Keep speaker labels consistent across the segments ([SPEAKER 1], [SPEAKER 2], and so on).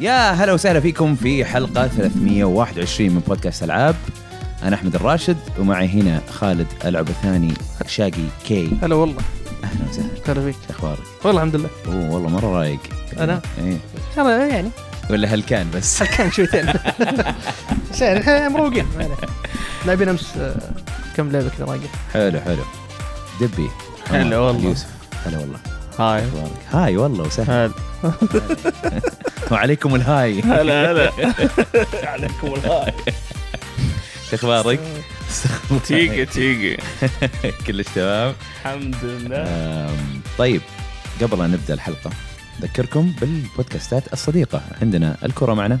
[SPEAKER 1] يا هلا وسهلا فيكم في حلقة 321 من بودكاست ألعاب أنا أحمد الراشد ومعي هنا خالد العبثاني شاقي كي
[SPEAKER 2] هلا والله
[SPEAKER 1] أهلا وسهلا
[SPEAKER 2] هلا فيك
[SPEAKER 1] شو أخبارك؟
[SPEAKER 2] والله الحمد لله
[SPEAKER 1] أوه والله مرة رايق
[SPEAKER 2] أنا؟
[SPEAKER 1] إيه
[SPEAKER 2] ترى يعني
[SPEAKER 1] ولا هل كان بس؟
[SPEAKER 2] كان شويتين بس يعني إحنا مروقين ما عليه. لاعبين امس آه، كم لعبه كذا رايقه
[SPEAKER 1] حلو حلو دبي آه،
[SPEAKER 3] هلا والله.
[SPEAKER 1] يوسف هلا والله
[SPEAKER 3] هاي
[SPEAKER 1] أخبارك؟ هاي والله وسهلا
[SPEAKER 3] هلا
[SPEAKER 1] وعليكم الهاي
[SPEAKER 3] هلا هلا عليكم الهاي
[SPEAKER 1] شو أخبارك؟
[SPEAKER 3] تيجي تيجي
[SPEAKER 1] كلش تمام
[SPEAKER 3] الحمد لله
[SPEAKER 1] آم، طيب قبل أن نبدأ الحلقة أذكركم بالبودكاستات الصديقة عندنا الكرة معنا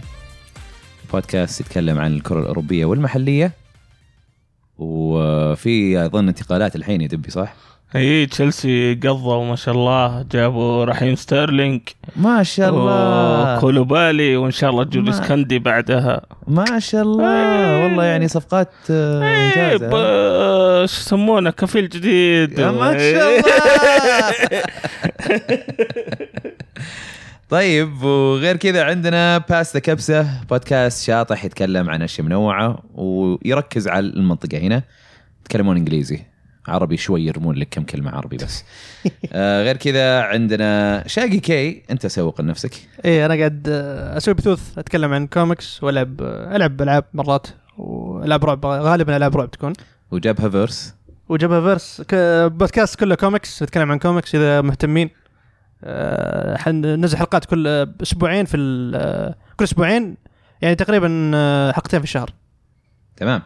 [SPEAKER 1] بودكاست يتكلم عن الكرة الأوروبية والمحلية وفي أظن انتقالات الحين يا دبي صح؟
[SPEAKER 3] اي تشيلسي قضوا ما شاء الله جابوا رحيم ستيرلينج
[SPEAKER 1] ما شاء الله
[SPEAKER 3] وكولوبالي وان شاء الله جوليس
[SPEAKER 1] ما-
[SPEAKER 3] كاندي بعدها
[SPEAKER 1] ما شاء الله
[SPEAKER 3] إيه.
[SPEAKER 1] والله يعني صفقات آه،
[SPEAKER 3] إيه، ب-
[SPEAKER 1] ممتازة
[SPEAKER 3] آه، شو يسمونه كفيل جديد
[SPEAKER 1] يا ما شاء الله طيب وغير كذا عندنا باس ذا كبسه بودكاست شاطح يتكلم عن اشياء منوعه ويركز على المنطقه هنا يتكلمون انجليزي عربي شوي يرمون لك كم كلمه عربي بس آه غير كذا عندنا شاقي كي انت سوق لنفسك
[SPEAKER 2] ايه انا قاعد آه، اسوي بثوث اتكلم عن كوميكس والعب آه، العب العاب مرات والعاب رعب غالبا العاب رعب تكون
[SPEAKER 1] وجابها فيرس
[SPEAKER 2] وجابها فيرس ك- بودكاست كله كوميكس نتكلم عن كوميكس اذا مهتمين آه، حن- ننزل حلقات كل آه، اسبوعين في ال- آه، كل اسبوعين يعني تقريبا آه، حلقتين في الشهر
[SPEAKER 1] تمام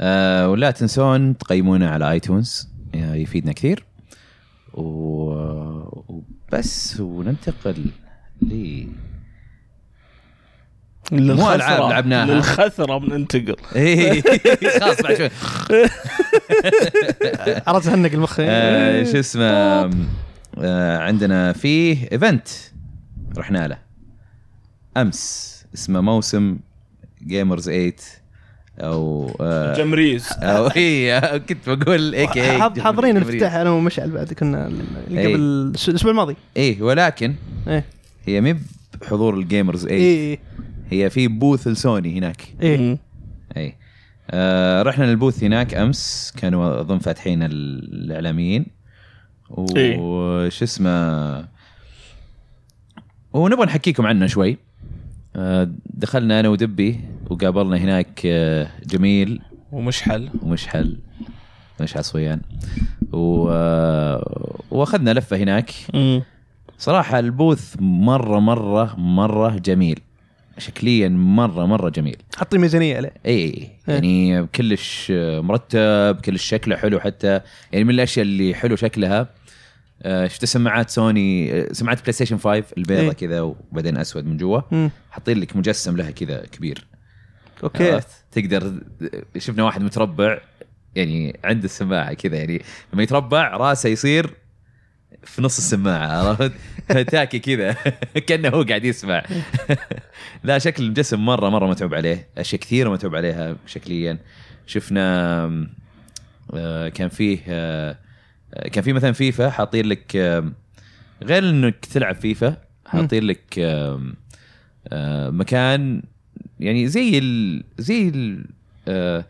[SPEAKER 1] آه ولا تنسون تقيمونا على ايتونز يفيدنا كثير و- وبس وننتقل ل مو ألعاب لعبناها.
[SPEAKER 3] للخثره إيه. بننتقل
[SPEAKER 1] إيه، خلاص بعد شوي
[SPEAKER 2] عرفت هنق المخ
[SPEAKER 1] آه شو اسمه آه عندنا فيه ايفنت رحنا له امس اسمه موسم جيمرز 8 او آه
[SPEAKER 3] جمريز
[SPEAKER 1] او اي كنت بقول اي كي
[SPEAKER 2] حاض- حاضرين الافتتاح انا ومشعل بعد كنا اللي
[SPEAKER 1] إيه.
[SPEAKER 2] قبل الس- الاسبوع الماضي
[SPEAKER 1] اي إيه، ولكن
[SPEAKER 2] ايه
[SPEAKER 1] هي مي بحضور الجيمرز 8
[SPEAKER 2] ايه
[SPEAKER 1] هي في بوث لسوني هناك
[SPEAKER 2] ايه
[SPEAKER 1] اي آه رحنا للبوث هناك امس كانوا اظن فاتحين ال- الاعلاميين
[SPEAKER 3] إي.
[SPEAKER 1] وش اسمه ونبغى نحكيكم عنه شوي آه دخلنا انا ودبي وقابلنا هناك آه جميل
[SPEAKER 3] ومشحل
[SPEAKER 1] ومشحل مشعل صويان و... آه، واخذنا لفه هناك صراحه البوث مره مره مره جميل شكليا مره مره جميل
[SPEAKER 2] حطي ميزانيه عليه
[SPEAKER 1] اي اي يعني كلش مرتب كلش شكله حلو حتى يعني من الاشياء اللي حلو شكلها آه، شفت سماعات سوني آه، سماعات بلاي ستيشن 5 البيضة
[SPEAKER 2] إيه.
[SPEAKER 1] كذا وبعدين اسود من جوا
[SPEAKER 2] مم.
[SPEAKER 1] حاطين لك مجسم لها كذا كبير
[SPEAKER 2] اوكي
[SPEAKER 1] عرفت؟ تقدر شفنا واحد متربع يعني عند السماعه كذا يعني لما يتربع راسه يصير في نص السماعه عرفت؟ تاكي كذا كانه هو قاعد يسمع لا شكل الجسم مره مره متعوب عليه اشياء كثيره متعوب عليها شكليا شفنا آم، آه، كان فيه آه، آه، كان في مثلا فيفا حاطين لك آم، غير انك تلعب فيفا حاطين لك آم، آه، مكان يعني زي ال زي ال آه،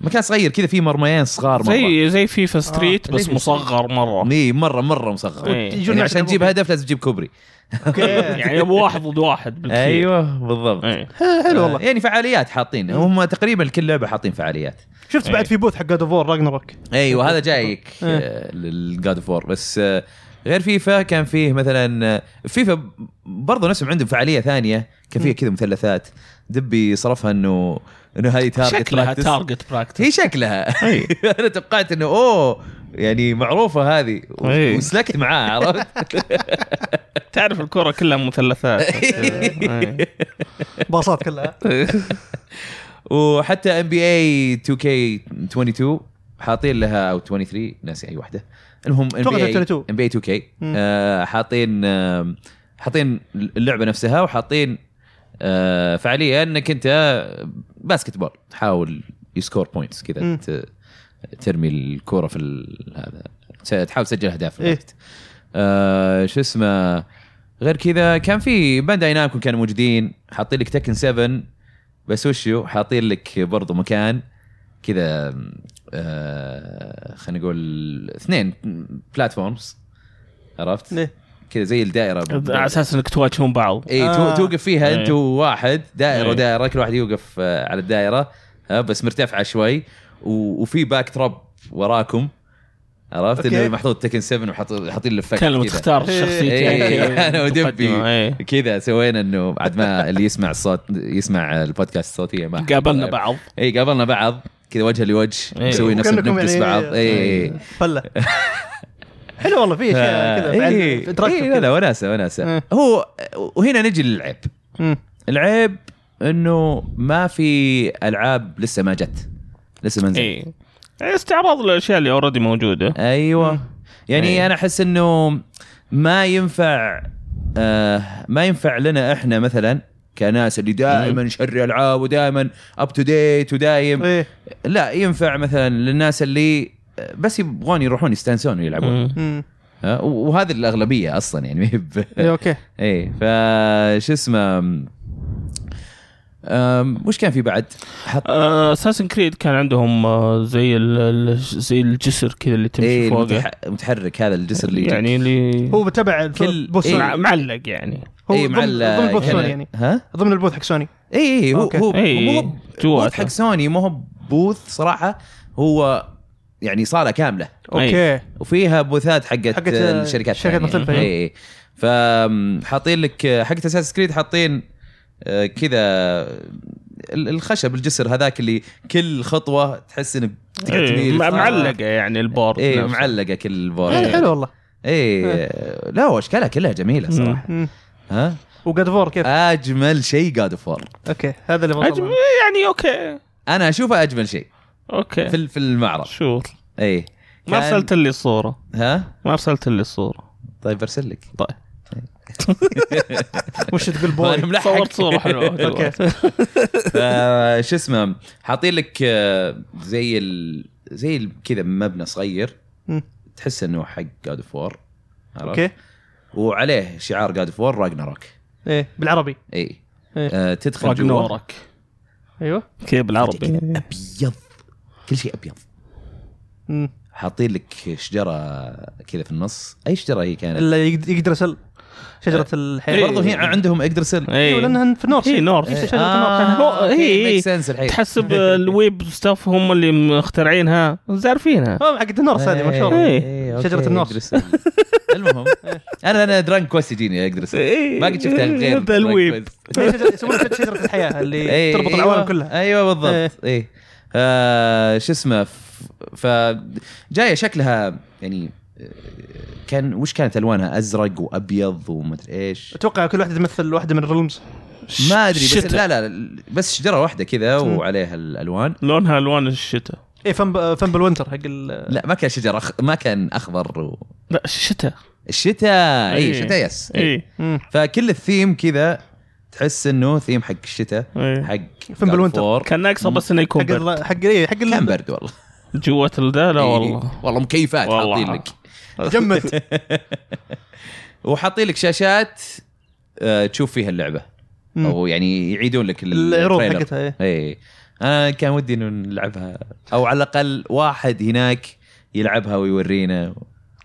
[SPEAKER 1] مكان صغير كذا فيه مرميين صغار مره
[SPEAKER 3] زي زي فيفا ستريت
[SPEAKER 1] آه،
[SPEAKER 3] بس
[SPEAKER 1] زي-
[SPEAKER 3] مصغر مره
[SPEAKER 1] اي مره مره مصغر
[SPEAKER 3] إيه.
[SPEAKER 2] يجون
[SPEAKER 1] يعني
[SPEAKER 2] ناس
[SPEAKER 1] عشان تجيب
[SPEAKER 2] يلعبون
[SPEAKER 1] هدف لازم تجيب كوبري
[SPEAKER 2] اوكي
[SPEAKER 3] يعني ابو واحد ضد واحد بالكثير
[SPEAKER 1] ايوه بالضبط
[SPEAKER 3] إيه.
[SPEAKER 2] حلو والله
[SPEAKER 1] آه، يعني فعاليات حاطين هم تقريبا كل لعبه حاطين فعاليات
[SPEAKER 2] شفت بعد
[SPEAKER 3] إيه.
[SPEAKER 2] في بوث حق جاد اوف وور راجنروك
[SPEAKER 1] ايوه هذا جايك آه،
[SPEAKER 2] إيه.
[SPEAKER 1] للجاد اوف وور بس آه، غير فيفا كان فيه مثلا آه، فيفا برضه نفسهم عندهم فعاليه ثانيه كان فيها كذا مثلثات دبي صرفها انه انه هذه تارجت
[SPEAKER 3] شكلها
[SPEAKER 1] براكتس.
[SPEAKER 3] تارجت براكتس
[SPEAKER 1] هي شكلها انا توقعت انه اوه يعني معروفه هذه و-
[SPEAKER 3] إي.
[SPEAKER 1] وسلكت معاه عرفت؟
[SPEAKER 3] تعرف الكره كلها مثلثات إيه.
[SPEAKER 2] باصات كلها
[SPEAKER 1] وحتى ام بي اي 2 كي 22 حاطين لها او 23 ناسي اي واحده المهم ام
[SPEAKER 2] أتوقع
[SPEAKER 1] بي اي
[SPEAKER 2] 22.
[SPEAKER 1] 2 كي
[SPEAKER 2] مم.
[SPEAKER 1] حاطين آه، حاطين اللعبه نفسها وحاطين آه، فعاليه انك انت باسكت بول تحاول يسكور بوينتس كذا
[SPEAKER 2] مم.
[SPEAKER 1] ت- ترمي الكوره في ال- هذا ت- تحاول تسجل اهداف في
[SPEAKER 2] إيه.
[SPEAKER 1] الباسكت. آه، شو اسمه غير كذا كان في بانداي نامكو كانوا موجودين حاطين لك تكن 7 بس وشو حاطين لك برضو مكان كذا آه خلينا نقول اثنين بلاتفورمز عرفت؟
[SPEAKER 2] ليه؟
[SPEAKER 1] كذا زي الدائره
[SPEAKER 3] على اساس انك تواجهون بعض
[SPEAKER 1] اي
[SPEAKER 2] آه.
[SPEAKER 1] آه. توقف فيها
[SPEAKER 3] إيه.
[SPEAKER 1] انت وواحد دائره
[SPEAKER 3] إيه.
[SPEAKER 1] ودائره كل واحد يوقف آه، على الدائره آه، بس مرتفعه شوي و- وفي باك تراب وراكم عرفت
[SPEAKER 2] أوكي.
[SPEAKER 1] انه محطوط تكن 7 وحاطين حاطين الفك
[SPEAKER 3] كلمة
[SPEAKER 1] كذا
[SPEAKER 3] تختار شخصيتين
[SPEAKER 1] إيه،
[SPEAKER 3] كذا
[SPEAKER 1] أنا ودبي.
[SPEAKER 3] مقدمة، إيه.
[SPEAKER 1] كذا سوينا انه بعد ما اللي يسمع الصوت يسمع البودكاست الصوتيه ما
[SPEAKER 3] قابلنا بعض
[SPEAKER 1] اي إيه، قابلنا بعض كذا وجه لوجه
[SPEAKER 3] إيه.
[SPEAKER 1] نسوي نفس
[SPEAKER 2] وكأنكم
[SPEAKER 1] نبلس
[SPEAKER 2] يعني-
[SPEAKER 1] بعض إيه. اي
[SPEAKER 2] فله حلو والله
[SPEAKER 1] إيه.
[SPEAKER 2] في اشياء إيه. كذا فعل- interactive
[SPEAKER 1] اي إيه. لا لا وناسه وناسه
[SPEAKER 2] إيه.
[SPEAKER 1] هو وهنا نجي للعيب
[SPEAKER 2] مم.
[SPEAKER 1] العيب انه ما في العاب لسه ما جت لسه ما نزلت
[SPEAKER 3] اي إيه، استعراض الاشياء اللي اوريدي موجوده
[SPEAKER 1] ايوه يعني
[SPEAKER 3] إيه.
[SPEAKER 1] انا احس انه ما ينفع آه ما ينفع لنا احنا مثلا كناس اللي دائما نشري العاب ودائما اب تو ديت ودايم
[SPEAKER 2] ايه
[SPEAKER 1] لا ينفع مثلا للناس اللي آه، بس يبغون يروحون يستانسون ويلعبون
[SPEAKER 3] مم.
[SPEAKER 2] مم.
[SPEAKER 1] آه، وهذه الاغلبيه اصلا يعني ما هي ب-
[SPEAKER 2] ايه اوكي
[SPEAKER 1] ايه فش اسمه أم، وش كان في بعد؟ حط
[SPEAKER 3] اساسن كريد آه، كان عندهم آه، زي ال- ال- زي الجسر كذا اللي تمشي
[SPEAKER 1] ايه
[SPEAKER 3] فوقه
[SPEAKER 1] المتح- المتحرك هذا الجسر اللي
[SPEAKER 3] يعني اللي
[SPEAKER 2] هو متابع
[SPEAKER 1] كل-
[SPEAKER 2] بوث
[SPEAKER 1] إيه.
[SPEAKER 2] سوني
[SPEAKER 3] مع- معلق يعني
[SPEAKER 2] هو
[SPEAKER 1] ايه مع
[SPEAKER 2] ضمن
[SPEAKER 1] ال-
[SPEAKER 2] ضمن بوث
[SPEAKER 1] كان-
[SPEAKER 2] سوني يعني
[SPEAKER 1] ها؟
[SPEAKER 2] ضمن البوث حق سوني
[SPEAKER 1] اي اي هو
[SPEAKER 2] أوكي.
[SPEAKER 1] هو
[SPEAKER 3] إيه،
[SPEAKER 1] مو هو بوث
[SPEAKER 3] جواته.
[SPEAKER 1] حق سوني مو هو بوث صراحه هو يعني صاله كامله
[SPEAKER 3] أيوه. إيه.
[SPEAKER 2] اوكي
[SPEAKER 1] وفيها بوثات حقت
[SPEAKER 2] حقت، آه،
[SPEAKER 1] الشركات
[SPEAKER 2] شركات مختلفة،
[SPEAKER 1] اي
[SPEAKER 2] إيه.
[SPEAKER 1] اي فحاطين لك آه، حقت اساس كريد حاطين آه، كذا ال- الخشب الجسر هذاك اللي كل خطوه تحس انه بتقعد
[SPEAKER 3] إيه،
[SPEAKER 1] تميل
[SPEAKER 3] مع-
[SPEAKER 1] يسار.
[SPEAKER 3] معلقه يعني البورد
[SPEAKER 1] ايه
[SPEAKER 3] نفسه.
[SPEAKER 1] معلقه كل
[SPEAKER 2] هذا
[SPEAKER 1] بورد
[SPEAKER 2] حلو والله
[SPEAKER 1] ايه لا واشكالها كلها جميله صراحه
[SPEAKER 2] مم.
[SPEAKER 1] ها
[SPEAKER 2] وقد فور كيف
[SPEAKER 1] اجمل شيء جاد اوف
[SPEAKER 2] اوكي هذا اللي
[SPEAKER 3] أجم-
[SPEAKER 2] بطلع
[SPEAKER 3] يعني اوكي
[SPEAKER 1] انا اشوفه اجمل شيء في
[SPEAKER 3] اوكي
[SPEAKER 1] ال- في المعرض
[SPEAKER 3] شور
[SPEAKER 1] ايه
[SPEAKER 3] ما
[SPEAKER 1] كان-
[SPEAKER 3] ارسلت لي الصوره
[SPEAKER 1] ها
[SPEAKER 3] ما ارسلت لي الصوره
[SPEAKER 1] طيب ارسل لك
[SPEAKER 3] طيب
[SPEAKER 2] وش تقول
[SPEAKER 1] أنا
[SPEAKER 2] بوري
[SPEAKER 1] ملاحق.
[SPEAKER 3] صورت صوره حلوه
[SPEAKER 2] اوكي
[SPEAKER 3] دلوقتي.
[SPEAKER 1] فا شو اسمه حاطين لك آه، زي ال... زي ال- كذا مبنى صغير
[SPEAKER 2] مم.
[SPEAKER 1] تحس انه حق جاد اوف وور
[SPEAKER 2] اوكي
[SPEAKER 1] وعليه شعار جاد اوف وور راجناروك
[SPEAKER 2] ايه بالعربي
[SPEAKER 1] اي
[SPEAKER 2] إيه.
[SPEAKER 1] آه تدخل جوا
[SPEAKER 3] راجنورك
[SPEAKER 2] ايوه
[SPEAKER 3] كذا بالعربي
[SPEAKER 1] ابيض كل شيء ابيض
[SPEAKER 2] مم.
[SPEAKER 1] حاطين لك شجره كذا في النص اي شجره هي كانت
[SPEAKER 2] اللي يقد- يقدر يسل شجره الحياه
[SPEAKER 3] إيه.
[SPEAKER 1] برضه هي عندهم إيه. اقدرسل
[SPEAKER 2] ايوه
[SPEAKER 3] اي
[SPEAKER 2] لانها في النور
[SPEAKER 3] هي نور
[SPEAKER 2] شجرة
[SPEAKER 1] آه،
[SPEAKER 2] النار.
[SPEAKER 3] هو- هي-
[SPEAKER 2] إيه.
[SPEAKER 3] هي.
[SPEAKER 1] سنس الحين
[SPEAKER 3] تحسب الويب ستاف هم اللي مخترعينها زارفينها
[SPEAKER 2] هم آه، حق النور هذه ما شاء الله
[SPEAKER 3] إيه.
[SPEAKER 1] أوكي،
[SPEAKER 2] شجرة النار.
[SPEAKER 1] أقدرسل. المهم انا انا درانك كويس يجيني اقدرسل
[SPEAKER 3] إيه.
[SPEAKER 1] ما قد شفتها غير
[SPEAKER 3] هذا الويب
[SPEAKER 1] درانك كويس.
[SPEAKER 2] هي إيه، شجرة- يسمونها شجرة- شجره الحياه اللي
[SPEAKER 1] إيه،
[SPEAKER 2] تربط
[SPEAKER 1] أيوة.
[SPEAKER 3] أيوه.
[SPEAKER 2] العوالم كلها
[SPEAKER 1] ايوه
[SPEAKER 2] إيه.
[SPEAKER 1] بالضبط اي آه، شو اسمه ف- فجايه شكلها يعني آه، كان وش كانت الوانها ازرق وابيض ومدري ايش
[SPEAKER 2] اتوقع كل واحده تمثل واحده من الرمز
[SPEAKER 1] ما ادري بس
[SPEAKER 3] شتاء.
[SPEAKER 1] لا لا بس شجره واحده كذا وعليها الالوان
[SPEAKER 3] لونها الوان الشتاء
[SPEAKER 2] ايه فم فمبل وينتر حق ال
[SPEAKER 1] آه، لا ما كان شجر أخ... ما كان اخضر و...
[SPEAKER 3] لا الشتاء
[SPEAKER 1] الشتاء اي
[SPEAKER 3] إيه.
[SPEAKER 1] شتاء يس إيه.
[SPEAKER 3] اي
[SPEAKER 2] مم.
[SPEAKER 1] فكل الثيم كذا تحس انه ثيم حق الشتاء
[SPEAKER 3] إيه.
[SPEAKER 1] حق
[SPEAKER 2] فين بالوينتر؟
[SPEAKER 1] God of War.
[SPEAKER 3] كان ناقصه بس انه يكون
[SPEAKER 2] حق
[SPEAKER 3] برد
[SPEAKER 2] ال- حق ايه حق
[SPEAKER 1] كان
[SPEAKER 2] ال-
[SPEAKER 1] برد والله
[SPEAKER 3] جوة الدا لا
[SPEAKER 1] إيه.
[SPEAKER 3] والله
[SPEAKER 1] والله مكيفات
[SPEAKER 3] والله.
[SPEAKER 1] حاطين لك
[SPEAKER 2] جمد
[SPEAKER 1] وحاطين لك شاشات آه، تشوف فيها اللعبه
[SPEAKER 2] مم.
[SPEAKER 1] او يعني يعيدون لك ال-
[SPEAKER 2] العروض
[SPEAKER 1] التريلر.
[SPEAKER 2] حقتها ايه
[SPEAKER 1] اي انا كان ودي انه نلعبها او على الاقل واحد هناك يلعبها ويورينا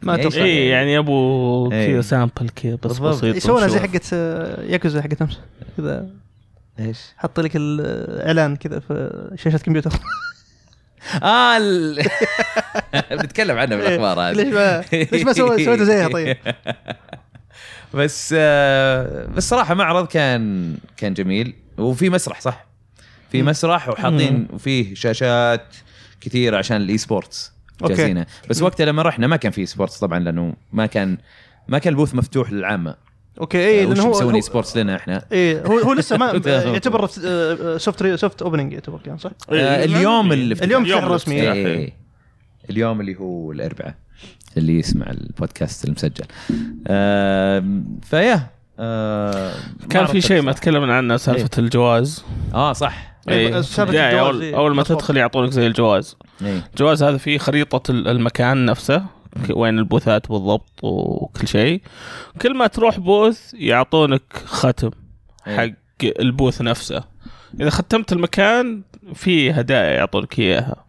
[SPEAKER 2] ما إيه،
[SPEAKER 1] إيش؟
[SPEAKER 2] توقع.
[SPEAKER 3] اي يعني ابو كذا
[SPEAKER 1] إيه.
[SPEAKER 3] سامبل كذا بس بسيط
[SPEAKER 2] إيه، يسوونها زي
[SPEAKER 3] ونشوف.
[SPEAKER 2] حقت آه، ياكوزا حقت امس كذا
[SPEAKER 1] ايش؟
[SPEAKER 2] حط لك الاعلان كذا في شاشه كمبيوتر
[SPEAKER 1] اه ال... بنتكلم عنها بالاخبار هذه
[SPEAKER 2] إيه. ليش ما ليش ما سوي سويته زيها طيب؟
[SPEAKER 1] بس آه، بس صراحه معرض كان كان جميل وفي مسرح صح في مسرح وحاطين وفيه شاشات كثيره عشان الاي سبورتس
[SPEAKER 2] أوكي.
[SPEAKER 1] جاهزينها بس وقتها لما رحنا ما كان في سبورتس طبعا لانه ما كان ما كان البوث مفتوح للعامه
[SPEAKER 2] اوكي
[SPEAKER 3] إيه،
[SPEAKER 2] اي لانه
[SPEAKER 1] وش
[SPEAKER 2] إيه، هو
[SPEAKER 1] مسوين
[SPEAKER 2] هو-
[SPEAKER 1] اي سبورتس لنا احنا
[SPEAKER 2] ايه هو هو لسه ما
[SPEAKER 1] تفهم.
[SPEAKER 2] يعتبر آه، سوفت سوفت اوبننج يعتبر كان صح؟
[SPEAKER 1] آه،
[SPEAKER 3] إيه.
[SPEAKER 1] اليوم اللي في-
[SPEAKER 2] اليوم شهر رسمي.
[SPEAKER 1] إيه،
[SPEAKER 3] الافتتاح،
[SPEAKER 1] إيه،
[SPEAKER 3] إيه.
[SPEAKER 1] إيه. اليوم اللي هو الاربعاء اللي يسمع البودكاست المسجل آم، فيا آه،
[SPEAKER 3] كان
[SPEAKER 1] معرض
[SPEAKER 3] في شيء
[SPEAKER 1] تبصر.
[SPEAKER 3] ما تكلمنا عنه سالفه الجواز
[SPEAKER 1] اه صح
[SPEAKER 2] إيه،
[SPEAKER 3] إيه.
[SPEAKER 2] سالفة
[SPEAKER 3] داعي
[SPEAKER 2] الجواز،
[SPEAKER 3] اول
[SPEAKER 2] إيه.
[SPEAKER 3] اول ما
[SPEAKER 2] بالضبط.
[SPEAKER 3] تدخل يعطونك زي الجواز
[SPEAKER 1] إيه.
[SPEAKER 3] الجواز هذا فيه خريطه ال- المكان نفسه ك- وين البوثات بالضبط وكل شيء كل ما تروح بوث يعطونك ختم
[SPEAKER 1] إيه.
[SPEAKER 3] حق البوث نفسه اذا ختمت المكان في هدايا يعطونك اياها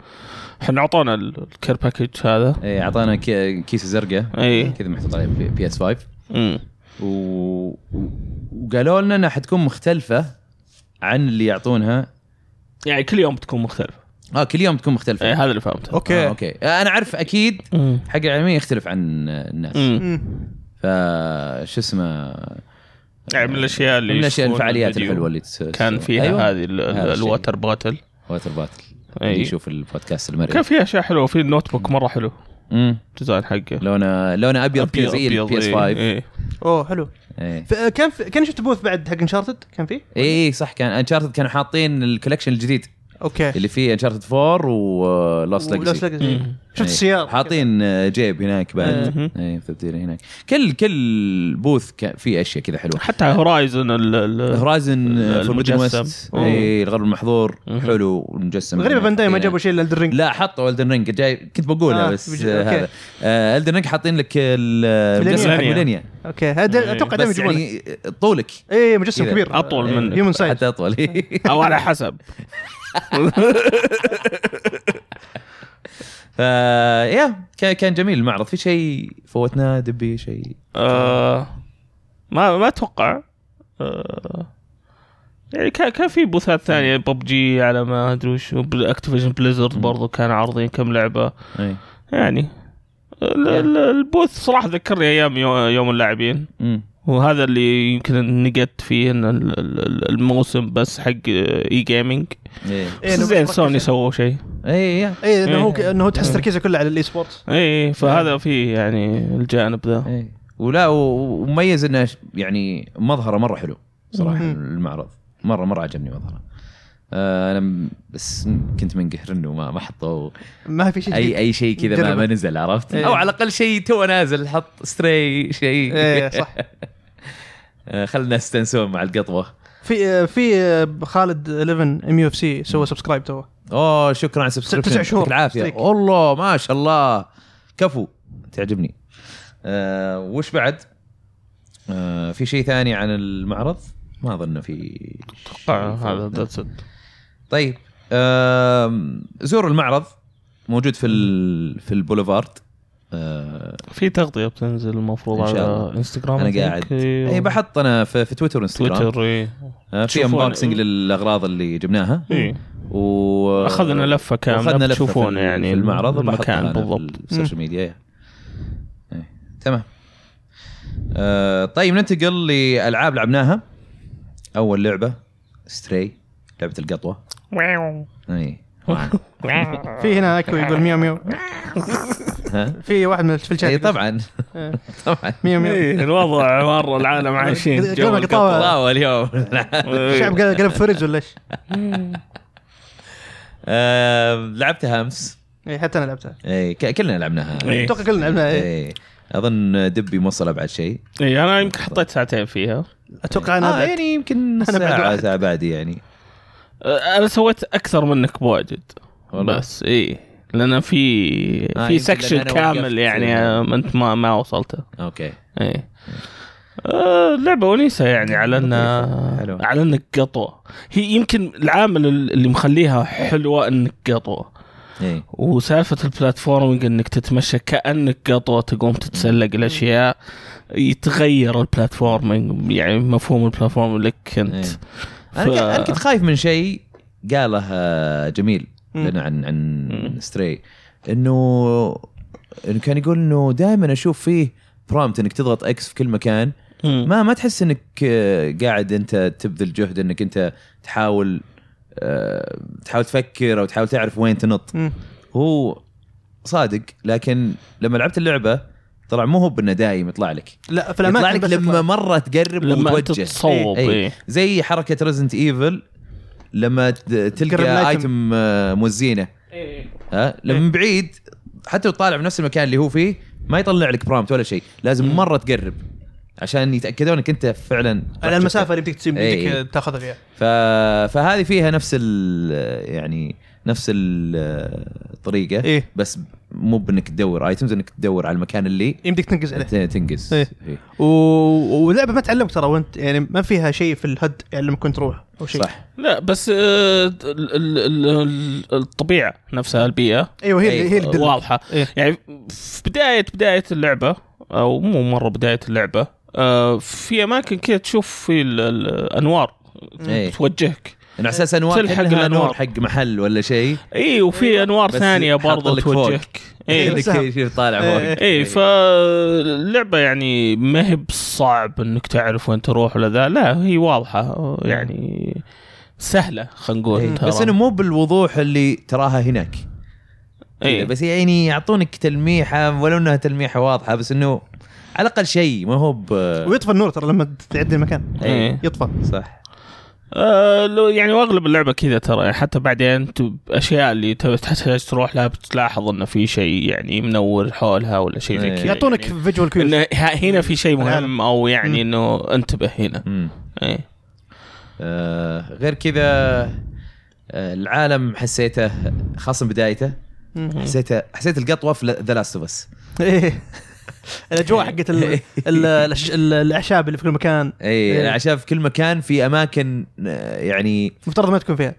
[SPEAKER 3] احنا اعطونا ال- الكير باكج هذا
[SPEAKER 1] اي اعطانا إيه، كي- كيسه زرقاء
[SPEAKER 3] إيه.
[SPEAKER 1] كذا محطوط عليه بي اس 5
[SPEAKER 3] امم
[SPEAKER 1] و... وقالوا لنا انها حتكون مختلفه عن اللي يعطونها
[SPEAKER 3] يعني كل يوم بتكون مختلفه
[SPEAKER 1] اه كل يوم تكون مختلفه
[SPEAKER 3] اي هذا اللي فهمته
[SPEAKER 1] اوكي, آه
[SPEAKER 4] اوكي
[SPEAKER 1] أوكي. آه انا اعرف اكيد
[SPEAKER 3] امم
[SPEAKER 1] حق العالميه يختلف عن الناس
[SPEAKER 3] امم
[SPEAKER 2] مم.
[SPEAKER 1] فش اسمه
[SPEAKER 3] يعني من الاشياء اللي
[SPEAKER 1] من الاشياء
[SPEAKER 3] يشوفون
[SPEAKER 1] الفعاليات
[SPEAKER 3] الفيديو
[SPEAKER 1] الحلوه اللي تس-
[SPEAKER 3] كان
[SPEAKER 1] تسوي.
[SPEAKER 3] فيها أيوة. هذه إيه. ال- ال-
[SPEAKER 1] هذا الشيء.
[SPEAKER 3] الوتر باتل
[SPEAKER 1] واتر باتل
[SPEAKER 3] أي.
[SPEAKER 1] اللي يشوف البودكاست المرئي
[SPEAKER 3] كان فيها اشياء حلوه في النوت بوك مره حلو
[SPEAKER 1] امم
[SPEAKER 3] ديزاين حقه
[SPEAKER 1] لونه لونه ابيض كذا زي البي اس 5
[SPEAKER 3] إيه.
[SPEAKER 2] اوه حلو
[SPEAKER 1] اي
[SPEAKER 2] ف- كان في كان شفت بوث بعد حق انشارتد كان فيه؟
[SPEAKER 1] اي إيه، صح كان انشارتد كانوا حاطين الكولكشن الجديد
[SPEAKER 2] اوكي
[SPEAKER 1] اللي فيه انشارتد 4 ولوست
[SPEAKER 2] ولاس
[SPEAKER 1] ليجسي
[SPEAKER 2] ليجاسي.
[SPEAKER 3] مم.
[SPEAKER 2] شفت السياره
[SPEAKER 1] آه, إيه. حاطين آه, جيب هناك بعد
[SPEAKER 3] إيه.
[SPEAKER 1] اي تبديل هناك كل كل بوث كان فيه اشياء كذا آه, حلوه
[SPEAKER 3] حتى هورايزن ال- آه. ال-
[SPEAKER 1] هورايزن فوربيدن
[SPEAKER 3] المجسم.
[SPEAKER 1] ويست
[SPEAKER 3] أوه.
[SPEAKER 1] اي إيه، الغرب المحظور
[SPEAKER 3] مم.
[SPEAKER 1] حلو والمجسم
[SPEAKER 2] غريبه بانداي ما جابوا شيء الا الدرينج
[SPEAKER 1] لا حطوا الدن رينج جاي كنت بقولها
[SPEAKER 2] آه،
[SPEAKER 1] آه بس
[SPEAKER 2] بيجي-
[SPEAKER 1] آه
[SPEAKER 2] أوكي.
[SPEAKER 1] هذا آه الدن رينج حاطين لك ال- المجسم حق
[SPEAKER 3] ميلينيا.
[SPEAKER 1] ميلينيا
[SPEAKER 2] اوكي هذا
[SPEAKER 3] إيه.
[SPEAKER 2] اتوقع دائما
[SPEAKER 1] بس
[SPEAKER 2] يجيبونه
[SPEAKER 1] يعني طولك
[SPEAKER 2] اي مجسم
[SPEAKER 1] كذا.
[SPEAKER 2] كبير
[SPEAKER 3] أطول
[SPEAKER 1] آه،
[SPEAKER 3] منك.
[SPEAKER 2] هيومن سايز
[SPEAKER 1] حتى اطول
[SPEAKER 3] او على حسب
[SPEAKER 1] فا يا كان- كان جميل المعرض في شيء فوتناه دبي شيء
[SPEAKER 3] آه، ما ما اتوقع آه، يعني كان كان في بوثات ثانيه ببجي على ما ادري وش اكتيفيجن بليزرد برضو كان عارضين كم لعبه
[SPEAKER 1] اي
[SPEAKER 3] يعني ال- ال- البوث صراحه ذكرني ايام يو- يوم اللاعبين
[SPEAKER 1] مم.
[SPEAKER 3] وهذا اللي يمكن نقدت فيه ان ال- ال- ال- الموسم بس حق اي جيمنج
[SPEAKER 1] اي
[SPEAKER 2] إيه، إنه
[SPEAKER 3] زين
[SPEAKER 2] بس
[SPEAKER 1] يعني.
[SPEAKER 3] سوني
[SPEAKER 2] مركز.
[SPEAKER 3] سووا شيء
[SPEAKER 1] اي يا.
[SPEAKER 2] اي انه هو
[SPEAKER 3] إيه.
[SPEAKER 2] ك- انه هو تحس تركيزه كله على الاي سبورتس
[SPEAKER 1] إيه.
[SPEAKER 3] اي إيه، فهذا فيه يعني الجانب ذا
[SPEAKER 1] اي إيه. ولا و- ومميز انه ش- يعني مظهره مره حلو صراحه
[SPEAKER 2] مم.
[SPEAKER 1] المعرض مره مره عجبني مظهره آه، انا م- بس كنت منقهر انه ما ما حطوا
[SPEAKER 2] ما في شيء
[SPEAKER 1] اي
[SPEAKER 2] جديد
[SPEAKER 1] اي شيء كذا ما,
[SPEAKER 2] جربه.
[SPEAKER 1] ما نزل عرفت
[SPEAKER 2] إيه.
[SPEAKER 1] او على الاقل شيء تو نازل حط ستري شيء
[SPEAKER 2] اي إيه، صح
[SPEAKER 1] آه، خلى الناس تنسون مع القطوه
[SPEAKER 2] في في خالد 11 ام يو اف سي سوى سبسكرايب توه
[SPEAKER 1] اوه شكرا على السبسكريبشن
[SPEAKER 2] تسع شهور.
[SPEAKER 1] يعطيك العافيه
[SPEAKER 2] ستريك.
[SPEAKER 1] والله ما شاء الله كفو تعجبني آه وش بعد؟ آه في شيء ثاني عن المعرض؟ ما اظن في شيء
[SPEAKER 3] آه، هذا
[SPEAKER 1] فوتنا.
[SPEAKER 3] ذاتس ات
[SPEAKER 1] طيب آم، زوروا المعرض موجود في ال- في البوليفارد آه،
[SPEAKER 3] في تغطيه بتنزل المفروض
[SPEAKER 1] إن شاء
[SPEAKER 3] على
[SPEAKER 1] الله.
[SPEAKER 3] انستغرام
[SPEAKER 1] انا قاعد إيه، اي بحط انا في, في تويتر وانستغرام
[SPEAKER 3] تويتر اي
[SPEAKER 1] آه، في
[SPEAKER 3] تشوفون-
[SPEAKER 1] انبوكسنج للاغراض اللي جبناها
[SPEAKER 3] إي.
[SPEAKER 1] و
[SPEAKER 3] اخذنا لفه كامله
[SPEAKER 1] واخذنا لفه
[SPEAKER 3] تشوفون
[SPEAKER 1] آه، في-
[SPEAKER 3] يعني
[SPEAKER 1] في المعرض بحطها
[SPEAKER 3] المكان
[SPEAKER 1] أنا في
[SPEAKER 3] بالضبط
[SPEAKER 1] السوشيال ميديا إيه. إيه. تمام آه طيب ننتقل لالعاب لعبناها اول لعبه ستري لعبه القطوه اي
[SPEAKER 2] في هنا اكو يقول ميو ميو
[SPEAKER 1] ها؟
[SPEAKER 2] في واحد من في الشات
[SPEAKER 1] اي طبعا
[SPEAKER 2] إيه.
[SPEAKER 1] طبعا
[SPEAKER 2] ميو ميو
[SPEAKER 3] إيه، الوضع مره العالم عايشين
[SPEAKER 2] قلنا
[SPEAKER 3] جو إيه،
[SPEAKER 2] قطاوة.
[SPEAKER 3] القطوة.
[SPEAKER 1] الله اليوم
[SPEAKER 2] الشعب قال- قلب فرج ولا ايش؟
[SPEAKER 1] آه لعبتها امس
[SPEAKER 2] اي إيه، حتى انا لعبتها
[SPEAKER 1] اي ك- كلنا لعبناها
[SPEAKER 3] إيه.
[SPEAKER 2] اتوقع كلنا لعبناها إيه.
[SPEAKER 1] اي اظن دبي موصل ابعد شيء
[SPEAKER 3] اي انا إيه، يمكن حطيت ساعتين فيها
[SPEAKER 2] اتوقع
[SPEAKER 1] آه
[SPEAKER 2] انا آه
[SPEAKER 1] يعني يمكن
[SPEAKER 2] أنا بعد
[SPEAKER 1] ساعه
[SPEAKER 2] واحد.
[SPEAKER 1] ساعه بعدي يعني
[SPEAKER 3] أه، انا سويت اكثر منك بواجد
[SPEAKER 1] والله.
[SPEAKER 3] بس اي لان في
[SPEAKER 1] آه،
[SPEAKER 3] في
[SPEAKER 1] يمكن
[SPEAKER 3] سكشن
[SPEAKER 1] لأن أنا وقفت.
[SPEAKER 3] كامل يعني آه، انت ما ما وصلته
[SPEAKER 1] اوكي
[SPEAKER 3] ايه آه، لعبة ونيسة يعني على انها
[SPEAKER 1] حلوة.
[SPEAKER 3] على انك قطوة هي يمكن العامل اللي مخليها حلوة انك قطوة
[SPEAKER 1] اي
[SPEAKER 3] وسالفة البلاتفورمينج انك تتمشى كانك قطوة تقوم تتسلق الاشياء يتغير البلاتفورمينج يعني مفهوم البلاتفورمينج لك انت
[SPEAKER 1] إيه. انا ك- انا كنت خايف من شيء قاله آه، جميل
[SPEAKER 2] مم.
[SPEAKER 1] لنا عن عن
[SPEAKER 3] مم.
[SPEAKER 1] ستري انه إنه كان يقول انه دائما اشوف فيه برامت انك تضغط اكس في كل مكان
[SPEAKER 3] ما
[SPEAKER 1] ما ما تحس انك آه، قاعد انت تبذل جهد انك انت تحاول آه، تحاول تفكر او تحاول تعرف وين تنط هو صادق لكن لما لعبت اللعبه طلع مو هو بانه دايم يطلع لك
[SPEAKER 2] لا في
[SPEAKER 1] يطلع
[SPEAKER 2] الاماكن
[SPEAKER 1] لك
[SPEAKER 2] بس
[SPEAKER 1] لما
[SPEAKER 2] يطلع.
[SPEAKER 1] مره تقرب
[SPEAKER 3] لما انت
[SPEAKER 1] وتوجه
[SPEAKER 3] تصوب
[SPEAKER 1] إيه.
[SPEAKER 3] ايه
[SPEAKER 1] زي حركه ريزنت ايفل لما ت- تلقى
[SPEAKER 2] الآيتم.
[SPEAKER 1] ايتم آه، موزينه ها لما
[SPEAKER 2] إيه.
[SPEAKER 1] من بعيد حتى لو طالع بنفس المكان اللي هو فيه ما يطلع لك برامت ولا شيء لازم مره تقرب عشان يتاكدون انك انت فعلا
[SPEAKER 2] على المسافه اللي بدك آه، تسيب
[SPEAKER 1] إيه.
[SPEAKER 2] بدك تاخذها فيها
[SPEAKER 1] ف... فهذه فيها نفس ال... يعني نفس ال- الطريقه
[SPEAKER 2] ايه
[SPEAKER 1] بس مو بانك تدور ايتمز انك تدور على المكان اللي
[SPEAKER 2] يمديك إيه، تنقز عليه
[SPEAKER 1] ت- تنقز
[SPEAKER 2] إيه.
[SPEAKER 1] فيه.
[SPEAKER 2] و... ولعبه ما تعلمك ترى وانت يعني ما فيها شيء في الهد يعلمك وانت تروح او شيء
[SPEAKER 1] صح
[SPEAKER 3] لا بس آه، ال- ال- ال- الطبيعه نفسها البيئه
[SPEAKER 2] ايوه هي
[SPEAKER 1] أي،
[SPEAKER 2] اللي هي اللي تدلك.
[SPEAKER 3] واضحه
[SPEAKER 2] إيه.
[SPEAKER 3] يعني في بدايه بدايه اللعبه او مو مره بدايه اللعبه آه، في اماكن كذا تشوف في ال- الانوار
[SPEAKER 1] إيه.
[SPEAKER 3] توجهك
[SPEAKER 1] انا على اساس انوار
[SPEAKER 3] تلحق
[SPEAKER 1] تلحق
[SPEAKER 3] الأنوار.
[SPEAKER 1] الانوار حق محل ولا شيء
[SPEAKER 3] اي إيه، وفي انوار
[SPEAKER 1] بس
[SPEAKER 3] ثانيه
[SPEAKER 1] حاط
[SPEAKER 3] برضه
[SPEAKER 1] لك فوق.
[SPEAKER 3] توجهك
[SPEAKER 2] إيه،
[SPEAKER 1] إنك
[SPEAKER 2] بس-
[SPEAKER 3] اي
[SPEAKER 1] شوف طالع
[SPEAKER 2] إيه،
[SPEAKER 1] فوق
[SPEAKER 3] اي فاللعبه يعني ما هي بصعب انك تعرف وين تروح ولا ذا لا هي واضحه يعني سهله خلينا نقول ترى.
[SPEAKER 1] إيه. بس انه مو بالوضوح اللي تراها هناك
[SPEAKER 3] إيه.
[SPEAKER 1] بس يعني يعطونك تلميحه ولو انها تلميحه واضحه بس انه على الاقل شيء ما هو ب
[SPEAKER 2] ويطفى النور ترى لما تعدي المكان
[SPEAKER 3] إيه.
[SPEAKER 2] يطفى
[SPEAKER 1] صح
[SPEAKER 3] آه، لو- يعني واغلب اللعبه كذا ترى يعني حتى بعدين الاشياء اللي ت- تحتاج تروح لها بتلاحظ انه في شيء يعني منور حولها ولا شيء زي
[SPEAKER 1] إيه.
[SPEAKER 3] كذا
[SPEAKER 2] يعطونك
[SPEAKER 3] يعني
[SPEAKER 2] فيجوال كيوز
[SPEAKER 3] انه ه- هنا في شيء مهم
[SPEAKER 2] العالم.
[SPEAKER 3] او يعني انه انتبه هنا
[SPEAKER 1] مم.
[SPEAKER 3] إيه.
[SPEAKER 1] آه غير كذا آه العالم حسيته خاصه بدايته حسيته حسيت القطوه في ذا لاست اوف اس
[SPEAKER 2] ايه الاجواء حقت ال-
[SPEAKER 1] إيه.
[SPEAKER 2] ال- الأش- ال- الاعشاب اللي في كل مكان
[SPEAKER 1] اي
[SPEAKER 2] إيه.
[SPEAKER 1] عشان في يعني كل مكان في اماكن آه، يعني
[SPEAKER 2] مفترض ما تكون فيها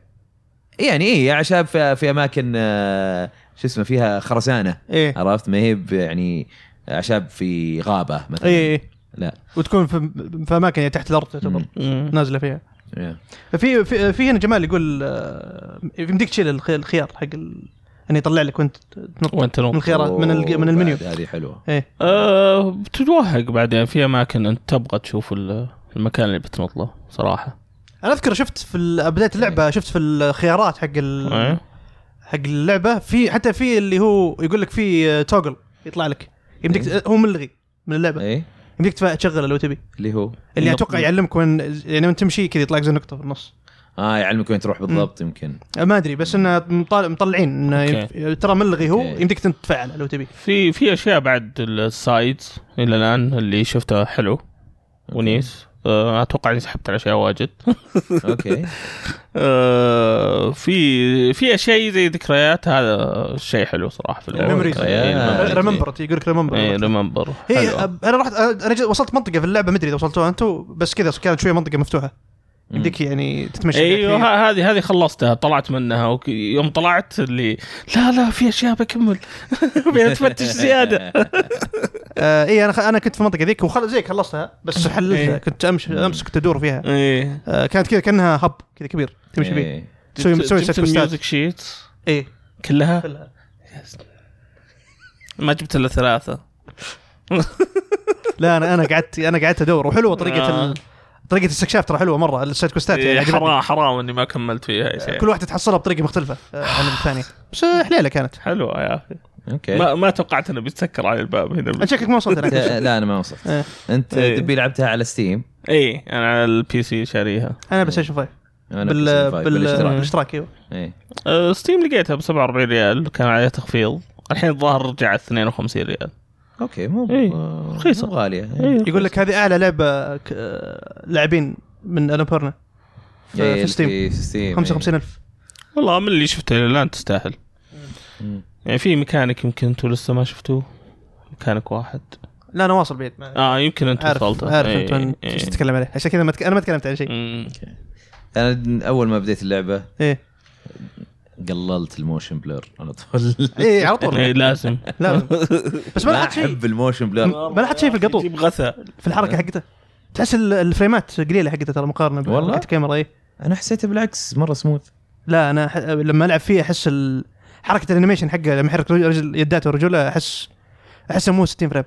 [SPEAKER 1] يعني اي عشان في, في اماكن آه، شو اسمه فيها خرسانه
[SPEAKER 2] ايه
[SPEAKER 1] عرفت ما هي ب- يعني اعشاب في غابه مثلا
[SPEAKER 2] ايه إيه.
[SPEAKER 1] لا
[SPEAKER 2] وتكون في, في اماكن يعني تحت الارض تعتبر
[SPEAKER 1] مم.
[SPEAKER 3] مم.
[SPEAKER 2] نازله فيها
[SPEAKER 1] إيه.
[SPEAKER 2] في في, في هنا جمال يقول آه، يمديك تشيل الخي- الخيار حق ال... انه يطلع لك وانت تنط
[SPEAKER 3] وين
[SPEAKER 2] من
[SPEAKER 3] تنوم
[SPEAKER 2] الخيارات من الج- من
[SPEAKER 1] أوه،
[SPEAKER 2] المنيو
[SPEAKER 1] بعد هذه حلوه
[SPEAKER 2] ايه
[SPEAKER 3] أه بتتوهق بعدين في اماكن انت تبغى تشوف ال- المكان اللي بتنط له صراحه
[SPEAKER 2] انا اذكر شفت في ال- بدايه
[SPEAKER 1] إيه.
[SPEAKER 2] اللعبه شفت في الخيارات حق ال...
[SPEAKER 3] إيه.
[SPEAKER 2] حق اللعبه في حتى في اللي هو يقول لك في توجل يطلع لك يمديك
[SPEAKER 1] إيه.
[SPEAKER 2] ت- هو ملغي من اللعبه
[SPEAKER 1] اي
[SPEAKER 2] يمديك تف- تشغله لو تبي
[SPEAKER 1] إيه؟ اللي هو
[SPEAKER 2] اللي
[SPEAKER 3] النقطة.
[SPEAKER 1] إيه.
[SPEAKER 2] اتوقع يعلمك وين يعني وانت تمشي كذا يطلع لك زي نقطه في النص
[SPEAKER 1] اه يعلمك وين تروح بالضبط يمكن
[SPEAKER 2] ما ادري بس انه مطال- مطلعين انه
[SPEAKER 3] أوكي.
[SPEAKER 2] ينف- ترى ملغي هو
[SPEAKER 1] أوكي.
[SPEAKER 2] يمديك انت تفعله لو تبي
[SPEAKER 3] في في اشياء بعد السايدز الى الان اللي شفتها حلو ونيس أه، اتوقع اني سحبت على اشياء واجد
[SPEAKER 1] اوكي
[SPEAKER 3] آه، في في شيء زي ذكريات هذا شيء حلو صراحه في اللعبة.
[SPEAKER 2] ميموريز
[SPEAKER 1] آه،
[SPEAKER 2] ريمبرت يقول لك
[SPEAKER 3] اي
[SPEAKER 2] ريمبر
[SPEAKER 3] ريمبر
[SPEAKER 2] إيه، هي أب- انا رحت انا جيت- وصلت منطقه في اللعبه ما ادري اذا وصلتوها انتم بس كذا كانت شويه منطقه مفتوحه يمديك يعني تتمشى فيها
[SPEAKER 3] ايوه
[SPEAKER 2] كثير.
[SPEAKER 3] ه- هذه هذه خلصتها طلعت منها وك- يوم طلعت اللي لا لا في اشياء بكمل بتفتش زياده
[SPEAKER 2] آه اي انا خ... انا كنت في المنطقه ذيك وخل... زي خلصتها بس
[SPEAKER 3] إيه.
[SPEAKER 2] حللتها كنت امشي امس كنت ادور فيها
[SPEAKER 3] ايه
[SPEAKER 2] آه كانت كذا كانها هب كذا كبير تمشي فيه
[SPEAKER 1] إيه.
[SPEAKER 2] تسوي
[SPEAKER 3] جبت-
[SPEAKER 2] تسوي إيه.
[SPEAKER 3] جبت
[SPEAKER 2] سيت كوستات.
[SPEAKER 3] الميوزك شيت
[SPEAKER 2] اي
[SPEAKER 3] كلها
[SPEAKER 2] كلها.
[SPEAKER 3] ما جبت الا ثلاثه
[SPEAKER 2] لا انا انا قعدت انا قعدت ادور وحلوه طريقه
[SPEAKER 3] آه.
[SPEAKER 2] ال... طريقه الاستكشاف ترى حلوه مره السايد كوستات يعني
[SPEAKER 3] إيه،
[SPEAKER 2] عجبتني.
[SPEAKER 3] حرام حرام اني ما كملت فيها يا
[SPEAKER 1] إيه.
[SPEAKER 3] شيخ
[SPEAKER 2] كل واحده تحصلها بطريقه مختلفه آه، عن الثانيه بس آه، حليله كانت
[SPEAKER 3] حلوه يا اخي
[SPEAKER 2] يعني-
[SPEAKER 1] اوكي
[SPEAKER 3] ما ما توقعت انه بيتسكر على الباب هنا
[SPEAKER 2] انت شكلك ما وصلت
[SPEAKER 1] أنت-
[SPEAKER 2] هناك
[SPEAKER 1] لا انا ما وصلت
[SPEAKER 2] إيه.
[SPEAKER 1] انت
[SPEAKER 3] إيه.
[SPEAKER 1] دبي لعبتها على ستيم
[SPEAKER 3] اي انا يعني على البي سي شاريها
[SPEAKER 2] انا بس اشوف بال...
[SPEAKER 1] انا
[SPEAKER 2] بال...
[SPEAKER 1] بال... بالاشتراك
[SPEAKER 2] بالاشتراك ايوه
[SPEAKER 1] إيه.
[SPEAKER 3] أه، ستيم لقيتها ب 47 ريال كان عليها تخفيض الحين الظاهر رجعت 52 ريال
[SPEAKER 1] اوكي مو
[SPEAKER 3] إيه.
[SPEAKER 1] مو- إيه،
[SPEAKER 3] رخيصة.
[SPEAKER 1] مو غاليه
[SPEAKER 2] يقول لك هذه اعلى لعبه ك... آه، لاعبين من انابيرنا في,
[SPEAKER 1] إيه،
[SPEAKER 2] في ستيم
[SPEAKER 1] في إيه. ستيم
[SPEAKER 2] 55000
[SPEAKER 3] والله من اللي شفته الى الان تستاهل
[SPEAKER 1] مم.
[SPEAKER 3] يعني في مكانك يمكن انتوا لسه ما شفتوه مكانك واحد
[SPEAKER 2] لا انا واصل بعيد
[SPEAKER 1] آه،
[SPEAKER 2] ما-
[SPEAKER 3] اه يمكن انت
[SPEAKER 2] عارف
[SPEAKER 3] وصلت
[SPEAKER 2] عارف انت
[SPEAKER 1] إيه،
[SPEAKER 2] وين- ايش تتكلم عليه عشان كذا ما تك... انا ما تكلمت عن شيء
[SPEAKER 1] انا اول ما بديت اللعبه
[SPEAKER 2] ايه
[SPEAKER 1] قللت الموشن بلور على طول
[SPEAKER 2] ايه على طول
[SPEAKER 3] لازم
[SPEAKER 2] لا بس ما
[SPEAKER 1] ما
[SPEAKER 2] لاحظت شيء
[SPEAKER 1] احب الموشن بلور
[SPEAKER 2] ما لاحظت شيء في القطو
[SPEAKER 3] يجيب غثا
[SPEAKER 2] في الحركه حقته تحس ال- الفريمات قليله حقته ترى مقارنه بال-
[SPEAKER 1] والله؟
[SPEAKER 2] حقت الكاميرا ايه
[SPEAKER 1] انا حسيته بالعكس مره سموث
[SPEAKER 2] لا انا ح... لما العب فيه احس ال... حركه الانيميشن حقه لما يحرك رجل يداته ورجوله احس احسها مو 60 فريم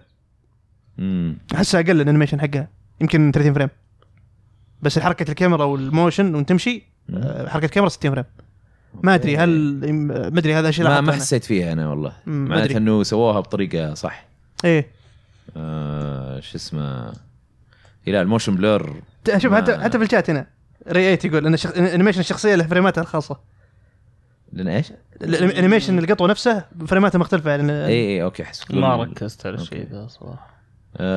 [SPEAKER 1] امم
[SPEAKER 2] احسها اقل الانيميشن حقها يمكن 30 فريم بس حركه الكاميرا والموشن وانت تمشي آه، حركه الكاميرا 60 فريم ما ادري هل ما ادري هذا شيء
[SPEAKER 1] إيه. ما ما حسيت فيها انا والله
[SPEAKER 2] مم، ما
[SPEAKER 1] معناته
[SPEAKER 2] أدري.
[SPEAKER 1] انه سووها بطريقه صح
[SPEAKER 2] ايه
[SPEAKER 1] آه، شو اسمه إيه لا الموشن بلور
[SPEAKER 2] ت- شوف
[SPEAKER 1] ما-
[SPEAKER 2] حتى حتى في الشات هنا ريت يقول ان شخ... انيميشن الشخصيه له فريماتها الخاصه
[SPEAKER 1] لان ايش؟
[SPEAKER 2] ال- الانيميشن القطوه نفسه يعني. فريماتها مختلفه عن
[SPEAKER 1] اي اي اوكي احس
[SPEAKER 3] ما ركزت على
[SPEAKER 1] أوكي.
[SPEAKER 3] الشيء ذا صراحه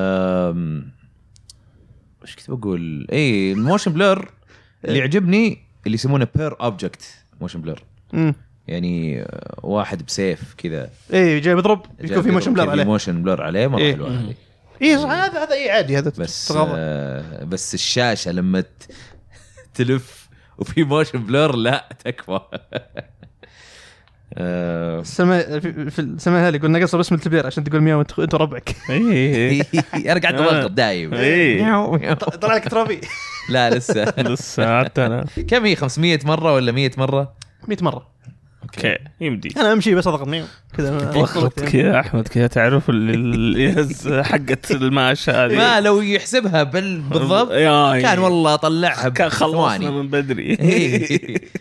[SPEAKER 1] أم، وش كنت بقول؟ إيه،
[SPEAKER 2] أه.
[SPEAKER 1] اي الموشن بلور اللي يعجبني اللي يسمونه بير اوبجكت موشن بلور
[SPEAKER 2] مم.
[SPEAKER 1] يعني آه، واحد بسيف كذا
[SPEAKER 2] اي إيه، جاي بيضرب يكون في موشن بلر عليه
[SPEAKER 1] موشن بلر عليه مره
[SPEAKER 2] إيه.
[SPEAKER 1] حلوه هذه
[SPEAKER 2] اي صح هذا هذا اي عادي هذا
[SPEAKER 1] بس
[SPEAKER 2] تتغاضى.
[SPEAKER 1] آه بس الشاشه لما ت- تلف وفي موشن بلور لا تكفى آه،
[SPEAKER 2] سما في- في سما هالي قلنا قصر اسم التبير عشان تقول مياو انت أنت ربعك
[SPEAKER 3] اي
[SPEAKER 1] انا قاعد اوقف دايم
[SPEAKER 3] آه. إيه.
[SPEAKER 1] مياو، مياو.
[SPEAKER 2] ط- طلع لك ترابي
[SPEAKER 1] لا لسه
[SPEAKER 3] لسه حتى انا
[SPEAKER 1] كم هي 500 مره ولا 100 مره
[SPEAKER 2] 100 مره
[SPEAKER 3] اوكي يمدي
[SPEAKER 2] انا امشي بس اضغط مياو كذا يعني.
[SPEAKER 3] وخط كذا احمد كذا تعرف ال- ال- حقت الماش هذه
[SPEAKER 1] ما لو يحسبها بال بالضبط
[SPEAKER 3] ياي.
[SPEAKER 1] كان والله إيه. طلعها
[SPEAKER 3] إيه. كان خلصنا
[SPEAKER 1] بثواني.
[SPEAKER 3] من بدري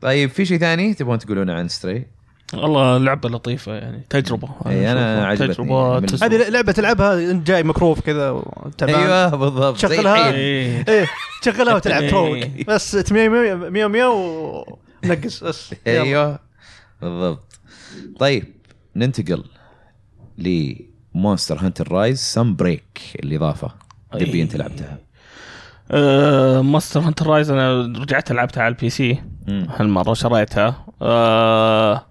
[SPEAKER 1] طيب في شيء ثاني تبغون تقولونه عن ستري؟
[SPEAKER 3] والله لعبه لطيفه يعني تجربه
[SPEAKER 1] إي، إيه، أنا
[SPEAKER 3] أشوفها
[SPEAKER 1] عجبتني.
[SPEAKER 3] تجربه
[SPEAKER 1] من-
[SPEAKER 3] تسوى.
[SPEAKER 2] هذه لعبه تلعبها انت جاي مكروف كذا وتعبان
[SPEAKER 1] ايوه بالضبط زي
[SPEAKER 2] شغلها.
[SPEAKER 1] الحين.
[SPEAKER 3] إي.
[SPEAKER 2] ايه تشغلها وتلعب
[SPEAKER 3] إيه.
[SPEAKER 2] تروق بس تميو ميو ميو ميو ونقص بس يلا.
[SPEAKER 1] ايوه بالضبط طيب ننتقل لمونستر هانتر رايز سم بريك الاضافه دبي انت لعبتها
[SPEAKER 3] آه، ماستر هانتر رايز انا رجعت لعبتها على البي سي
[SPEAKER 1] مم.
[SPEAKER 3] هالمره شريتها آه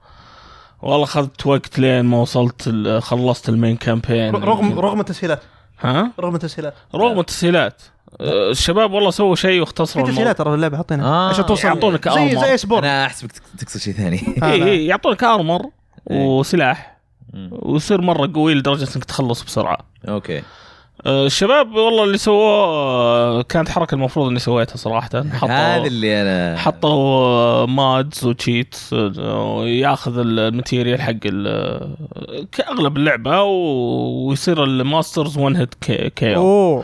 [SPEAKER 3] والله اخذت وقت لين ما وصلت ال- خلصت المين كامبين
[SPEAKER 2] رغم رغم التسهيلات
[SPEAKER 3] ها
[SPEAKER 2] رغم التسهيلات
[SPEAKER 3] رغم التسهيلات آه، الشباب والله سووا شيء
[SPEAKER 2] في
[SPEAKER 3] واختصروا
[SPEAKER 2] تسهيلات ترى اللعبه
[SPEAKER 1] آه،
[SPEAKER 2] حاطينها عشان توصل
[SPEAKER 3] يعطونك
[SPEAKER 2] زي
[SPEAKER 3] armor.
[SPEAKER 2] زي سبورت
[SPEAKER 1] انا احسبك تك- تقصد شيء ثاني
[SPEAKER 3] اي اي يعطونك ارمر
[SPEAKER 1] إيه.
[SPEAKER 3] وسلاح
[SPEAKER 1] مم.
[SPEAKER 3] ويصير مره قوي لدرجه انك تخلص بسرعه
[SPEAKER 1] اوكي
[SPEAKER 3] آه، الشباب والله اللي سووه آه، كانت حركه المفروض اني سويتها صراحه
[SPEAKER 1] هذا
[SPEAKER 3] حطوا آه،
[SPEAKER 1] اللي انا
[SPEAKER 3] حطوا مادز وتشيتس آه، ياخذ الماتيريال حق ال- كاغلب اللعبه و- ويصير الماسترز 1 هيت
[SPEAKER 2] أيوة.
[SPEAKER 3] كي او
[SPEAKER 2] اوه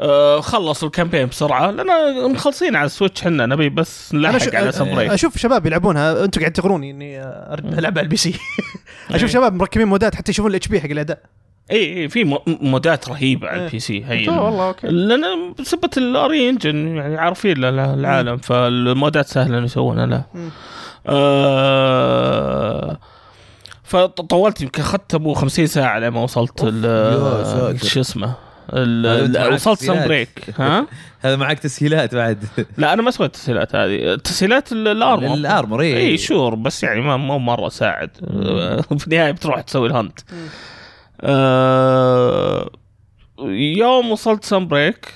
[SPEAKER 3] آه، خلص الكامبين بسرعه لان مخلصين على السويتش حنا نبي بس
[SPEAKER 2] انا
[SPEAKER 3] نلحق على
[SPEAKER 2] أشوف,
[SPEAKER 3] سبريك
[SPEAKER 2] اشوف شباب يلعبونها انتم قاعد تغروني اني أرد- العب على البي سي اشوف شباب مركبين مودات حتى يشوفون الاتش بي حق الاداء
[SPEAKER 3] اي اي في مو- مودات رهيبه على
[SPEAKER 2] إيه.
[SPEAKER 3] البي سي هي
[SPEAKER 2] آه، والله اوكي
[SPEAKER 3] لان بسبة الاري انجن يعني عارفين لها العالم فالمودات سهله انه يسوونها لا
[SPEAKER 2] مم.
[SPEAKER 3] آه فطولت يمكن اخذت ابو 50 ساعه لما وصلت ال-
[SPEAKER 1] يا ساتر.
[SPEAKER 3] شو اسمه ال-
[SPEAKER 1] هذا أنت
[SPEAKER 3] ال-
[SPEAKER 1] معك
[SPEAKER 3] وصلت سم
[SPEAKER 1] تسهيلات.
[SPEAKER 3] بريك ها
[SPEAKER 1] هذا معك تسهيلات بعد
[SPEAKER 3] لا انا ما سويت التسهيلات هذه تسهيلات ال- الارمر
[SPEAKER 1] الارمر اي
[SPEAKER 2] إيه،
[SPEAKER 3] اي شور بس يعني ما مو مره ساعد في النهايه بتروح تسوي الهانت آه يوم وصلت سم بريك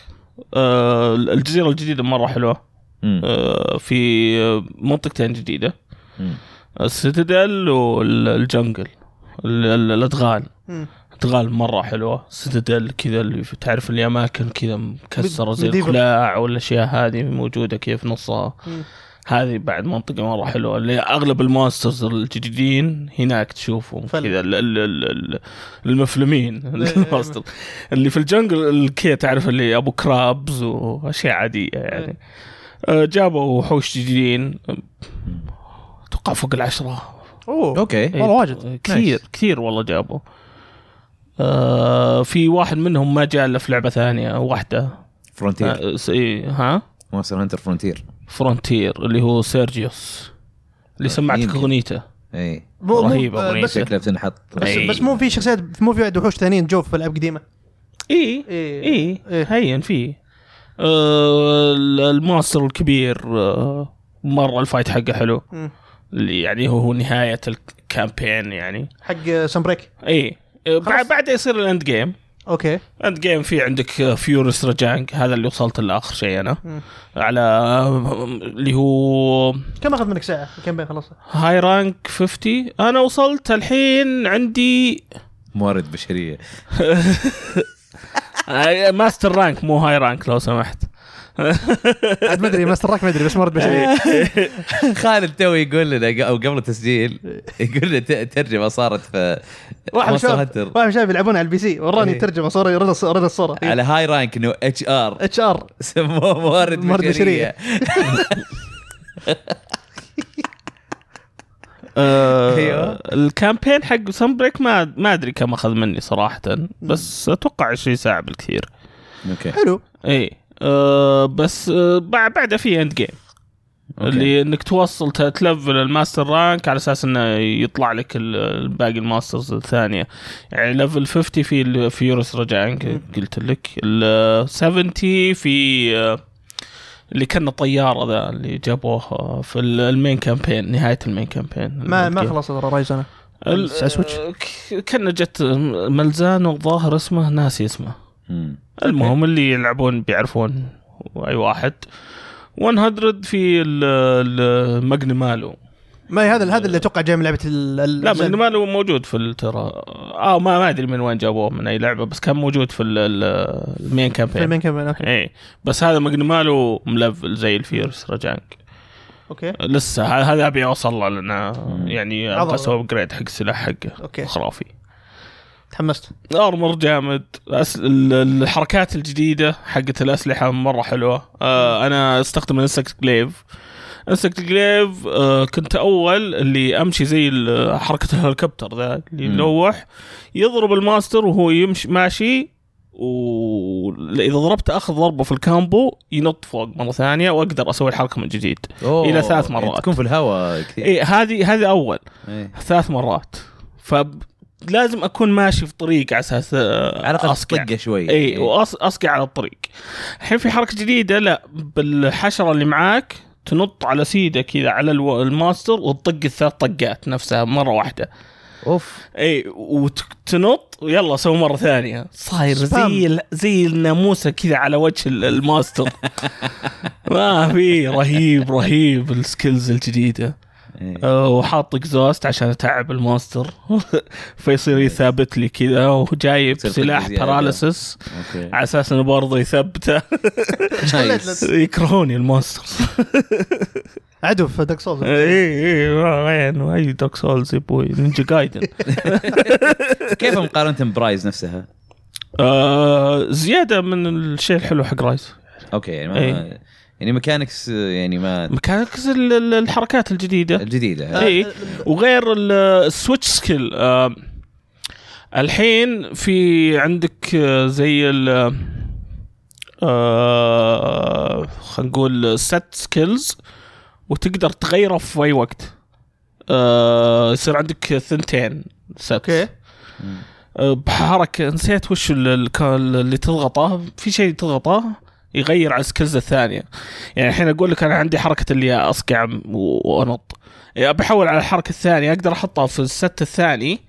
[SPEAKER 3] آه الجزيره الجديده مره حلوه
[SPEAKER 1] مم.
[SPEAKER 3] آه في منطقتين جديده
[SPEAKER 1] مم.
[SPEAKER 3] السيتادل والجنجل ال- ال- الادغال
[SPEAKER 2] مم.
[SPEAKER 3] ادغال مره حلوه السيتادل كذا اللي في- تعرف اللي اماكن كذا مكسره زي
[SPEAKER 2] Medieval.
[SPEAKER 3] القلاع والاشياء هذه موجوده كذا في نصها
[SPEAKER 2] مم.
[SPEAKER 3] هذه بعد منطقه مره حلوه اللي اغلب الماسترز الجديدين هناك تشوفهم
[SPEAKER 2] فل.
[SPEAKER 3] كذا ال- ال- ال- ال- المفلمين
[SPEAKER 2] إيه،
[SPEAKER 3] الماستر اللي في الجنجل ال- كذا تعرف اللي ابو كرابز واشياء عاديه
[SPEAKER 2] إيه.
[SPEAKER 3] يعني آه، جابوا وحوش جديدين اتوقع فوق العشره
[SPEAKER 2] اوه
[SPEAKER 1] اوكي
[SPEAKER 2] والله واجد.
[SPEAKER 3] كثير
[SPEAKER 1] Nice.
[SPEAKER 3] كثير والله جابوا آه في واحد منهم ما جاء الا في لعبه ثانيه واحده
[SPEAKER 1] فرونتير
[SPEAKER 3] آه س- إيه، ها
[SPEAKER 1] مونستر هانتر فرونتير
[SPEAKER 3] فرونتير اللي هو سيرجيوس
[SPEAKER 2] آه،
[SPEAKER 3] اللي سمعتك
[SPEAKER 1] يمكن.
[SPEAKER 3] اغنيته
[SPEAKER 1] اي
[SPEAKER 2] مو- مو-
[SPEAKER 3] رهيبة
[SPEAKER 2] آه،
[SPEAKER 3] أغنية.
[SPEAKER 2] بس
[SPEAKER 1] إيه. شكلها بتنحط إيه.
[SPEAKER 2] بس,
[SPEAKER 3] إي.
[SPEAKER 2] بس مو في شخصيات مو في بعد وحوش ثانيين جو في العاب قديمه
[SPEAKER 3] اي
[SPEAKER 2] إيه.
[SPEAKER 3] اي
[SPEAKER 2] إيه.
[SPEAKER 3] هين في آه ال- الماستر الكبير آه مره الفايت حقه حلو
[SPEAKER 2] مم.
[SPEAKER 3] اللي يعني هو- هو نهايه الكامبين يعني
[SPEAKER 2] حق سم بريك
[SPEAKER 3] اي آه، بعد
[SPEAKER 2] خلاص.
[SPEAKER 3] بعدها يصير الاند جيم
[SPEAKER 2] اوكي
[SPEAKER 3] اند جيم في عندك فيوريس رجانج هذا اللي وصلت لاخر شيء انا
[SPEAKER 2] مم.
[SPEAKER 3] على آه، اللي هو
[SPEAKER 2] كم اخذ منك ساعه كم بين خلصت
[SPEAKER 3] هاي رانك 50 انا وصلت الحين عندي
[SPEAKER 1] موارد بشريه
[SPEAKER 3] آه، ماستر رانك مو هاي رانك لو سمحت
[SPEAKER 2] عاد ما ادري ماستر راك ما ادري بس مرد بشريه
[SPEAKER 1] خالد تو يقول لنا او قبل التسجيل يقول لنا ت- ترجمه صارت في
[SPEAKER 2] واحد
[SPEAKER 1] Monster
[SPEAKER 2] شاف
[SPEAKER 1] Hunter.
[SPEAKER 2] واحد شاف يلعبون على البي سي وراني
[SPEAKER 1] إيه.
[SPEAKER 2] الترجمه صوره رد الص- رد الصوره
[SPEAKER 1] على هاي رانك انه اتش ار
[SPEAKER 2] اتش ار
[SPEAKER 1] سموه موارد
[SPEAKER 2] موارد
[SPEAKER 1] بشريه
[SPEAKER 3] آه،
[SPEAKER 1] أيوة.
[SPEAKER 3] الكامبين حق سن بريك ما ما ادري كم اخذ مني صراحه بس اتوقع 20 ساعه بالكثير
[SPEAKER 1] اوكي
[SPEAKER 2] حلو
[SPEAKER 3] اي آه بس آه بعد بعدها في اند جيم
[SPEAKER 1] أوكي.
[SPEAKER 3] اللي انك توصل ت- تلفل الماستر رانك على اساس انه يطلع لك ال- الباقي الماسترز الثانيه يعني ليفل 50 في الفيورس رجانك قلت لك ال 70 في آه، اللي كان طياره ذا اللي جابوه آه، في ال- المين كامبين نهايه المين كامبين
[SPEAKER 2] ما ما خلصت ترى رايز انا
[SPEAKER 3] ال-
[SPEAKER 2] على السويتش.
[SPEAKER 3] ك- كان جت ملزان والظاهر اسمه ناسي اسمه
[SPEAKER 1] مم.
[SPEAKER 3] المهم اللي يلعبون بيعرفون اي واحد 100 في ال- ال- ماجن مالو
[SPEAKER 2] ما هي هذا هذا اللي اتوقع جاي من لعبه ال- ال-
[SPEAKER 3] لا ماجن مالو موجود في ال- ترى اه ما ما ادري من وين جابوه من اي لعبه بس كان موجود في ال- ال- المين
[SPEAKER 2] في
[SPEAKER 3] كامبين
[SPEAKER 2] المين كمان اوكي
[SPEAKER 3] ايه بس هذا ماجن مالو ملفل زي الفيرس رجانك
[SPEAKER 2] اوكي
[SPEAKER 3] لسه ه- هذا ابي اوصل له لانه يعني
[SPEAKER 2] عضل.
[SPEAKER 3] ابغى اسوي ابجريد حق السلاح حقه
[SPEAKER 2] أوكي.
[SPEAKER 3] خرافي
[SPEAKER 2] تحمست
[SPEAKER 3] ارمر جامد أس... ال- الحركات الجديده حقت الاسلحه مره حلوه آه انا استخدم انسكت جليف انسكت جليف آه كنت اول اللي امشي زي ال- حركه الهليكوبتر ذا اللي
[SPEAKER 1] مم.
[SPEAKER 3] يلوح يضرب الماستر وهو يمشي ماشي واذا ضربت اخذ ضربه في الكامبو ينط فوق مره ثانيه واقدر اسوي الحركه من جديد
[SPEAKER 1] أوه،
[SPEAKER 3] إلى ثلاث مرات.
[SPEAKER 1] يعني تكون في الهواء كثير
[SPEAKER 3] إيه هذه هذه اول
[SPEAKER 1] إيه.
[SPEAKER 3] ثلاث مرات فلازم اكون ماشي في طريق على اساس
[SPEAKER 1] على الاقل
[SPEAKER 3] اصقع
[SPEAKER 1] طقه شوي إيه.
[SPEAKER 3] اي واصقع على الطريق الحين في حركه جديده لا بالحشره اللي معاك تنط على سيده كذا على الو- الماستر وتطق الثلاث طقات نفسها مره واحده
[SPEAKER 1] اوف
[SPEAKER 3] اي وتنط ويلا سوي مره ثانيه صاير
[SPEAKER 2] سبام.
[SPEAKER 3] زي ال- زي الناموسه كذا على وجه ال- الماستر ما في رهيب رهيب السكيلز الجديده
[SPEAKER 1] إيه.
[SPEAKER 3] آه، وحاط اكزوست عشان اتعب الماستر فيصير يثابت لي كذا وجايب
[SPEAKER 1] يصير
[SPEAKER 3] سلاح
[SPEAKER 1] زيادة.
[SPEAKER 3] باراليسس
[SPEAKER 1] اوكي
[SPEAKER 3] على اساس انه برضه يثبته
[SPEAKER 1] نايس.
[SPEAKER 3] يكرهوني الماستر
[SPEAKER 2] عدو في دارك سولز
[SPEAKER 3] اي اي ما- وين اي دارك سولز يا بوي نينجا جايدن
[SPEAKER 1] كيف مقارنه برايز نفسها؟
[SPEAKER 3] آه، زياده من الشيء الحلو حق رايز
[SPEAKER 1] اوكي يعني
[SPEAKER 3] إيه.
[SPEAKER 1] ما يعني ميكانكس يعني ما
[SPEAKER 3] ميكانكس ال- ال- الحركات الجديده
[SPEAKER 1] الجديده
[SPEAKER 3] اي إيه. وغير ال- السويتش سكيل آم، الحين في عندك آه، زي ال آه، خلينا نقول ست سكيلز وتقدر تغيره في اي وقت آه، يصير عندك ثنتين ست
[SPEAKER 2] اوكي
[SPEAKER 3] آه، بحركه نسيت وش ال- ال- كان اللي تضغطه في شيء تضغطه يغير على السكيلز الثانيه يعني الحين اقول لك انا عندي حركه اللي اصقع و- وانط يعني بحول على الحركه الثانيه اقدر احطها في الست الثاني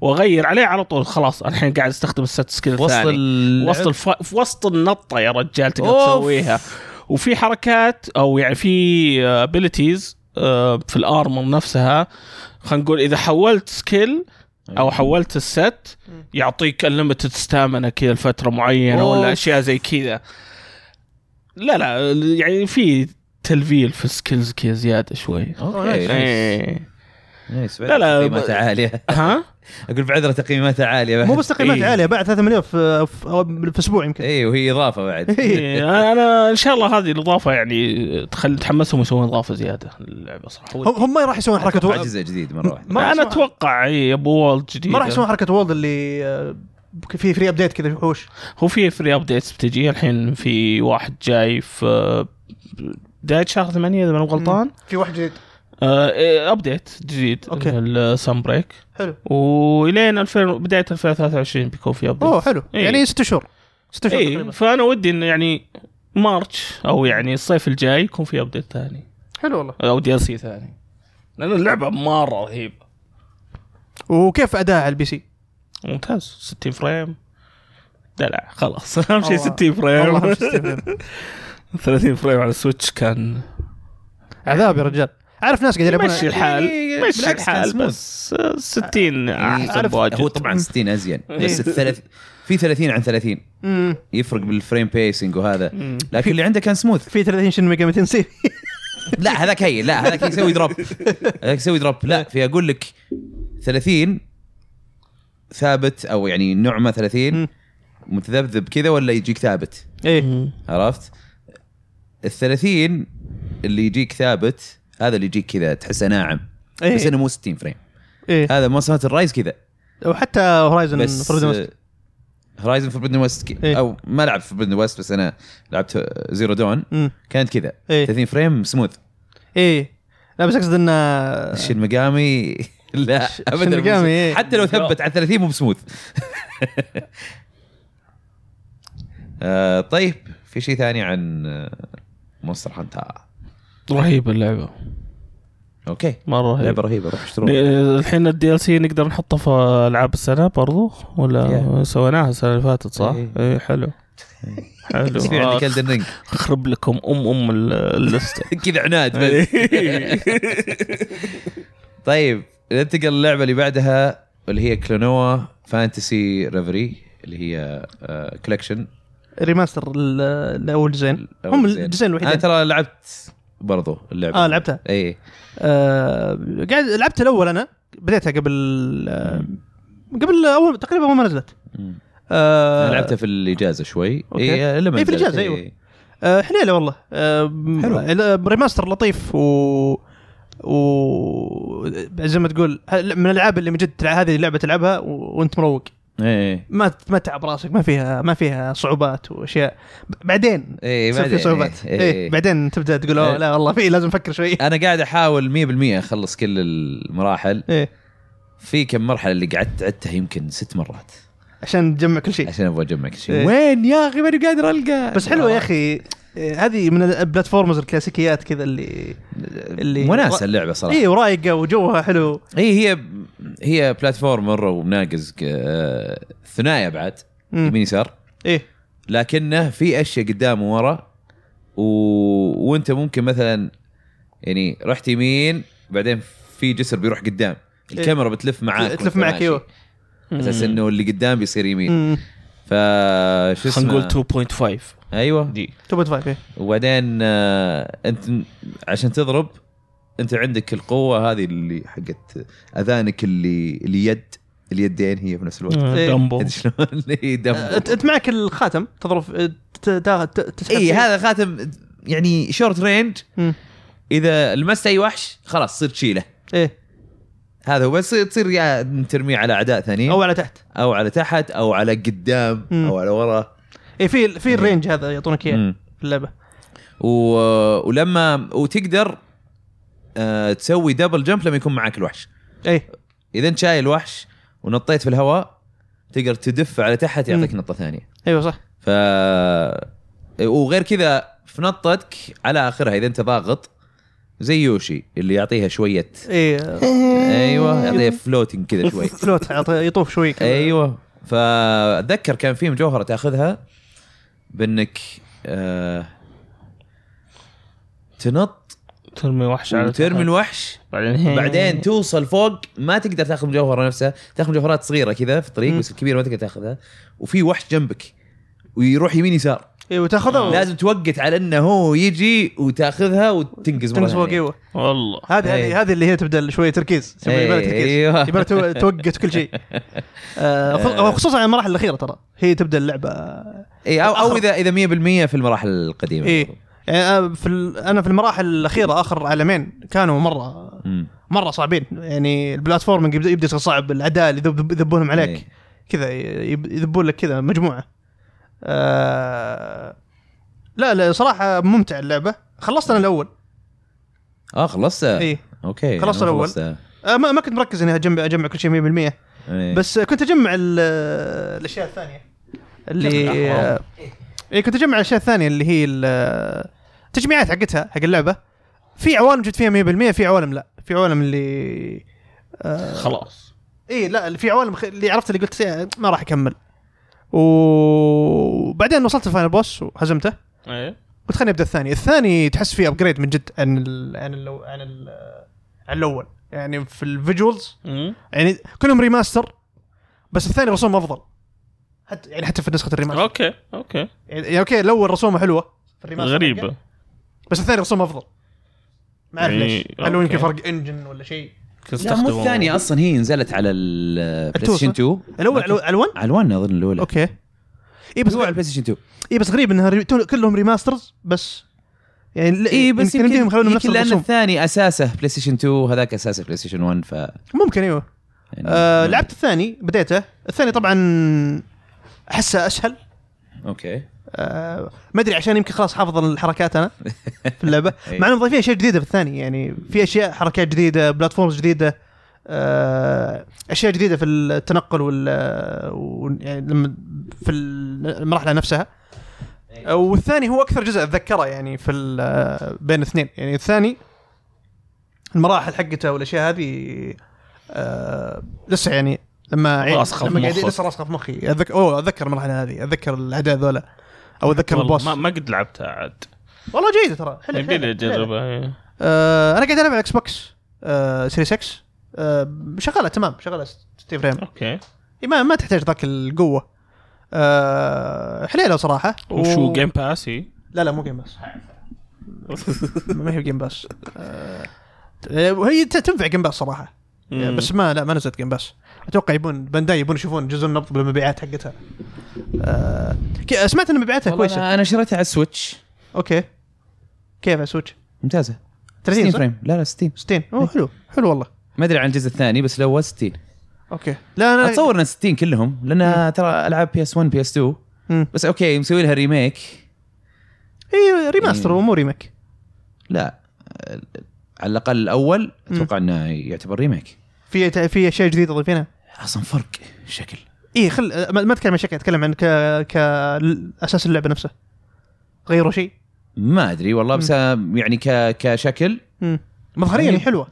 [SPEAKER 3] واغير عليه على طول خلاص الحين قاعد استخدم الست سكيل
[SPEAKER 1] وسط
[SPEAKER 3] الثاني
[SPEAKER 1] ال...
[SPEAKER 3] وسط الف... في وسط النطه يا رجال تقدر
[SPEAKER 1] نعم. أوف.
[SPEAKER 3] تسويها وفي حركات او يعني في ابيلتيز في الارمر نفسها خلينا نقول اذا حولت سكيل
[SPEAKER 1] أيوة.
[SPEAKER 3] او حولت الست يعطيك انليمتد ستامنا كذا لفتره معينه
[SPEAKER 1] أوف.
[SPEAKER 3] ولا اشياء زي كذا لا لا يعني في تلفيل في السكيلز كذا زياده شوي
[SPEAKER 1] اوكي نايس
[SPEAKER 3] إيه.
[SPEAKER 1] نايس
[SPEAKER 3] لا، لا،
[SPEAKER 1] تقييمات
[SPEAKER 3] ب-
[SPEAKER 1] عاليه
[SPEAKER 3] ها
[SPEAKER 1] اقول بعذره تقييمات عاليه بعد.
[SPEAKER 2] مو بس تقييمات
[SPEAKER 3] إيه.
[SPEAKER 2] عاليه بعد 3 مليون في في- في اسبوع يمكن
[SPEAKER 1] اي وهي اضافه بعد
[SPEAKER 3] إيه، انا أنا ان شاء الله هذه الاضافه يعني تخلي تحمسهم يسوون اضافه زياده للعبه صراحه
[SPEAKER 2] هم هم ما راح يسوون حركه
[SPEAKER 1] اتوقع
[SPEAKER 2] و...
[SPEAKER 1] جزء جديد مره واحده
[SPEAKER 2] ما
[SPEAKER 3] ما انا
[SPEAKER 2] أسمع-
[SPEAKER 3] اتوقع اي ابو والد جديد
[SPEAKER 2] ما راح يسوون حركه وولد اللي آه، في فري ابديت كذا وحوش
[SPEAKER 3] هو في فري ابديتس بتجي الحين في واحد جاي في بدايه شهر ثمانية اذا ما أنا غلطان
[SPEAKER 2] في واحد جديد
[SPEAKER 3] آه، إيه، ابديت جديد
[SPEAKER 2] أوكي.
[SPEAKER 3] السم بريك
[SPEAKER 2] حلو
[SPEAKER 3] والين 2000 بدايه 2023 بيكون في ابديت
[SPEAKER 2] اوه حلو
[SPEAKER 3] إيه.
[SPEAKER 2] يعني ست شهور ست شهور
[SPEAKER 3] اي
[SPEAKER 2] تقريبا
[SPEAKER 3] فانا ودي انه يعني مارتش او يعني الصيف الجاي يكون في ابديت ثاني
[SPEAKER 2] حلو والله
[SPEAKER 3] او دي ال سي ثاني لان اللعبه مره رهيبه
[SPEAKER 2] وكيف اداء على البي سي؟
[SPEAKER 3] ممتاز 60 فريم لا لا خلاص اهم شيء
[SPEAKER 2] والله-
[SPEAKER 3] 60
[SPEAKER 2] والله
[SPEAKER 3] فريم
[SPEAKER 2] أهم شيء استفهم.
[SPEAKER 3] 30 فريم على السويتش كان
[SPEAKER 2] عذاب يا رجال اعرف ناس قاعدين يلعبون
[SPEAKER 3] ماشي الحال
[SPEAKER 1] يعني
[SPEAKER 3] ماشي
[SPEAKER 1] بالعكس كان
[SPEAKER 3] الحال
[SPEAKER 1] smooth. آه، يعني
[SPEAKER 3] بس 60 احسن
[SPEAKER 2] عارف-
[SPEAKER 3] بواجد
[SPEAKER 1] هو طبعا 60 ازين بس الثلاث في 30 عن 30
[SPEAKER 2] مم.
[SPEAKER 1] يفرق بالفريم بيسنج وهذا لكن اللي عنده كان سموث
[SPEAKER 2] في 30 شن ميجا 200 سي
[SPEAKER 1] لا هذاك هي لا هذاك يسوي دروب هذاك يسوي دروب لا في اقول لك 30 ثابت او يعني نعمه 30
[SPEAKER 2] مم.
[SPEAKER 1] متذبذب كذا ولا يجيك ثابت
[SPEAKER 2] ايه
[SPEAKER 3] مم.
[SPEAKER 1] عرفت؟ ال 30 اللي يجيك ثابت هذا اللي يجيك كذا تحسه ناعم
[SPEAKER 2] إيه.
[SPEAKER 1] بس انه مو 60 فريم
[SPEAKER 2] ايه
[SPEAKER 1] هذا موسمات الرايز كذا
[SPEAKER 2] وحتى هورايزن
[SPEAKER 1] إيه. بس آه.
[SPEAKER 2] فروزن
[SPEAKER 1] هورايزن فوربدن ويست
[SPEAKER 2] إيه.
[SPEAKER 1] او ما لعبت فوربدن ويست بس انا لعبت زيرو دون كانت كذا
[SPEAKER 2] إيه.
[SPEAKER 1] 30 فريم سموث
[SPEAKER 2] ايه لا بس اقصد انه
[SPEAKER 1] شين مقامي لا
[SPEAKER 2] ش-
[SPEAKER 1] ابدا مو
[SPEAKER 2] شين مقامي،
[SPEAKER 1] بسموث.
[SPEAKER 2] آه. إيه.
[SPEAKER 1] حتى لو ثبت على 30 مو بسموث آه طيب في شيء ثاني عن آه، مونستر هانتر
[SPEAKER 3] رهيبه اللعبه
[SPEAKER 1] اوكي لعبه
[SPEAKER 3] مره
[SPEAKER 2] طيب.
[SPEAKER 3] رهيبه
[SPEAKER 1] رهيبه روح اشتروها
[SPEAKER 3] ن- الحين الدي ال سي نقدر نحطه في العاب السنه برضو ولا
[SPEAKER 1] Yeah.
[SPEAKER 3] سويناها السنه اللي فاتت صح؟
[SPEAKER 1] إيه.
[SPEAKER 3] اي حلو حلو
[SPEAKER 1] بس في عندك
[SPEAKER 3] آه،
[SPEAKER 1] الدن رينج
[SPEAKER 3] اخرب لكم ام ام ال- اللسته
[SPEAKER 1] كذا عناد بس طيب ننتقل للعبه اللي بعدها اللي هي كلونوا فانتسي ريفري اللي هي آه، كولكشن
[SPEAKER 2] ريماستر ال- الاول جزئين هم الجزئين
[SPEAKER 1] انا
[SPEAKER 2] الوحيدين
[SPEAKER 1] ترى لعبت برضو إيه. اللعبه
[SPEAKER 2] آه، لعبتها.
[SPEAKER 1] اي
[SPEAKER 2] آه، قاعد لعبت الاول انا بديتها قبل آه، قبل اول تقريبا أول ما نزلت آه،
[SPEAKER 1] انا لعبتها في الاجازه شوي
[SPEAKER 2] أوكي.
[SPEAKER 1] إيه، لما
[SPEAKER 2] إيه، في
[SPEAKER 1] نزلت،
[SPEAKER 2] الإجازة،
[SPEAKER 1] إيه.
[SPEAKER 2] أيوة. آه، حليله والله آه،
[SPEAKER 1] حلو.
[SPEAKER 2] آه، ريماستر لطيف و و زي ما تقول ه- من الالعاب اللي من جد تلع- هذه لعبه تلعبها و... وانت مروق
[SPEAKER 1] ايه
[SPEAKER 2] ما ما تعب راسك ما فيها ما فيها صعوبات واشياء ب- بعدين
[SPEAKER 1] ايه
[SPEAKER 2] تصير في
[SPEAKER 1] بعدين،
[SPEAKER 2] صعوبات
[SPEAKER 1] إيه،
[SPEAKER 2] إيه.
[SPEAKER 1] إيه.
[SPEAKER 2] بعدين تبدا تقول
[SPEAKER 1] إيه.
[SPEAKER 2] أوه لا والله في لازم افكر شوي
[SPEAKER 1] انا قاعد احاول 100% اخلص كل المراحل
[SPEAKER 2] إيه.
[SPEAKER 1] في كم مرحله اللي قعدت عدتها يمكن ست مرات
[SPEAKER 2] عشان تجمع كل شيء
[SPEAKER 1] عشان ابغى اجمع كل شيء
[SPEAKER 2] إيه.
[SPEAKER 1] وين يا اخي ماني قادر القى
[SPEAKER 2] بس حلوه يا اخي إيه، هذه من البلاتفورمز الكلاسيكيات كذا اللي
[SPEAKER 1] اللي
[SPEAKER 2] اللي- إيه.
[SPEAKER 1] وناسه اللعبه صراحه
[SPEAKER 2] اي ورايقه وجوها حلو
[SPEAKER 1] اي إيه، هي هي بلاتفورمر ومناقز ك- آه، ثنايا بعد يمين يسار
[SPEAKER 2] ايه
[SPEAKER 1] لكنه في اشياء قدام وورا و... وانت ممكن مثلا يعني رحت يمين بعدين في جسر بيروح قدام الكاميرا بتلف معاك
[SPEAKER 2] إيه. تلف
[SPEAKER 1] وأنت
[SPEAKER 2] معك،
[SPEAKER 1] ماشي.
[SPEAKER 2] أيوه.
[SPEAKER 1] اساس انه اللي قدام بيصير يمين
[SPEAKER 2] امم
[SPEAKER 1] ف شو اسمه
[SPEAKER 3] خلينا نقول 2.5
[SPEAKER 1] ايوه
[SPEAKER 3] دي
[SPEAKER 2] 2.5 إيه.
[SPEAKER 1] وبعدين آه، انت ن- عشان تضرب انت عندك القوه هذه اللي حقت اذانك اللي اليد اليدين هي في نفس الوقت
[SPEAKER 3] آه،
[SPEAKER 2] إيه.
[SPEAKER 3] دمبو
[SPEAKER 1] أنت شلون إي، دم.
[SPEAKER 2] انت انت أه، معك الخاتم تضرب أه، ت- تاخذ ت-
[SPEAKER 1] اي
[SPEAKER 2] تسحب
[SPEAKER 1] إيه، هذا خاتم يعني شورت رينج
[SPEAKER 2] مم.
[SPEAKER 1] اذا لمست اي وحش خلاص تصير تشيله
[SPEAKER 2] ايه
[SPEAKER 1] هذا هو بس تصير يا ترميه على اعداء ثانيين
[SPEAKER 2] او على تحت
[SPEAKER 1] او على تحت او على قدام
[SPEAKER 2] مم.
[SPEAKER 1] او على ورا
[SPEAKER 2] ايه في في الرينج هذا يعطونك اياه
[SPEAKER 1] إيه. مم.
[SPEAKER 2] في اللعبه
[SPEAKER 1] و... ولما وتقدر آه، تسوي دبل جمب لما يكون معك الوحش
[SPEAKER 2] ايه
[SPEAKER 1] اذا انت شايل وحش ونطيت في الهواء تقدر تدف على تحت يعطيك نطه ثانيه
[SPEAKER 2] ايوه صح
[SPEAKER 1] ف وغير كذا في نطتك على اخرها اذا انت ضاغط زي يوشي اللي يعطيها شويه
[SPEAKER 2] ايه
[SPEAKER 1] ايوه يعطيها فلوتنج كذا شوي
[SPEAKER 2] فلوت يعط- يطوف شوي كذا
[SPEAKER 1] ايوه فاتذكر كان في مجوهره تاخذها بانك آه تنط
[SPEAKER 3] ترمي وحش على
[SPEAKER 1] وترمي
[SPEAKER 3] الواحد
[SPEAKER 1] الوحش
[SPEAKER 3] بعدين
[SPEAKER 2] إيه.
[SPEAKER 1] بعدين توصل فوق ما تقدر تاخذ مجوهره نفسها تاخذ مجوهرات صغيره كذا في الطريق
[SPEAKER 2] مم.
[SPEAKER 1] بس الكبيره ما تقدر تاخذها وفي وحش جنبك ويروح يمين يسار
[SPEAKER 2] ايه وتاخذها لازم
[SPEAKER 1] آه، لازم توقت على انه هو يجي وتاخذها وتنقز مره
[SPEAKER 2] تنقز فوق
[SPEAKER 1] ثانية.
[SPEAKER 2] ايوه
[SPEAKER 3] والله
[SPEAKER 2] هذه
[SPEAKER 1] إيه.
[SPEAKER 2] هذه هذه اللي هي تبدا شويه تركيز تبدأ
[SPEAKER 1] إيه،
[SPEAKER 2] يبالها تركيز
[SPEAKER 1] أيوة.
[SPEAKER 2] يبالها تو- توقت كل شيء آه، خص- خصوصا المراحل الاخيره ترى هي تبدا اللعبه
[SPEAKER 1] اي او, إيه، أو
[SPEAKER 2] آخر-
[SPEAKER 1] اذا اذا 100% في المراحل القديمه
[SPEAKER 2] ايه يعني أنا في ال- انا في المراحل الاخيره اخر عالمين كانوا مره
[SPEAKER 1] مم.
[SPEAKER 2] مره صعبين يعني البلاتفورمينج يبدا يبدا يصير صعب الاعداء اللي يذب- يذبونهم
[SPEAKER 1] إيه.
[SPEAKER 2] عليك كذا يب- يذبون لك كذا مجموعه آه لا لا صراحه ممتع اللعبه خلصت انا الاول
[SPEAKER 1] اه خلصتها
[SPEAKER 2] اي
[SPEAKER 1] اوكي
[SPEAKER 2] خلصت
[SPEAKER 1] أنا ما
[SPEAKER 2] الأول.
[SPEAKER 1] خلصتها.
[SPEAKER 2] إيه. آه ما, ما كنت مركز اني اجمع اجمع كل شيء 100%
[SPEAKER 1] إيه.
[SPEAKER 2] بس كنت اجمع ال- الاشياء الثانيه اللي آه، اي كنت اجمع الاشياء الثانيه اللي هي ال- التجميعات حقتها حق اللعبه في عوالم جبت فيها 100% في عوالم لا في عوالم اللي
[SPEAKER 3] خلاص
[SPEAKER 2] اي إيه، لا في عوالم خ- اللي عرفت اللي قلت فيها ما راح اكمل و- وبعدين وصلت الفاينل بوس وهزمته
[SPEAKER 3] ايه
[SPEAKER 2] قلت خليني ابدا الثاني الثاني تحس فيه ابجريد من جد عن ال عن ال عن, ال عن الاول يعني في الفيجوالز
[SPEAKER 3] مم.
[SPEAKER 2] يعني كلهم ريماستر بس الثاني رسوم افضل حتى يعني حتى في نسخه الريماستر
[SPEAKER 3] اوكي اوكي
[SPEAKER 2] يعني يعني اوكي الاول رسومه حلوه في الريماستر
[SPEAKER 3] غريبه
[SPEAKER 2] بس الثاني رسوم افضل ما اعرف
[SPEAKER 3] إي،
[SPEAKER 2] ليش هل هو يمكن
[SPEAKER 3] أوكي.
[SPEAKER 2] فرق انجن ولا شيء
[SPEAKER 1] لا مو الثانيه اصلا هي نزلت على البلاي ستيشن 2
[SPEAKER 2] الاول
[SPEAKER 1] لكن-
[SPEAKER 2] على الون
[SPEAKER 1] على الوان اظن الاولى
[SPEAKER 2] اوكي اي إيه، بس
[SPEAKER 1] هو على البلاي ستيشن 2
[SPEAKER 2] اي إيه، بس غريب انها ري... تو- كلهم ريماسترز بس يعني
[SPEAKER 1] اي إيه، بس يمكن
[SPEAKER 2] يمديهم يخلونهم نفس
[SPEAKER 1] يمكن لان
[SPEAKER 2] الرسوم
[SPEAKER 1] الثاني اساسه بلاي ستيشن 2 وهذاك اساسه بلاي ستيشن 1 ف يعني
[SPEAKER 2] ممكن ايوه آه لعبت الثاني بديته الثاني طبعا احسه اسهل
[SPEAKER 1] اوكي
[SPEAKER 2] آه ما ادري عشان يمكن خلاص حافظ الحركات انا في اللعبه
[SPEAKER 1] إيه.
[SPEAKER 2] مع انهم ضايفين اشياء جديده في الثاني يعني في اشياء حركات جديده بلاتفورمز جديده آه اشياء جديده في التنقل وال وال- يعني لما في المرحله نفسها
[SPEAKER 3] إيه.
[SPEAKER 2] والثاني هو اكثر جزء اتذكره يعني في ال- بين الاثنين يعني الثاني المراحل حقته والاشياء هذه آه لسه يعني لما عيد-
[SPEAKER 3] راسخة في
[SPEAKER 2] لما قاعد
[SPEAKER 3] مخك.
[SPEAKER 2] لسه راسخه في مخي اتذكر اوه اتذكر المرحله هذه اتذكر الاعداء ذولا او اتذكر
[SPEAKER 3] والله
[SPEAKER 2] البوس
[SPEAKER 3] ما, ما قد لعبتها عاد
[SPEAKER 2] والله جيده ترى حلو
[SPEAKER 3] يبي لي
[SPEAKER 2] حلو- حلو.
[SPEAKER 3] اجربها إيه.
[SPEAKER 2] آه انا قاعد العب على اكس بوكس آه سيريس اكس آه شغاله تمام شغاله 60 فريم
[SPEAKER 3] اوكي
[SPEAKER 2] إي إيه، ما ما تحتاج ذاك القوه آه حليله صراحه
[SPEAKER 3] وشو إيه.
[SPEAKER 2] و-
[SPEAKER 3] جيم باس هي؟
[SPEAKER 2] لا لا مو جيم باس ما هي جيم باس آه، وهي ت- تنفع جيم باس صراحه
[SPEAKER 3] مم.
[SPEAKER 2] آه، بس ما لا ما نزلت جيم باس اتوقع يبون بانداي يبون يشوفون جزء النبض بالمبيعات حقتها آه، كي- سمعت ان مبيعاتها
[SPEAKER 1] والله
[SPEAKER 2] كويسه
[SPEAKER 1] انا انا شريتها على السويتش
[SPEAKER 2] اوكي كيف على سويتش
[SPEAKER 1] ممتازه
[SPEAKER 2] 30
[SPEAKER 1] 60
[SPEAKER 2] صح؟
[SPEAKER 1] فريم لا لا 60
[SPEAKER 2] 60 اوه حلو حلو والله
[SPEAKER 1] ما ادري عن الجزء الثاني بس لو هو 60
[SPEAKER 2] اوكي لا انا
[SPEAKER 1] اتصور ان 60 كلهم لان ترى العاب بي اس 1 بي اس 2
[SPEAKER 2] مم.
[SPEAKER 1] بس اوكي مسوي لها ريميك
[SPEAKER 2] هي إيه، ريماستر
[SPEAKER 1] مم.
[SPEAKER 2] ومو ريميك
[SPEAKER 1] لا آه، على الاقل الاول اتوقع انه يعتبر ريميك
[SPEAKER 2] في في اشياء جديده ضيفينها
[SPEAKER 1] اصلا فرق شكل
[SPEAKER 2] اي خل آه، ما ما اتكلم عن شكل اتكلم عن ك ك اساس اللعبه نفسها غيروا شيء
[SPEAKER 1] ما ادري والله بس آه، يعني ك... كشكل
[SPEAKER 2] مم. إيه، مظهريا
[SPEAKER 1] مم.
[SPEAKER 2] هي حلوه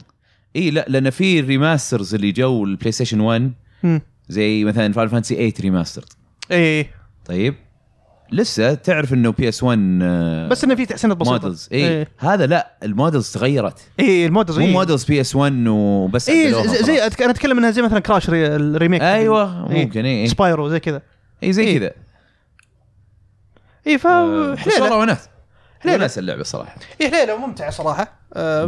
[SPEAKER 1] اي لا لان في الريماسترز اللي جو البلاي ستيشن 1
[SPEAKER 2] مم. إيه،
[SPEAKER 1] زي مثلا فاينل فانتسي 8 ريماسترد
[SPEAKER 2] اي
[SPEAKER 1] طيب لسه تعرف انه بي اس 1
[SPEAKER 2] إيه. بس إيه. انه في تحسينات إيه، بسيطه
[SPEAKER 1] مودلز اي
[SPEAKER 2] اي
[SPEAKER 1] آه، إيه، هذا لا المودلز تغيرت
[SPEAKER 2] اي المودلز
[SPEAKER 1] مو
[SPEAKER 2] اي
[SPEAKER 1] مودلز بي اس 1 وبس
[SPEAKER 2] اي
[SPEAKER 1] عدلوها
[SPEAKER 2] إيه، زي,
[SPEAKER 1] وخلاص.
[SPEAKER 2] زي أتك- انا اتكلم انها زي مثلا كراش ري الريميك
[SPEAKER 1] ايوه
[SPEAKER 2] إيه.
[SPEAKER 1] ممكن اي
[SPEAKER 2] سبايرو زي كذا
[SPEAKER 1] اي زي
[SPEAKER 2] إيه.
[SPEAKER 1] كذا
[SPEAKER 2] اي ف
[SPEAKER 1] آه، بس
[SPEAKER 2] حليله
[SPEAKER 1] والله وناس
[SPEAKER 2] حليلة.
[SPEAKER 1] وناس اللعبه صراحه
[SPEAKER 2] اي حليله ممتعه صراحه آه،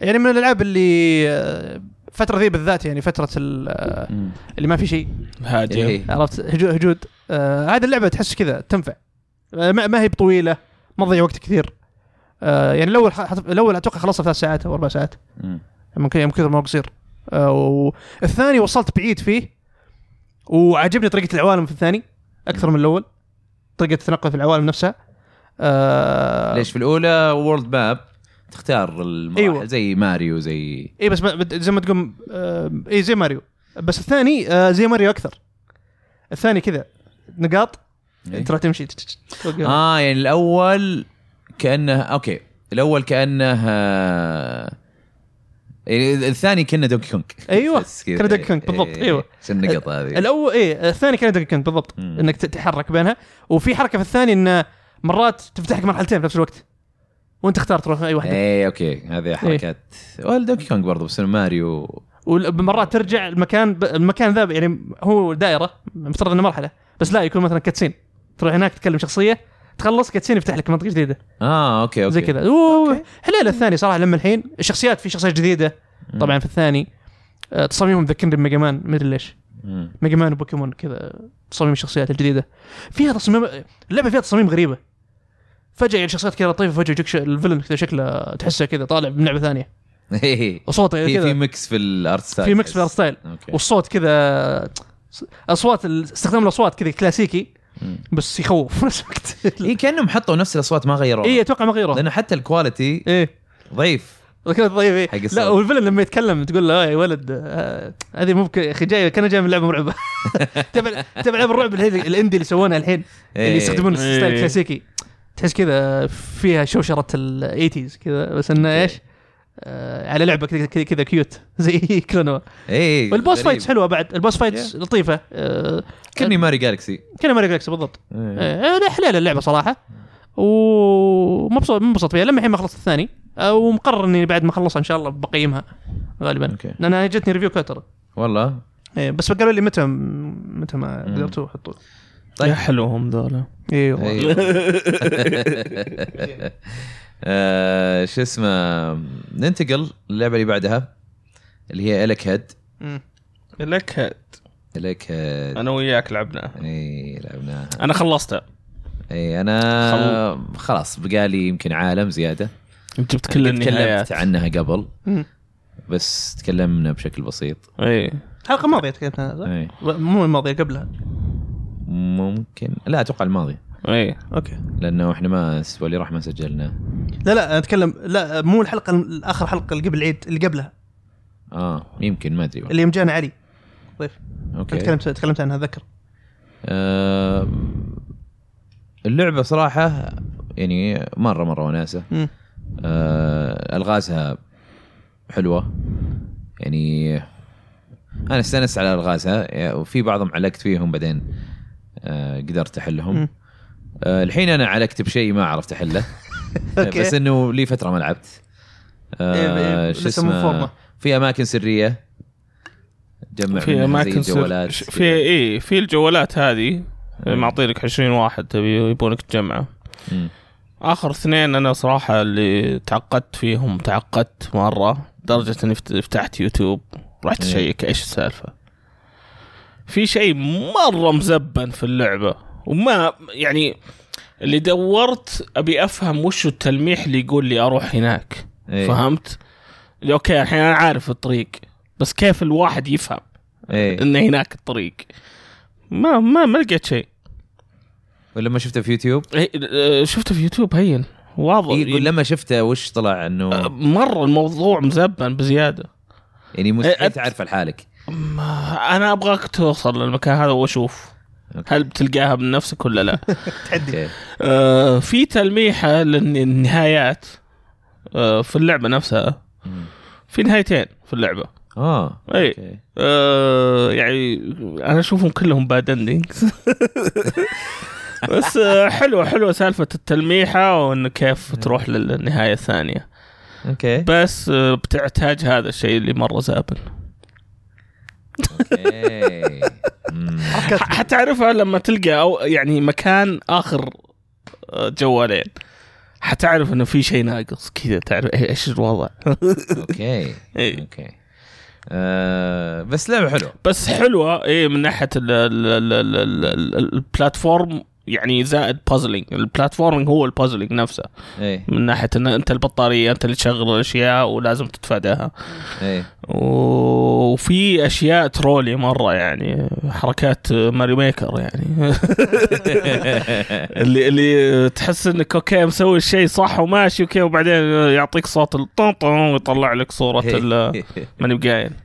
[SPEAKER 2] يعني من الالعاب اللي آه، الفتره ذي بالذات يعني فتره ال- آه،
[SPEAKER 1] مم.
[SPEAKER 2] اللي ما في شيء
[SPEAKER 3] هاديه
[SPEAKER 1] إيه.
[SPEAKER 2] عرفت هجو- هجود آه، هذه اللعبه تحس كذا تنفع آه، ما, ما هي بطويله ما تضيع وقت كثير آه، يعني الاول ح- حط- الاول اتوقع خلصت ثلاث ساعات او اربع ساعات
[SPEAKER 1] مم.
[SPEAKER 2] ممكن يوم كثر ما هو قصير آه، والثاني وصلت بعيد فيه وعجبني طريقه العوالم في الثاني اكثر من الاول طريقه التنقل في العوالم نفسها آه،
[SPEAKER 1] ليش في الاولى وورلد ماب تختار المراحل
[SPEAKER 2] أيوة.
[SPEAKER 1] أيوة. زي ماريو زي
[SPEAKER 2] اي إيه، بس ما- بد- زي ما تقول آه، اي زي ماريو بس الثاني آه، زي ماريو اكثر الثاني كذا نقاط
[SPEAKER 1] إيه.
[SPEAKER 2] تروح تمشي تش- تش- تش- توقف.
[SPEAKER 1] اه يعني الاول كانه اوكي الاول كانه آه، يعني الثاني كانه دوكي كونج
[SPEAKER 2] أيوة،
[SPEAKER 1] بس كذا.
[SPEAKER 2] كأنه دوكي كونج، بالضبط،
[SPEAKER 1] إيه.
[SPEAKER 2] أيوة.
[SPEAKER 1] شو النقطة هذه
[SPEAKER 2] الاول ايه الثاني كان دقيقة كنت بالضبط
[SPEAKER 1] مم.
[SPEAKER 2] انك تتحرك بينها وفي حركه في الثاني انه مرات تفتحك مرحلتين في نفس الوقت وانت اختار تروح اي واحده
[SPEAKER 1] اي اوكي إيه،
[SPEAKER 2] إيه.
[SPEAKER 1] هذه حركات ولا دوكي كونج برضه بس إنه ماريو
[SPEAKER 2] ومرات ترجع المكان ب... المكان ذا ب- يعني هو دائره مفترض انه مرحله بس لا يكون مثلا كاتسين تروح هناك تكلم شخصيه تخلص كاتسين يفتح لك منطقه جديده
[SPEAKER 1] اه اوكي اوكي
[SPEAKER 2] زي كذا أوه، حلال الثاني صراحه لما الحين الشخصيات في شخصيات جديده طبعا في الثاني آه، تصاميمهم ذكرني بميجا مان مدري ليش
[SPEAKER 1] مم.
[SPEAKER 2] ميجا مان وبوكيمون كذا تصاميم الشخصيات الجديده فيها تصميم اللعبه فيها تصاميم غريبه فجاه يعني شخصيات كذا لطيفه فجاه يجيك ش- الفيلن كذا شكله تحسه كذا طالع من لعبه ثانيه
[SPEAKER 1] إيه.
[SPEAKER 2] وصوته
[SPEAKER 1] في في
[SPEAKER 2] كذا
[SPEAKER 1] ميكس في الارت ستايل
[SPEAKER 2] في ميكس في الارت ستايل
[SPEAKER 1] اوكي
[SPEAKER 2] والصوت كذا اصوات ال- استخدام الاصوات كذا كلاسيكي
[SPEAKER 1] مم.
[SPEAKER 2] بس يخوف إيه، في نفس الوقت
[SPEAKER 1] اي كانهم إيه، حطوا نفس الاصوات ما غيروها
[SPEAKER 2] اي اتوقع ما غيره
[SPEAKER 1] لان حتى الكواليتي
[SPEAKER 2] ايه
[SPEAKER 1] ضعيف
[SPEAKER 2] كذا طيب إيه.
[SPEAKER 1] حق
[SPEAKER 2] لا
[SPEAKER 1] الصوت.
[SPEAKER 2] والفيلن لما يتكلم تقول له آه يا ولد آه، هذه ممكن يا اخي جاي كان جاي من لعبه مرعبه تبع تبع لعبه الرعب الحين- الاندي اللي سوونها الحين اللي
[SPEAKER 1] إيه.
[SPEAKER 2] يستخدمون
[SPEAKER 3] إيه.
[SPEAKER 2] ستايل كلاسيكي تحس كذا فيها شوشره الايتيز كذا بس انه ايش؟ آه على لعبه كذا كذا- كذا كيوت زي كلونوا
[SPEAKER 1] اي
[SPEAKER 2] والبوس فايتس حلوه بعد البوس فايتس لطيفه آه
[SPEAKER 1] كني ماري جالكسي
[SPEAKER 2] كلها ماري جالكسي بالضبط
[SPEAKER 1] إيه.
[SPEAKER 2] آه لا، حلال اللعبه صراحه ومبسوط منبسط فيها لما الحين ما خلصت الثاني آه، ومقرر اني بعد ما اخلصها ان شاء الله بقيمها غالبا
[SPEAKER 1] أوكي.
[SPEAKER 2] لان جتني ريفيو كوتر
[SPEAKER 1] والله
[SPEAKER 2] إيه بس قالوا لي متى متى ما قدرتوا حطوه
[SPEAKER 1] طيب.
[SPEAKER 3] يا حلوهم ذولا
[SPEAKER 2] اي والله
[SPEAKER 1] أيوة. آه، شو اسمه ننتقل للعبه اللي بعدها اللي هي الك هيد
[SPEAKER 2] مم.
[SPEAKER 3] لك هاد.
[SPEAKER 1] الك هيد
[SPEAKER 3] انا وياك لعبناها
[SPEAKER 1] اي لعبناها
[SPEAKER 3] انا خلصتها
[SPEAKER 1] اي انا خلاص بقالي يمكن عالم زياده
[SPEAKER 3] جبت كل النهايات
[SPEAKER 1] تكلمت عنها قبل
[SPEAKER 2] مم.
[SPEAKER 1] بس تكلمنا بشكل بسيط
[SPEAKER 3] اي
[SPEAKER 2] الحلقه الماضيه تكلمت عن هذا
[SPEAKER 1] اي
[SPEAKER 2] مو الماضيه قبلها
[SPEAKER 1] ممكن لا اتوقع الماضي
[SPEAKER 3] اي
[SPEAKER 2] اوكي
[SPEAKER 1] لانه احنا ما الاسبوع اللي راح ما سجلنا
[SPEAKER 2] لا لا انا اتكلم لا مو الحلقه ال- اخر حلقه اللي قبل العيد اللي قبلها
[SPEAKER 1] اه يمكن ما ادري والله.
[SPEAKER 2] اللي يوم جانا علي ضيف
[SPEAKER 1] اوكي
[SPEAKER 2] تكلمت تكلمت عنها اتذكر
[SPEAKER 1] آه، اللعبه صراحه يعني مره مره وناسه
[SPEAKER 2] مم.
[SPEAKER 1] آه الغازها حلوه يعني انا استانست على الغازها يعني وفي بعضهم علقت فيهم بعدين آه قدرت احلهم
[SPEAKER 2] مم.
[SPEAKER 1] آه الحين انا علقت بشيء ما عرفت احله
[SPEAKER 2] أوكي.
[SPEAKER 1] بس انه لي فتره ما لعبت
[SPEAKER 2] إيه،
[SPEAKER 1] آه
[SPEAKER 2] إيه،
[SPEAKER 1] شو
[SPEAKER 2] لسه مو
[SPEAKER 1] اسمه
[SPEAKER 2] فورمة.
[SPEAKER 1] في اماكن سريه جمع
[SPEAKER 3] في اماكن سر...
[SPEAKER 1] جوالات إيه.
[SPEAKER 3] ش- في اي في الجوالات هذه
[SPEAKER 1] آه،
[SPEAKER 3] معطيلك 20 واحد تبي يبونك تجمعه اخر اثنين انا صراحه اللي تعقدت فيهم تعقدت مره لدرجه اني فت- فتحت يوتيوب رحت
[SPEAKER 1] إيه.
[SPEAKER 3] اشيك ايش السالفه في شيء مره مزبن في اللعبه وما يعني اللي دورت ابي افهم وش التلميح اللي يقول لي اروح هناك
[SPEAKER 1] إيه.
[SPEAKER 3] فهمت اوكي الحين انا عارف الطريق بس كيف الواحد يفهم
[SPEAKER 1] ايه
[SPEAKER 3] ان هناك الطريق ما ما ما لقيت شيء
[SPEAKER 1] ولما شفته في يوتيوب
[SPEAKER 3] إيه، آه، شفته في يوتيوب هين واضح
[SPEAKER 1] إيه، يقول لما شفته وش طلع
[SPEAKER 3] آه،
[SPEAKER 1] انه
[SPEAKER 3] مره الموضوع مزبن بزياده
[SPEAKER 1] يعني
[SPEAKER 3] إيه،
[SPEAKER 1] مستحيل
[SPEAKER 3] أت-
[SPEAKER 1] تعرف لحالك
[SPEAKER 3] ما- انا ابغاك توصل للمكان هذا واشوف
[SPEAKER 1] أوكي.
[SPEAKER 3] هل بتلقاها من نفسك ولا لا
[SPEAKER 1] أوكي.
[SPEAKER 3] آه، في تلميحه للنهايات آه، في اللعبه نفسها
[SPEAKER 1] مم.
[SPEAKER 3] في نهايتين في اللعبه
[SPEAKER 1] اه
[SPEAKER 3] إيه.
[SPEAKER 1] أوكي.
[SPEAKER 3] آه، يعني انا اشوفهم كلهم باد اندنجز بس آه، حلوه حلوه سالفه التلميحه وانه كيف تروح للنهايه الثانيه
[SPEAKER 1] اوكي
[SPEAKER 3] بس آه، بتحتاج هذا الشيء اللي مره زابن
[SPEAKER 1] أوكي. مم.
[SPEAKER 3] ح- حتعرفها لما تلقى او يعني مكان اخر آه، جوالين حتعرف انه في شيء ناقص كذا تعرف إيه- ايش الوضع
[SPEAKER 1] اوكي
[SPEAKER 3] إيه.
[SPEAKER 1] اوكي آه، بس لعبه حلوه
[SPEAKER 3] بس حلوه اي من ناحيه ال- ال- ال- ال- ال- ال- ال- البلاتفورم يعني زائد بازلينج البلاتفورمينج هو البازلينج نفسه
[SPEAKER 1] ايه
[SPEAKER 3] من ناحيه ان انت البطاريه انت اللي تشغل الاشياء ولازم تتفاداها
[SPEAKER 1] ايه
[SPEAKER 3] و- وفي اشياء ترولي مره يعني حركات ماري ميكر يعني اللي اللي تحس انك اوكي مسوي الشيء صح وماشي اوكي وبعدين يعطيك صوت الطنطن ويطلع لك صوره ال- ماني بقايل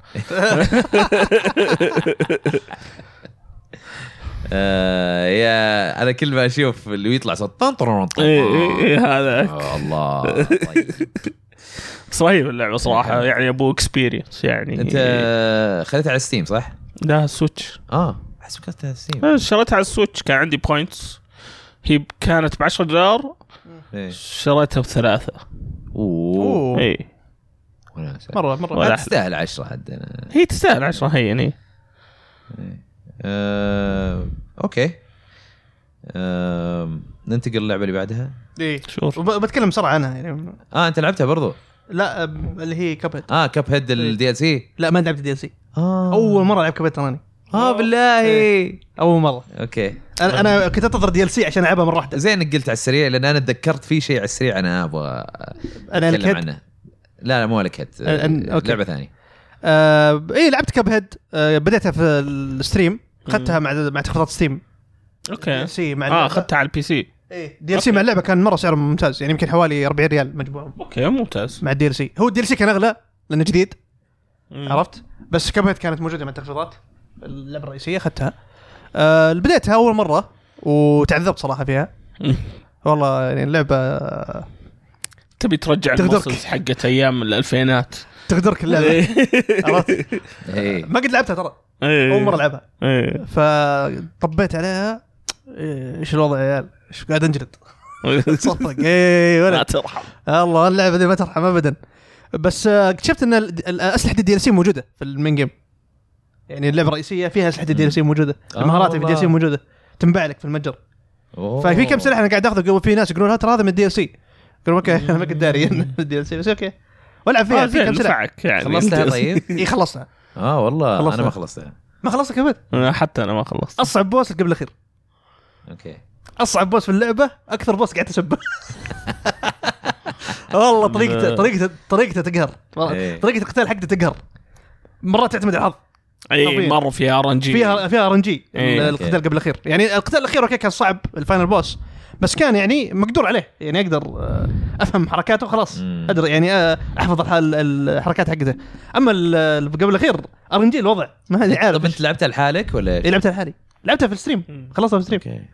[SPEAKER 1] آه، يا انا كل ما اشوف اللي يطلع صوت طن طن طن.
[SPEAKER 3] إيه، إيه، إيه، هذا
[SPEAKER 1] آه، الله طيب.
[SPEAKER 3] بس رهيب اللعبه صراحه يعني ابو اكسبيرينس يعني
[SPEAKER 1] انت خذيتها على ستيم صح؟
[SPEAKER 3] لا السويتش
[SPEAKER 1] اه احسب خذيتها على ستيم
[SPEAKER 3] شريتها على السويتش كان عندي بوينتس هي ب- كانت ب 10 دولار
[SPEAKER 1] إيه.
[SPEAKER 3] شريتها إيه. بثلاثه
[SPEAKER 1] اوه
[SPEAKER 2] اوه
[SPEAKER 3] اي
[SPEAKER 1] وناسة.
[SPEAKER 2] مره
[SPEAKER 3] ولا
[SPEAKER 2] مره
[SPEAKER 1] ما
[SPEAKER 3] أحلى.
[SPEAKER 1] تستاهل عشرة حد انا
[SPEAKER 3] هي تستاهل 10 هي يعني
[SPEAKER 1] آه، اوكي آه، ننتقل للعبه اللي بعدها
[SPEAKER 2] إيه.
[SPEAKER 3] شوف
[SPEAKER 2] وب- بتكلم بسرعه عنها يعني
[SPEAKER 1] اه انت لعبتها برضو
[SPEAKER 2] لا أم، اللي هي كبت
[SPEAKER 1] اه كب هيد الدي ال سي
[SPEAKER 2] لا ما لعبت دي ال سي
[SPEAKER 1] اه
[SPEAKER 2] اول مره العب كبت تراني
[SPEAKER 1] اه بالله
[SPEAKER 2] اول مره
[SPEAKER 1] اوكي
[SPEAKER 2] انا انا كنت انتظر دي ال سي عشان العبها مره واحده
[SPEAKER 1] زين انك قلت على السريع لان انا تذكرت في شيء على السريع انا ابغى
[SPEAKER 2] انا
[SPEAKER 1] اتكلم
[SPEAKER 2] الكد
[SPEAKER 1] عنه لا لا مو لك هيد
[SPEAKER 2] أ- أن- أوكي.
[SPEAKER 1] لعبه ثانيه
[SPEAKER 2] آه اي لعبت كاب هيد آه بديتها في الستريم اخذتها مع مع تخفيضات ستيم
[SPEAKER 3] اوكي
[SPEAKER 2] سي مع إيه،
[SPEAKER 3] اه اخذتها على البي سي
[SPEAKER 2] دي ال سي مع اللعبه كان مره سعره ممتاز يعني يمكن حوالي 40 ريال مجموعهم
[SPEAKER 3] اوكي ممتاز
[SPEAKER 2] مع الدي ال سي هو الدي ال سي كان اغلى لانه جديد
[SPEAKER 3] مم.
[SPEAKER 2] عرفت بس كاب هيد كانت موجوده مع التخفيضات اللعبه الرئيسيه اخذتها آه بديتها اول مره وتعذبت صراحه فيها
[SPEAKER 3] مم.
[SPEAKER 2] والله يعني اللعبة
[SPEAKER 3] تبي ترجع
[SPEAKER 2] تقدرك.
[SPEAKER 3] المسلسل حقت ايام الالفينات
[SPEAKER 2] تغدرك
[SPEAKER 3] إيه.
[SPEAKER 2] اللعبة عرفت؟
[SPEAKER 1] ايه
[SPEAKER 2] ما قد لعبتها ترى
[SPEAKER 3] اول
[SPEAKER 2] أول مرة ألعبها
[SPEAKER 3] ايه
[SPEAKER 2] فطبيت عليها ايش الوضع يا عيال؟ ايش قاعد انجلد؟ صدق اي
[SPEAKER 3] إيه. لا
[SPEAKER 2] ولد
[SPEAKER 3] ترحم
[SPEAKER 2] الله اللعبة ذي ما ترحم ابدا بس آه، اكتشفت ان ال- ال- اسلحة الدي ال سي موجودة في المين جيم يعني اللعبة الرئيسية فيها اسلحة الدي ال سي موجودة
[SPEAKER 1] آه
[SPEAKER 2] المهارات في الدي ال سي
[SPEAKER 1] والله.
[SPEAKER 2] موجودة تنباع لك في المتجر
[SPEAKER 1] أوه.
[SPEAKER 2] ففي كم سلاح انا قاعد اخذه قبل في ناس يقولون هذا هذا من الدي ال سي يقولون اوكي أنا ما كنت داري انه الدي ال سي بس اوكي والعب فيها
[SPEAKER 3] آه،
[SPEAKER 2] في
[SPEAKER 3] زين
[SPEAKER 2] كم سلاح
[SPEAKER 3] نفعك يعني
[SPEAKER 1] خلصتها طيب
[SPEAKER 2] اي خلصنا
[SPEAKER 1] اه والله انا
[SPEAKER 2] خلصتها.
[SPEAKER 1] ما خلصتها
[SPEAKER 2] ما خلصت كمان
[SPEAKER 3] آه، حتى انا ما خلصت
[SPEAKER 2] اصعب بوس قبل الاخير
[SPEAKER 1] اوكي
[SPEAKER 2] اصعب بوس في اللعبه اكثر بوس قاعد اسبه والله طريقته طريقته طريقته تقهر
[SPEAKER 1] إيه.
[SPEAKER 2] طريقه القتال حقته تقهر مرات تعتمد على الحظ
[SPEAKER 3] اي
[SPEAKER 2] طبيعي.
[SPEAKER 3] مره إيه، في ار ان جي
[SPEAKER 2] فيها فيها ار ان جي
[SPEAKER 3] إيه.
[SPEAKER 2] القتال قبل الاخير يعني القتال الاخير اوكي كان صعب الفاينل بوس بس كان يعني مقدور عليه يعني اقدر آه، افهم حركاته خلاص
[SPEAKER 1] مم.
[SPEAKER 2] ادري يعني آه، احفظ الحال الحركات حقته اما ال- ال- قبل الاخير ار ان جي الوضع ما حد عارف
[SPEAKER 1] طب انت لعبتها لحالك ولا
[SPEAKER 2] إيه، لعبتها لحالي لعبتها في الستريم خلصتها في الستريم
[SPEAKER 1] اوكي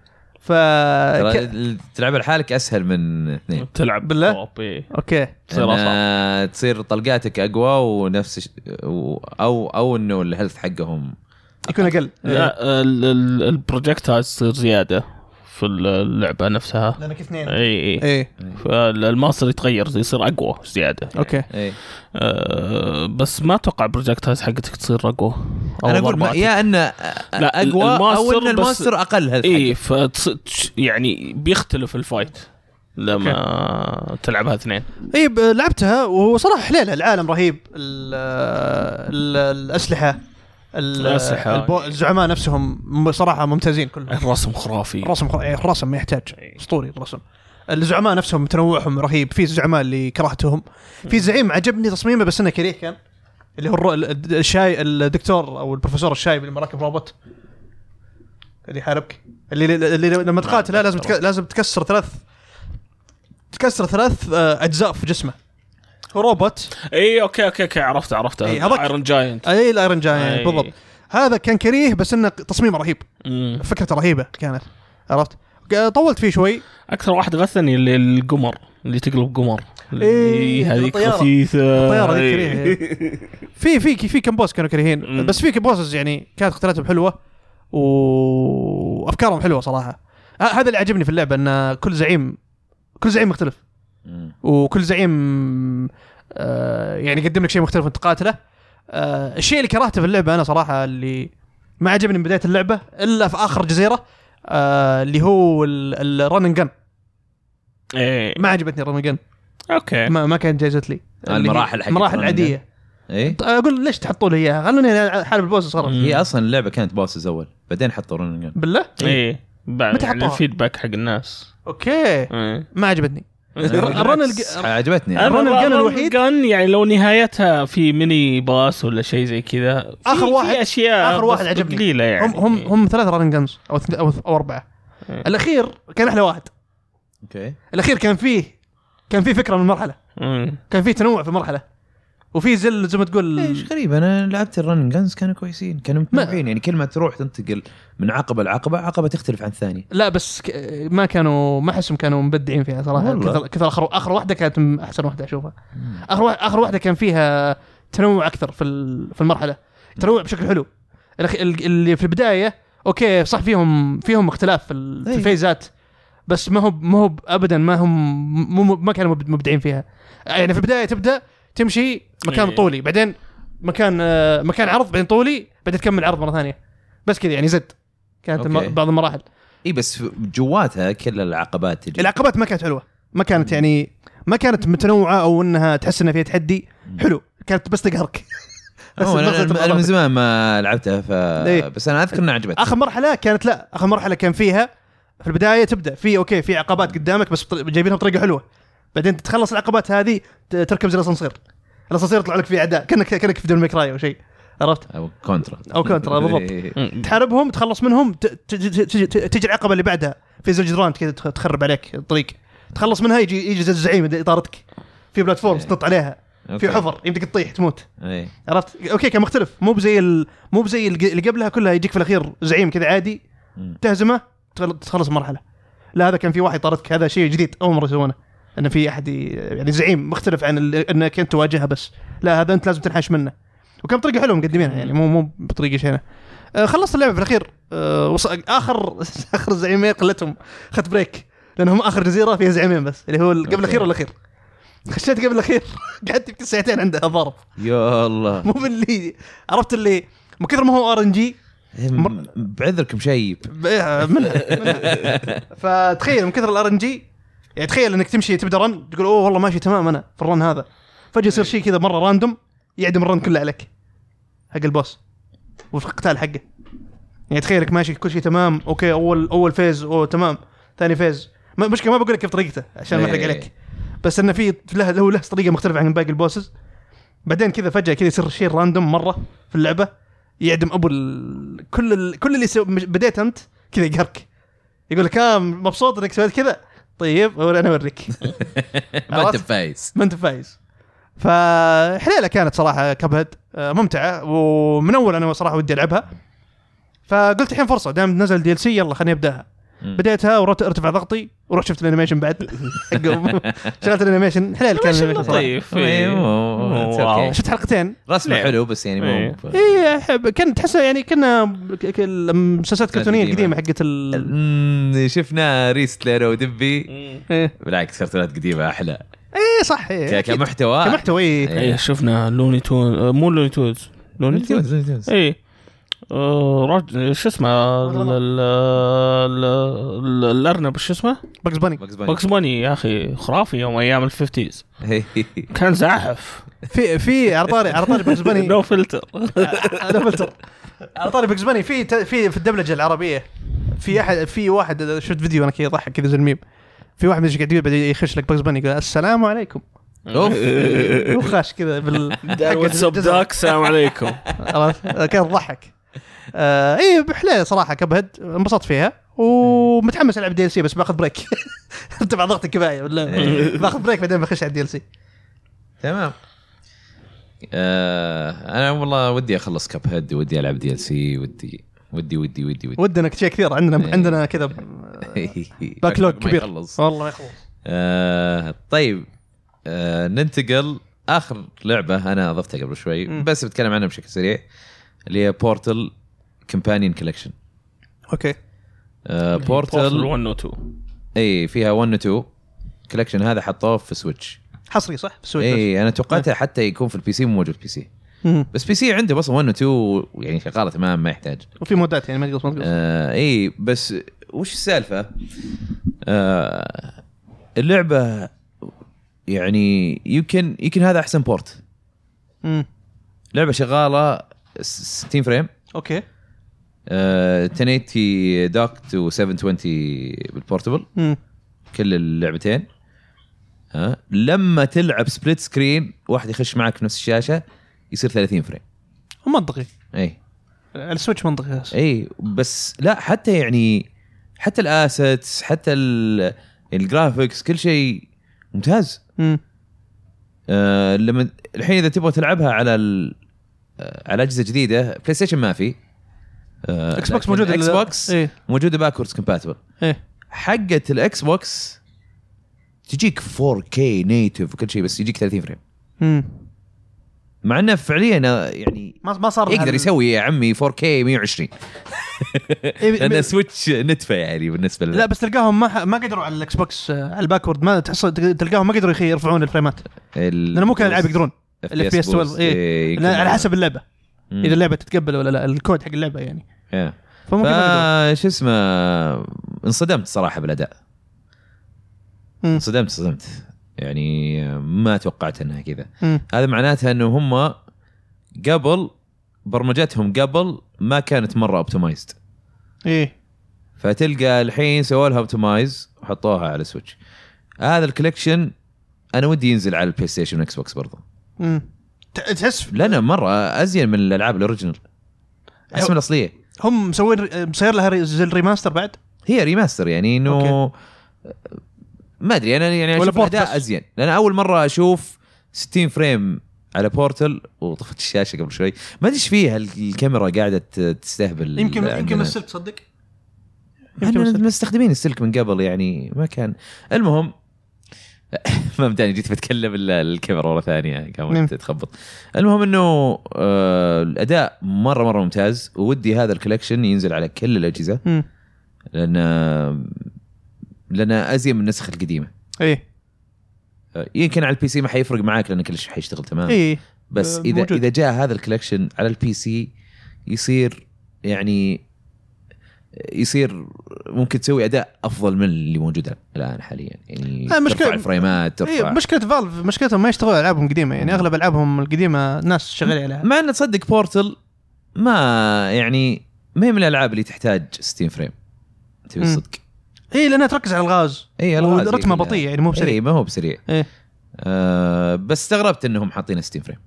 [SPEAKER 2] ف
[SPEAKER 1] ترى
[SPEAKER 2] ك...
[SPEAKER 1] تلعب لحالك اسهل من اثنين
[SPEAKER 3] تلعب
[SPEAKER 2] بالله؟
[SPEAKER 3] كوب، إيه.
[SPEAKER 2] اوكي
[SPEAKER 3] تصير اصعب
[SPEAKER 1] أنا تصير طلقاتك اقوى ونفس الش- و- او او انه الهيلث حقهم
[SPEAKER 2] يكون اقل
[SPEAKER 3] إيه. لا ال- ال- البروجكتايل تصير زياده في اللعبه نفسها إيه،
[SPEAKER 2] لانك اثنين
[SPEAKER 3] اي اي
[SPEAKER 2] ايه
[SPEAKER 3] فالماستر يتغير يصير اقوى زياده
[SPEAKER 2] اوكي
[SPEAKER 1] ايه
[SPEAKER 3] أه بس ما اتوقع البروجكتايلز حقتك تصير اقوى أو
[SPEAKER 1] انا اقول ما
[SPEAKER 3] ضرباتك.
[SPEAKER 1] يا انه
[SPEAKER 3] لا،
[SPEAKER 1] اقوى او
[SPEAKER 3] الماستر
[SPEAKER 1] ان
[SPEAKER 3] بس- إيه.
[SPEAKER 1] الماستر اقل هيلث
[SPEAKER 3] اي فتص... تش- يعني بيختلف الفايت لما تلعبها اثنين
[SPEAKER 2] اي إيه، ب- لعبتها وصراحه حليلها العالم رهيب ال ال الاسلحه ال-
[SPEAKER 3] الأسلحة.
[SPEAKER 2] البو- الزعماء نفسهم م- صراحه ممتازين كلهم
[SPEAKER 3] الرسم خرافي
[SPEAKER 2] الرسم خ- يعني الرسم ما يحتاج اسطوري الرسم الزعماء نفسهم تنوعهم رهيب في زعماء اللي كرهتهم في زعيم عجبني تصميمه بس انه كريه كان اللي هو الر- ال- الشاي الدكتور او البروفيسور الشايب اللي مراكب روبوت اللي يحاربك اللي, اللي اللي لما تقاتله لازم تك... لازم تكسر ثلاث تكسر ثلاث آه، اجزاء في جسمه هو روبوت
[SPEAKER 3] اي اوكي اوكي اوكي عرفت عرفت إيه.
[SPEAKER 2] إي، إيه، هذاك.
[SPEAKER 3] ايرون جاينت
[SPEAKER 2] اي الايرون جاي
[SPEAKER 3] أي.
[SPEAKER 2] بالضبط هذا كان كريه بس انه تصميمه رهيب
[SPEAKER 3] مم.
[SPEAKER 2] فكرته رهيبه كانت عرفت طولت فيه شوي
[SPEAKER 3] اكثر واحد غثني اللي القمر اللي تقلب قمر
[SPEAKER 2] إي، إيه،
[SPEAKER 3] هذيك إيه.
[SPEAKER 2] الطيارة.
[SPEAKER 3] خفيفه
[SPEAKER 2] الطياره ذيك
[SPEAKER 3] إي.
[SPEAKER 2] كريهة. في في في كم بوس كانوا كريهين
[SPEAKER 3] مم.
[SPEAKER 2] بس في بوسز يعني كانت اختياراتهم حلوه وافكارهم حلوه صراحه ه- آه، هذا اللي عجبني في اللعبه ان كل زعيم كل زعيم مختلف
[SPEAKER 1] مم.
[SPEAKER 2] وكل زعيم آه يعني يقدم لك شيء مختلف وانت تقاتله آه الشيء اللي كرهته في اللعبه انا صراحه اللي ما عجبني من بدايه اللعبه الا في اخر جزيره آه اللي هو الرن جن
[SPEAKER 3] اي
[SPEAKER 2] ما عجبتني الرن جن
[SPEAKER 3] اوكي
[SPEAKER 2] ما, ما كانت جايزه لي
[SPEAKER 1] آه،
[SPEAKER 2] اللي هي
[SPEAKER 1] المراحل حقت
[SPEAKER 2] المراحل
[SPEAKER 1] الرن gun.
[SPEAKER 2] العاديه
[SPEAKER 1] ايه
[SPEAKER 2] اقول ليش تحطوا لي اياها؟ خلوني احارب البوس صار
[SPEAKER 3] مم.
[SPEAKER 1] هي اصلا اللعبه كانت بوسز اول بعدين حطوا رنجن
[SPEAKER 2] بالله؟
[SPEAKER 3] اي بعد
[SPEAKER 2] متى
[SPEAKER 3] يعني
[SPEAKER 2] حطوها؟
[SPEAKER 3] الفيدباك حق الناس إيه.
[SPEAKER 2] اوكي
[SPEAKER 3] إي.
[SPEAKER 2] ما عجبتني الرن
[SPEAKER 1] بالعكس،
[SPEAKER 2] الج-
[SPEAKER 1] عجبتني
[SPEAKER 3] أنا
[SPEAKER 2] الرن يعني الجن
[SPEAKER 3] الرن
[SPEAKER 2] الوحيد؟
[SPEAKER 3] الجن يعني لو نهايتها في ميني باس ولا شيء زي كذا في-
[SPEAKER 2] آخر واحد-
[SPEAKER 3] في اشياء
[SPEAKER 2] آخر واحد
[SPEAKER 3] بس
[SPEAKER 2] عجبني.
[SPEAKER 3] قليله يعني
[SPEAKER 2] هم هم هم ثلاث رننج جنز او اثنين- او او اربعه
[SPEAKER 3] إيه.
[SPEAKER 2] الاخير كان احلى واحد
[SPEAKER 1] اوكي
[SPEAKER 2] الاخير كان فيه كان فيه فكره من المرحله
[SPEAKER 3] هم
[SPEAKER 2] كان فيه تنوع في المرحله وفي زل زي ما تقول
[SPEAKER 1] ايش غريب انا لعبت الرن جنز كانوا كويسين كانوا متنوعين يعني كل ما تروح تنتقل من عقبه لعقبه عقبه تختلف عن الثانيه
[SPEAKER 2] لا بس ك- ما كانوا ما احسهم كانوا مبدعين فيها صراحه
[SPEAKER 1] والله.
[SPEAKER 2] كثر كثر اخر اخر واحده كانت م- احسن واحده اشوفها اخر واحد اخر واحده كان فيها تنوع اكثر في ال- في المرحله تنوع بشكل حلو الأخ- ال- اللي في البدايه اوكي صح فيهم فيهم اختلاف في ال- في
[SPEAKER 1] أي.
[SPEAKER 2] الفيزات بس ما هو ب- ما هو ب- ابدا ما هم مو- مو ما كانوا مبد- مبدعين فيها يعني في البدايه تبدا تمشي مكان
[SPEAKER 3] أي.
[SPEAKER 2] طولي بعدين مكان آه، مكان عرض بعدين طولي بعدين تكمل عرض مره ثانيه بس كذا يعني زد كانت الم-
[SPEAKER 1] أوكي.
[SPEAKER 2] بعض المراحل
[SPEAKER 1] اي بس جواتها كل العقبات تجي
[SPEAKER 2] العقبات ما كانت حلوه ما كانت يعني ما كانت متنوعه او انها تحس انها فيها تحدي حلو كانت بس تقهرك بس
[SPEAKER 1] أوه،
[SPEAKER 2] المغزى
[SPEAKER 1] انا,
[SPEAKER 2] تبقى
[SPEAKER 1] أنا من
[SPEAKER 2] ضغط.
[SPEAKER 1] زمان ما لعبتها ف
[SPEAKER 2] إيه.
[SPEAKER 1] بس انا اذكر انها عجبتني
[SPEAKER 2] اخر مرحله كانت لا اخر مرحله كان فيها في البدايه تبدا في اوكي في عقبات قدامك بس بطر- جايبينها بطريقه حلوه بعدين تتخلص العقبات هذه ت- تركب زي الاسانسير الاسانسير يطلع لك فيه اعداء كانك كانك في دون ميكراي او شيء عرفت
[SPEAKER 1] او كونترا
[SPEAKER 2] أو كونترا، بالضبط.
[SPEAKER 1] إيه.
[SPEAKER 2] تحاربهم تخلص منهم ت- ت- ت- تجي- تجي العقبه اللي بعدها في زي الجدران كذا تخ- تخرب عليك الطريق تخلص منها يجي يجي زي الزعيم يد- يطاردك في بلاتفورمز تنط عليها
[SPEAKER 1] أوكي.
[SPEAKER 2] في حفر يمديك تطيح تموت
[SPEAKER 1] إيه.
[SPEAKER 2] عرفت اوكي كان مختلف مو بزي ال... مو بزي الج- اللي قبلها كلها يجيك في الاخير زعيم كذا عادي
[SPEAKER 1] مم.
[SPEAKER 2] تهزمه تخل- تخلص المرحله لا هذا كان في واحد طردك هذا شيء جديد اول مره يسوونه انه في احد ي- يعني زعيم مختلف عن ال... انك انت تواجهها بس لا هذا انت لازم تنحاش منه وكان بطريقه حلوه مقدمينها يعني مو مو بطريقه شينه آه خلصت اللعبه في الاخير آه وص... اخر اخر زعيمين قلتهم اخذت بريك لانهم اخر جزيره فيها زعيمين بس اللي هو ال- قبل
[SPEAKER 1] أوكي.
[SPEAKER 2] الاخير والاخير خشيت قبل الاخير قعدت يمكن ساعتين عندها ضارب
[SPEAKER 1] يا الله
[SPEAKER 2] مو باللي عرفت اللي من كثر ما هو ار ان جي مر-
[SPEAKER 1] بعذرك مشيب
[SPEAKER 2] منها منها. آه، فتخيل من كثر الار ان جي يعني تخيل انك تمشي تبدا رن تقول اوه والله ماشي تمام انا في الرن هذا فجاه
[SPEAKER 1] إيه.
[SPEAKER 2] يصير شيء كذا مره راندوم يعدم الرن كله عليك حق البوس وفي القتال حقه يعني تخيلك ماشي كل شيء تمام اوكي اول اول فيز اوه تمام ثاني فيز ما- مشكله ما بقول لك كيف طريقته عشان ما احرق
[SPEAKER 1] إيه.
[SPEAKER 2] عليك بس انه في له له له طريقه مختلفه عن باقي البوسز بعدين كذا فجاه كذا يصير شيء راندوم مره في اللعبه يعدم ابو ال... كل ال... كل اللي سو... مش- بديت انت كذا يقهرك يقول لك اه مبسوط انك سويت كذا طيب أو انا اوريك
[SPEAKER 1] ما انت
[SPEAKER 2] عرفت؟
[SPEAKER 1] فايز
[SPEAKER 2] ما انت فايز فحليله كانت صراحه كبهد آه، ممتعه ومن اول انا صراحه ودي العبها فقلت الحين فرصه دام نزل دي ال سي يلا خليني ابداها
[SPEAKER 1] مم.
[SPEAKER 2] بديتها ورحت ارتفع ضغطي ورحت شفت الانيميشن بعد قبل. شغلت الانيميشن حلال كان الانيميشن صراحة.
[SPEAKER 3] لطيف
[SPEAKER 1] إيه، مو-
[SPEAKER 2] أيوه،
[SPEAKER 1] مو-
[SPEAKER 3] طيب، واو.
[SPEAKER 1] أوكي.
[SPEAKER 2] شفت حلقتين
[SPEAKER 1] رسمه
[SPEAKER 3] نعم.
[SPEAKER 1] حلو بس يعني
[SPEAKER 3] إيه.
[SPEAKER 1] مو
[SPEAKER 2] اي أحب- كان تحسها يعني كنا ك- ك- المسلسلات الكرتونيه القديمه حقت ال
[SPEAKER 1] مم، شفنا ريستلر ودبي
[SPEAKER 3] مم.
[SPEAKER 2] ايه
[SPEAKER 1] بالعكس كرتونات قديمه احلى
[SPEAKER 2] إيه، صح
[SPEAKER 1] ك-
[SPEAKER 2] إيه، أكيد.
[SPEAKER 1] كمحتوى
[SPEAKER 2] كمحتوى إيه.
[SPEAKER 1] إيه.
[SPEAKER 3] ايه شفنا لوني تون آه، مو لوني تونز لوني تونز
[SPEAKER 1] ممتاز، ممتاز.
[SPEAKER 3] ايه آه، رج... شو اسمه ال- ال- ال- ال- الارنب شو اسمه؟
[SPEAKER 2] بكس باني
[SPEAKER 1] Bugs Bunny. إيه.
[SPEAKER 3] بوكس ماني يا اخي خرافي يوم ايام الفيفتيز كان زاحف
[SPEAKER 2] في في على طاري على طاري بكس باني
[SPEAKER 3] نو فلتر
[SPEAKER 2] لا فلتر على طاري بكس باني في في في الدبلجه العربيه في احد في واحد شفت فيديو انا كذا ضحك كذا زي الميم في واحد من ايش قاعد يقول بعدين يخش لك بكس باني يقول السلام عليكم
[SPEAKER 1] اوف
[SPEAKER 2] وخاش كذا بال
[SPEAKER 3] واتساب
[SPEAKER 2] جزر.
[SPEAKER 3] داك السلام عليكم
[SPEAKER 2] عرفت؟ كان ضحك آه اي بحليل صراحه كبهد انبسطت فيها ومتحمس العب دي ال سي بس باخذ بريك تبع ضغط كفايه ولا
[SPEAKER 1] إيه.
[SPEAKER 2] باخذ بريك بعدين بخش على الدي ال سي
[SPEAKER 1] تمام آه، انا والله ودي اخلص كاب هيد ودي العب دي ال سي ودي ودي ودي ودي ودي
[SPEAKER 2] ودنا شيء كثير عندنا
[SPEAKER 1] إيه.
[SPEAKER 2] عندنا كذا باكلوج
[SPEAKER 1] ما
[SPEAKER 2] كبير.
[SPEAKER 1] يخلص.
[SPEAKER 2] والله يخلص
[SPEAKER 1] آه، طيب آه، ننتقل اخر لعبه انا اضفتها قبل شوي
[SPEAKER 2] مم.
[SPEAKER 1] بس بتكلم عنها بشكل سريع اللي هي بورتل كومبانيون كولكشن
[SPEAKER 2] اوكي
[SPEAKER 1] بورتل
[SPEAKER 3] 1 و 2
[SPEAKER 1] اي آه، فيها 1 و 2 كولكشن هذا حطوه في سويتش
[SPEAKER 2] حصري صح؟ في السويتش بس.
[SPEAKER 1] اي انا توقعته حتى يكون في البي سي مو موجود بي سي
[SPEAKER 2] مم.
[SPEAKER 1] بس بي سي عنده اصلا 1 و 2 ويعني شغاله يعني تمام ما يحتاج
[SPEAKER 2] وفي مودات يعني ما تقص ما تقص
[SPEAKER 1] آه اي بس وش السالفه؟ آه اللعبه يعني يمكن يمكن هذا احسن بورت
[SPEAKER 2] مم.
[SPEAKER 1] لعبه شغاله س- 60 فريم
[SPEAKER 2] اوكي
[SPEAKER 1] آه 1080 دوكت و720 بالبورتبل
[SPEAKER 2] مم.
[SPEAKER 1] كل اللعبتين ها لما تلعب سبليت سكرين واحد يخش معك في نفس الشاشه يصير 30 فريم
[SPEAKER 2] منطقي
[SPEAKER 1] اي
[SPEAKER 2] على السويتش منطقي هذا.
[SPEAKER 1] اي بس لا حتى يعني حتى الاسيتس حتى ال- يعني الجرافيكس كل شيء ممتاز
[SPEAKER 2] مم.
[SPEAKER 1] آه لما الحين اذا تبغى تلعبها على ال- آه، على اجهزه جديده بلاي ستيشن ما في آه،
[SPEAKER 2] اكس بوكس
[SPEAKER 1] لكن
[SPEAKER 2] موجود
[SPEAKER 1] اكس
[SPEAKER 2] ال-
[SPEAKER 1] بوكس
[SPEAKER 2] ايه
[SPEAKER 1] موجوده باكوردز كومباتبل
[SPEAKER 2] ايه
[SPEAKER 1] حقه الاكس بوكس تجيك 4K نيتف وكل شيء بس يجيك 30 فريم
[SPEAKER 2] مم.
[SPEAKER 1] مع انه فعليا آه، يعني
[SPEAKER 2] ما ما صار لها
[SPEAKER 1] يقدر
[SPEAKER 2] ال-
[SPEAKER 1] يسوي يا عمي 4K 120
[SPEAKER 2] إيه،
[SPEAKER 1] لان سويتش نتفه يعني بالنسبه لل
[SPEAKER 2] لا بس تلقاهم ما ما قدروا على الاكس بوكس آه، على الباكورد ما تحصل تلقاهم ما قدروا يخي- يرفعون الفريمات لأنه مو كل الألعاب يقدرون. ال FPS 12 إيه. لأن على حسب اللعبه اذا اللعبه تتقبل ولا لا الكود حق اللعبه يعني فممكن ما قدروا.
[SPEAKER 1] شو اسمه انصدمت صراحه بالاداء
[SPEAKER 2] مم.
[SPEAKER 1] انصدمت انصدمت يعني ما توقعت انها كذا
[SPEAKER 2] مم.
[SPEAKER 1] هذا معناته انه هم قبل برمجتهم قبل ما كانت مره اوبتمايزد
[SPEAKER 2] ايه
[SPEAKER 1] فتلقى الحين سووا لها اوبتمايز وحطوها على سويتش هذا الكوليكشن انا ودي ينزل على البلاي ستيشن والاكس بوكس برضه
[SPEAKER 2] مم. ت- تحس
[SPEAKER 1] لانه مره ازين من الالعاب الاوريجنال
[SPEAKER 2] أيوه.
[SPEAKER 1] احسن من الاصليه
[SPEAKER 2] هم مسوين آه، مسير لها ري- زي الريماستر بعد
[SPEAKER 1] هي ريماستر يعني انه
[SPEAKER 2] أوكي.
[SPEAKER 1] ما ادري انا يعني
[SPEAKER 2] ولا
[SPEAKER 1] اشوف
[SPEAKER 2] بورت بس.
[SPEAKER 1] الاداء ازين لان اول مره اشوف 60 فريم على بورتل وطفت الشاشه قبل شوي ما ادري ايش فيها الكاميرا قاعده تستهبل
[SPEAKER 2] يمكن
[SPEAKER 1] عندنا.
[SPEAKER 2] يمكن من السلك تصدق يمكن
[SPEAKER 1] احنا
[SPEAKER 2] من
[SPEAKER 1] مستخدمين السلك من قبل يعني ما كان المهم ما مداني جيت بتكلم الا الكاميرا مره ثانيه
[SPEAKER 2] نعم.
[SPEAKER 1] قامت تخبط المهم انه آه الاداء مره مره ممتاز ودي هذا الكولكشن ينزل على كل الاجهزه
[SPEAKER 2] مم.
[SPEAKER 1] لان لان ازين من النسخ القديمه
[SPEAKER 2] ايه
[SPEAKER 1] آه، يمكن على البي سي ما حيفرق معاك لان كل شيء حيشتغل تمام
[SPEAKER 2] ايه
[SPEAKER 1] بس
[SPEAKER 2] آه،
[SPEAKER 1] اذا
[SPEAKER 2] موجود.
[SPEAKER 1] اذا جاء هذا الكولكشن على البي سي يصير يعني يصير ممكن تسوي اداء افضل من اللي موجود الان حاليا يعني
[SPEAKER 2] آه، مشكلة-
[SPEAKER 1] ترفع الفريمات ترفع
[SPEAKER 2] ايه مشكله فالف مشكلتهم ما يشتغلوا على العابهم القديمه يعني اغلب العابهم القديمه ناس شغالين عليها
[SPEAKER 1] مع ان تصدق بورتل ما يعني ما هي من الالعاب اللي تحتاج 60 فريم تبي
[SPEAKER 2] مم.
[SPEAKER 1] الصدق
[SPEAKER 2] اي لانها تركز على الغاز
[SPEAKER 1] اي الغاز يعني.
[SPEAKER 2] ورتمه بطيء يعني مو بسريع
[SPEAKER 1] اي ما هو بسريع
[SPEAKER 2] إيه.
[SPEAKER 1] آه بس استغربت انهم حاطين 60 فريم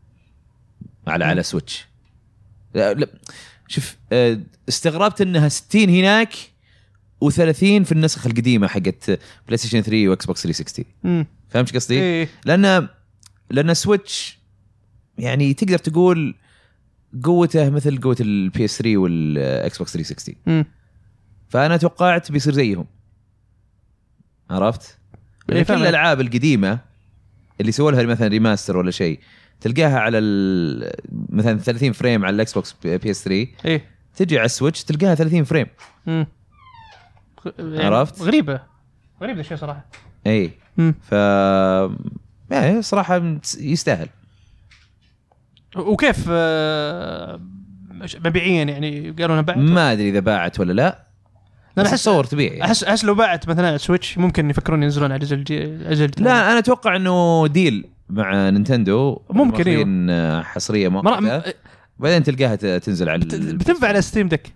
[SPEAKER 1] على على سويتش لا, لا شوف آه استغربت انها 60 هناك و30 في النسخ القديمه حقت بلاي ستيشن 3 واكس بوكس 360
[SPEAKER 2] مم.
[SPEAKER 1] فهمت إيش قصدي؟
[SPEAKER 2] ايه
[SPEAKER 1] لان لان سويتش يعني تقدر تقول قوته مثل قوه البي اس 3 والاكس بوكس 360
[SPEAKER 2] إيه، مم.
[SPEAKER 1] فانا توقعت بيصير زيهم عرفت؟ يعني كل
[SPEAKER 2] فاهم.
[SPEAKER 1] الالعاب القديمه اللي سووا لها مثلا ريماستر ولا شيء تلقاها على ال- مثلا 30 فريم على الاكس بوكس بي اس 3
[SPEAKER 2] ايه
[SPEAKER 1] تجي على السويتش تلقاها 30 فريم
[SPEAKER 2] مم. يعني
[SPEAKER 1] عرفت؟
[SPEAKER 2] غريبه غريبه الشيء صراحه
[SPEAKER 1] اي
[SPEAKER 2] مم.
[SPEAKER 1] إيه، ف يعني صراحه يستاهل
[SPEAKER 2] وكيف آه، مبيعيا يعني قالوا انها باعت
[SPEAKER 1] ما ادري اذا باعت ولا لا انا
[SPEAKER 2] انا احس
[SPEAKER 1] اتصور تبيع يعني.
[SPEAKER 2] احس احس لو باعت مثلا سويتش ممكن يفكرون ينزلون على اجل جي- اجل
[SPEAKER 1] لا انا اتوقع انه ديل مع نينتندو
[SPEAKER 2] ممكن، أيوه.
[SPEAKER 1] واخذين، آه، حصريه مؤقته
[SPEAKER 2] مرة
[SPEAKER 1] بعدين تلقاها ت- تنزل على
[SPEAKER 2] بت- بتنفع على ستيم دك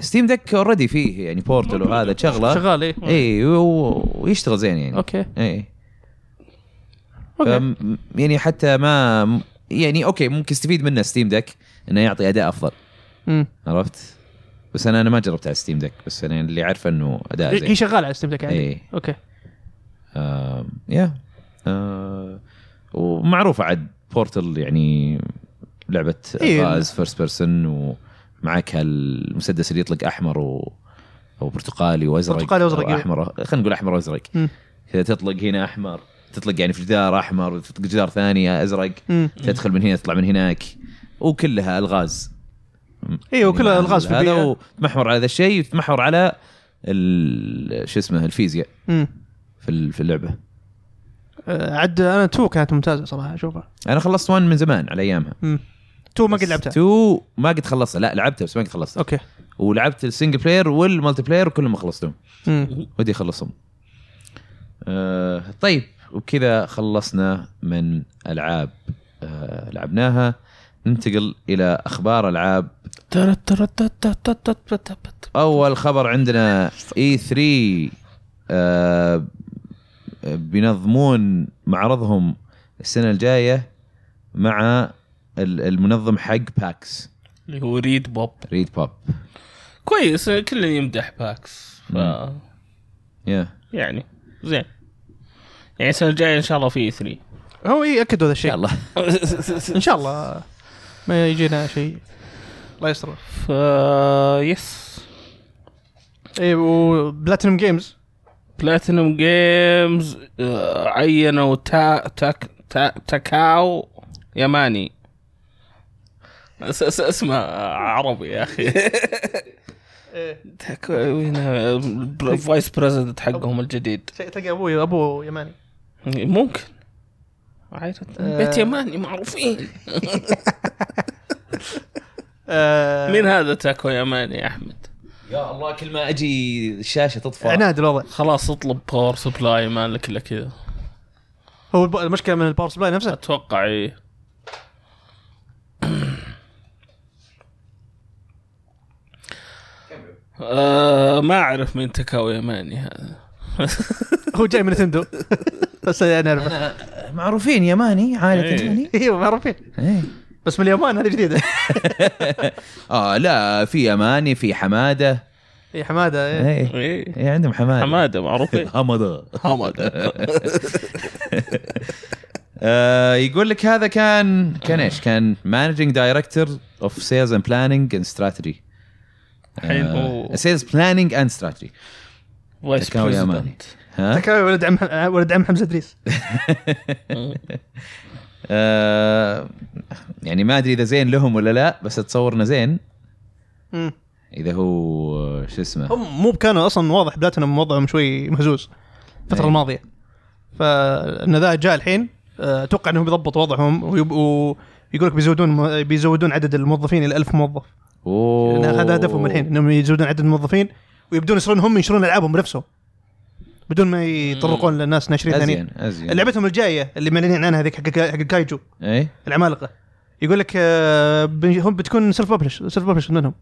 [SPEAKER 1] ستيم دك اوريدي فيه يعني بورتل وهذا شغله
[SPEAKER 2] شغال ايه
[SPEAKER 1] اي و- ويشتغل زين يعني
[SPEAKER 2] اوكي
[SPEAKER 1] اي
[SPEAKER 2] اوكي
[SPEAKER 1] فم- يعني حتى ما يعني اوكي ممكن يستفيد منه ستيم دك انه يعطي اداء افضل
[SPEAKER 2] مم.
[SPEAKER 1] عرفت بس انا انا ما جربت على ستيم دك بس انا اللي عارفه انه اداء
[SPEAKER 2] هي
[SPEAKER 1] زين
[SPEAKER 2] شغال على ستيم دك يعني
[SPEAKER 1] إيه.
[SPEAKER 2] اوكي
[SPEAKER 1] آم، يا آه ومعروفه عاد بورتل يعني لعبه
[SPEAKER 2] إيه.
[SPEAKER 1] غاز فيرست بيرسون ومعك هالمسدس اللي يطلق احمر و او برتقالي وازرق
[SPEAKER 2] برتقالي وأزرق،
[SPEAKER 1] أو
[SPEAKER 2] إيه.
[SPEAKER 1] احمر خلينا نقول احمر وازرق
[SPEAKER 2] مم.
[SPEAKER 1] كذا تطلق هنا احمر تطلق يعني في جدار احمر وتطلق جدار ثاني ازرق
[SPEAKER 2] مم.
[SPEAKER 1] تدخل من هنا تطلع من هناك وكلها الغاز
[SPEAKER 2] ايوه وكلها الغاز في
[SPEAKER 1] هذا
[SPEAKER 2] البيئه
[SPEAKER 1] وتمحور على هذا الشيء وتمحور على ال- شو اسمه الفيزياء
[SPEAKER 2] مم.
[SPEAKER 1] في ال- في اللعبه
[SPEAKER 2] آه، عد انا تو كانت ممتازه صراحه اشوفها
[SPEAKER 1] انا خلصت 1 من زمان على ايامها
[SPEAKER 2] مم. تو ما قد لعبتها
[SPEAKER 1] 2 ما قد خلصتها لا لعبتها بس ما قد خلصتها
[SPEAKER 2] اوكي
[SPEAKER 1] ولعبت السنجل بلاير والمالتي بلاير كلهم خلصتهم
[SPEAKER 2] مم.
[SPEAKER 1] ودي اخلصهم آه طيب وبكذا خلصنا من العاب آه لعبناها ننتقل الى اخبار العاب اول خبر عندنا اي 3 آه بينظمون معرضهم السنه الجايه مع ال- المنظم حق باكس
[SPEAKER 3] اللي هو ريد بوب
[SPEAKER 1] ريد بوب
[SPEAKER 3] كويس كلنا يمدح باكس ف...
[SPEAKER 1] مم. يا
[SPEAKER 3] يعني زين يعني السنه الجايه ان شاء الله في E 3
[SPEAKER 2] هو اي اكدوا هذا الشيء
[SPEAKER 1] يلا
[SPEAKER 2] ان شاء الله ما يجينا شيء الله يستر
[SPEAKER 3] ف يس
[SPEAKER 2] اي وبلاتينوم جيمز
[SPEAKER 3] بلاتينوم جيمز آه، عينوا تا تاك تا تاكاو يماني اس اس اسمه عربي يا اخي
[SPEAKER 2] إيه،
[SPEAKER 3] تاك- وين البر- الفايس بريزيدنت حقهم الجديد
[SPEAKER 2] تلقى ابوي ابوه يماني
[SPEAKER 3] ممكن عيرة بيت يماني معروفين
[SPEAKER 2] آه،
[SPEAKER 3] مين هذا تاكو يماني يا احمد
[SPEAKER 1] يا الله كل ما اجي الشاشه تطفى
[SPEAKER 2] عناد الوضع
[SPEAKER 3] خلاص اطلب باور سبلاي ما لك الا كذا
[SPEAKER 2] هو الب- المشكله من الباور سبلاي نفسه
[SPEAKER 3] اتوقع ايه آه ما اعرف مين تكاوي يماني هذا
[SPEAKER 2] هو جاي من نتندو بس انا اعرفه
[SPEAKER 1] معروفين يماني عائله
[SPEAKER 3] إيه.
[SPEAKER 1] يعني
[SPEAKER 2] ايوه معروفين
[SPEAKER 1] إيه.
[SPEAKER 2] بس من اليابان هذه جديده
[SPEAKER 1] اه لا في يماني في حماده
[SPEAKER 2] اي حماده إيه.
[SPEAKER 1] ايه
[SPEAKER 3] ايه
[SPEAKER 1] إيه، عندهم إيه. حماده
[SPEAKER 3] حماده معروفين
[SPEAKER 1] حماده
[SPEAKER 3] حماده
[SPEAKER 1] آه، يقول لك هذا كان كان ايش؟ كان مانجنج دايركتور اوف سيلز اند بلاننج اند استراتيجي
[SPEAKER 3] الحين
[SPEAKER 1] آه،
[SPEAKER 3] هو
[SPEAKER 1] سيلز بلاننج اند استراتيجي
[SPEAKER 3] فايس
[SPEAKER 1] تكاوي يماني.
[SPEAKER 3] بريزيدنت
[SPEAKER 1] ها
[SPEAKER 2] تكاوي ولد عم ولد عم حمزه ادريس
[SPEAKER 1] آه، يعني ما ادري اذا زين لهم ولا لا بس اتصور انه زين
[SPEAKER 2] مم.
[SPEAKER 1] اذا هو آه، شو اسمه
[SPEAKER 2] هم مو كانوا اصلا واضح بلاتينوم وضعهم شوي مهزوز الفتره
[SPEAKER 1] أي.
[SPEAKER 2] الماضيه فان ذا جاء الحين آه، اتوقع انهم بيضبطوا وضعهم ويبقوا يقول لك بيزودون بيزودون عدد الموظفين الى ألف موظف
[SPEAKER 1] اوه
[SPEAKER 2] لان هذا هدفهم الحين انهم يزودون عدد الموظفين ويبدون يصيرون هم ينشرون العابهم بنفسهم بدون ما يطرقون للناس ناشرين ثانيين
[SPEAKER 1] ازين ازين
[SPEAKER 2] لعبتهم الجايه اللي معلنين عنها هذيك حق حق كايجو
[SPEAKER 1] اي
[SPEAKER 2] العمالقه يقول لك آه، بن- هم بتكون سيلف ببلش سيلف ببلش منهم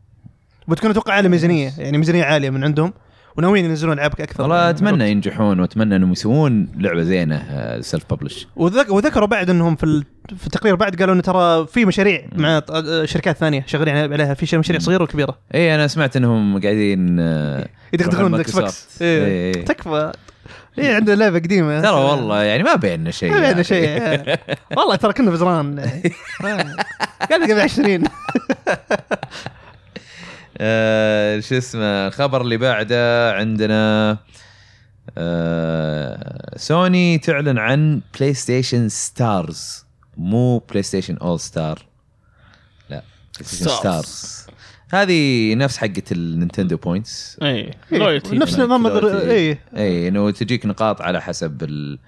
[SPEAKER 2] بتكون اتوقع على ميزانيه يعني ميزانيه عاليه من عندهم وناويين ينزلون العاب اكثر
[SPEAKER 1] والله اتمنى ينجحون واتمنى انهم يسوون آه، لعبه زينه سيلف ببلش
[SPEAKER 2] وذك... وذكروا بعد انهم في ال- في التقرير بعد قالوا انه ترى في مشاريع مع ط- آه، شركات ثانيه شغالين عليها في مشاريع صغيره وكبيره
[SPEAKER 1] اي انا إيه، سمعت انهم قاعدين آه،
[SPEAKER 2] يدقدقون
[SPEAKER 1] يروحون
[SPEAKER 2] الاكس بوكس
[SPEAKER 1] مايكروسوفت. إيه.
[SPEAKER 2] إيه. تكفى اي عندنا لعبه قديمه
[SPEAKER 1] ترى والله يعني ما بيننا شيء
[SPEAKER 2] ما بيننا
[SPEAKER 1] يعني.
[SPEAKER 2] شيء والله ترى كنا بزران قال قبل 20
[SPEAKER 1] آه، شو اسمه الخبر اللي بعده عندنا آه، سوني تعلن عن بلاي ستيشن ستارز مو بلاي ستيشن اول ستار لا بلاي ستيشن
[SPEAKER 3] Stars.
[SPEAKER 1] ستارز هذه نفس حقه النينتندو بوينتس
[SPEAKER 3] اي
[SPEAKER 2] إيه،
[SPEAKER 3] لويتي
[SPEAKER 2] نفس إيه.
[SPEAKER 1] يعني
[SPEAKER 2] نظام
[SPEAKER 1] كلوتي.
[SPEAKER 2] الر- اي
[SPEAKER 1] اي انه إيه، تجيك نقاط على حسب ال-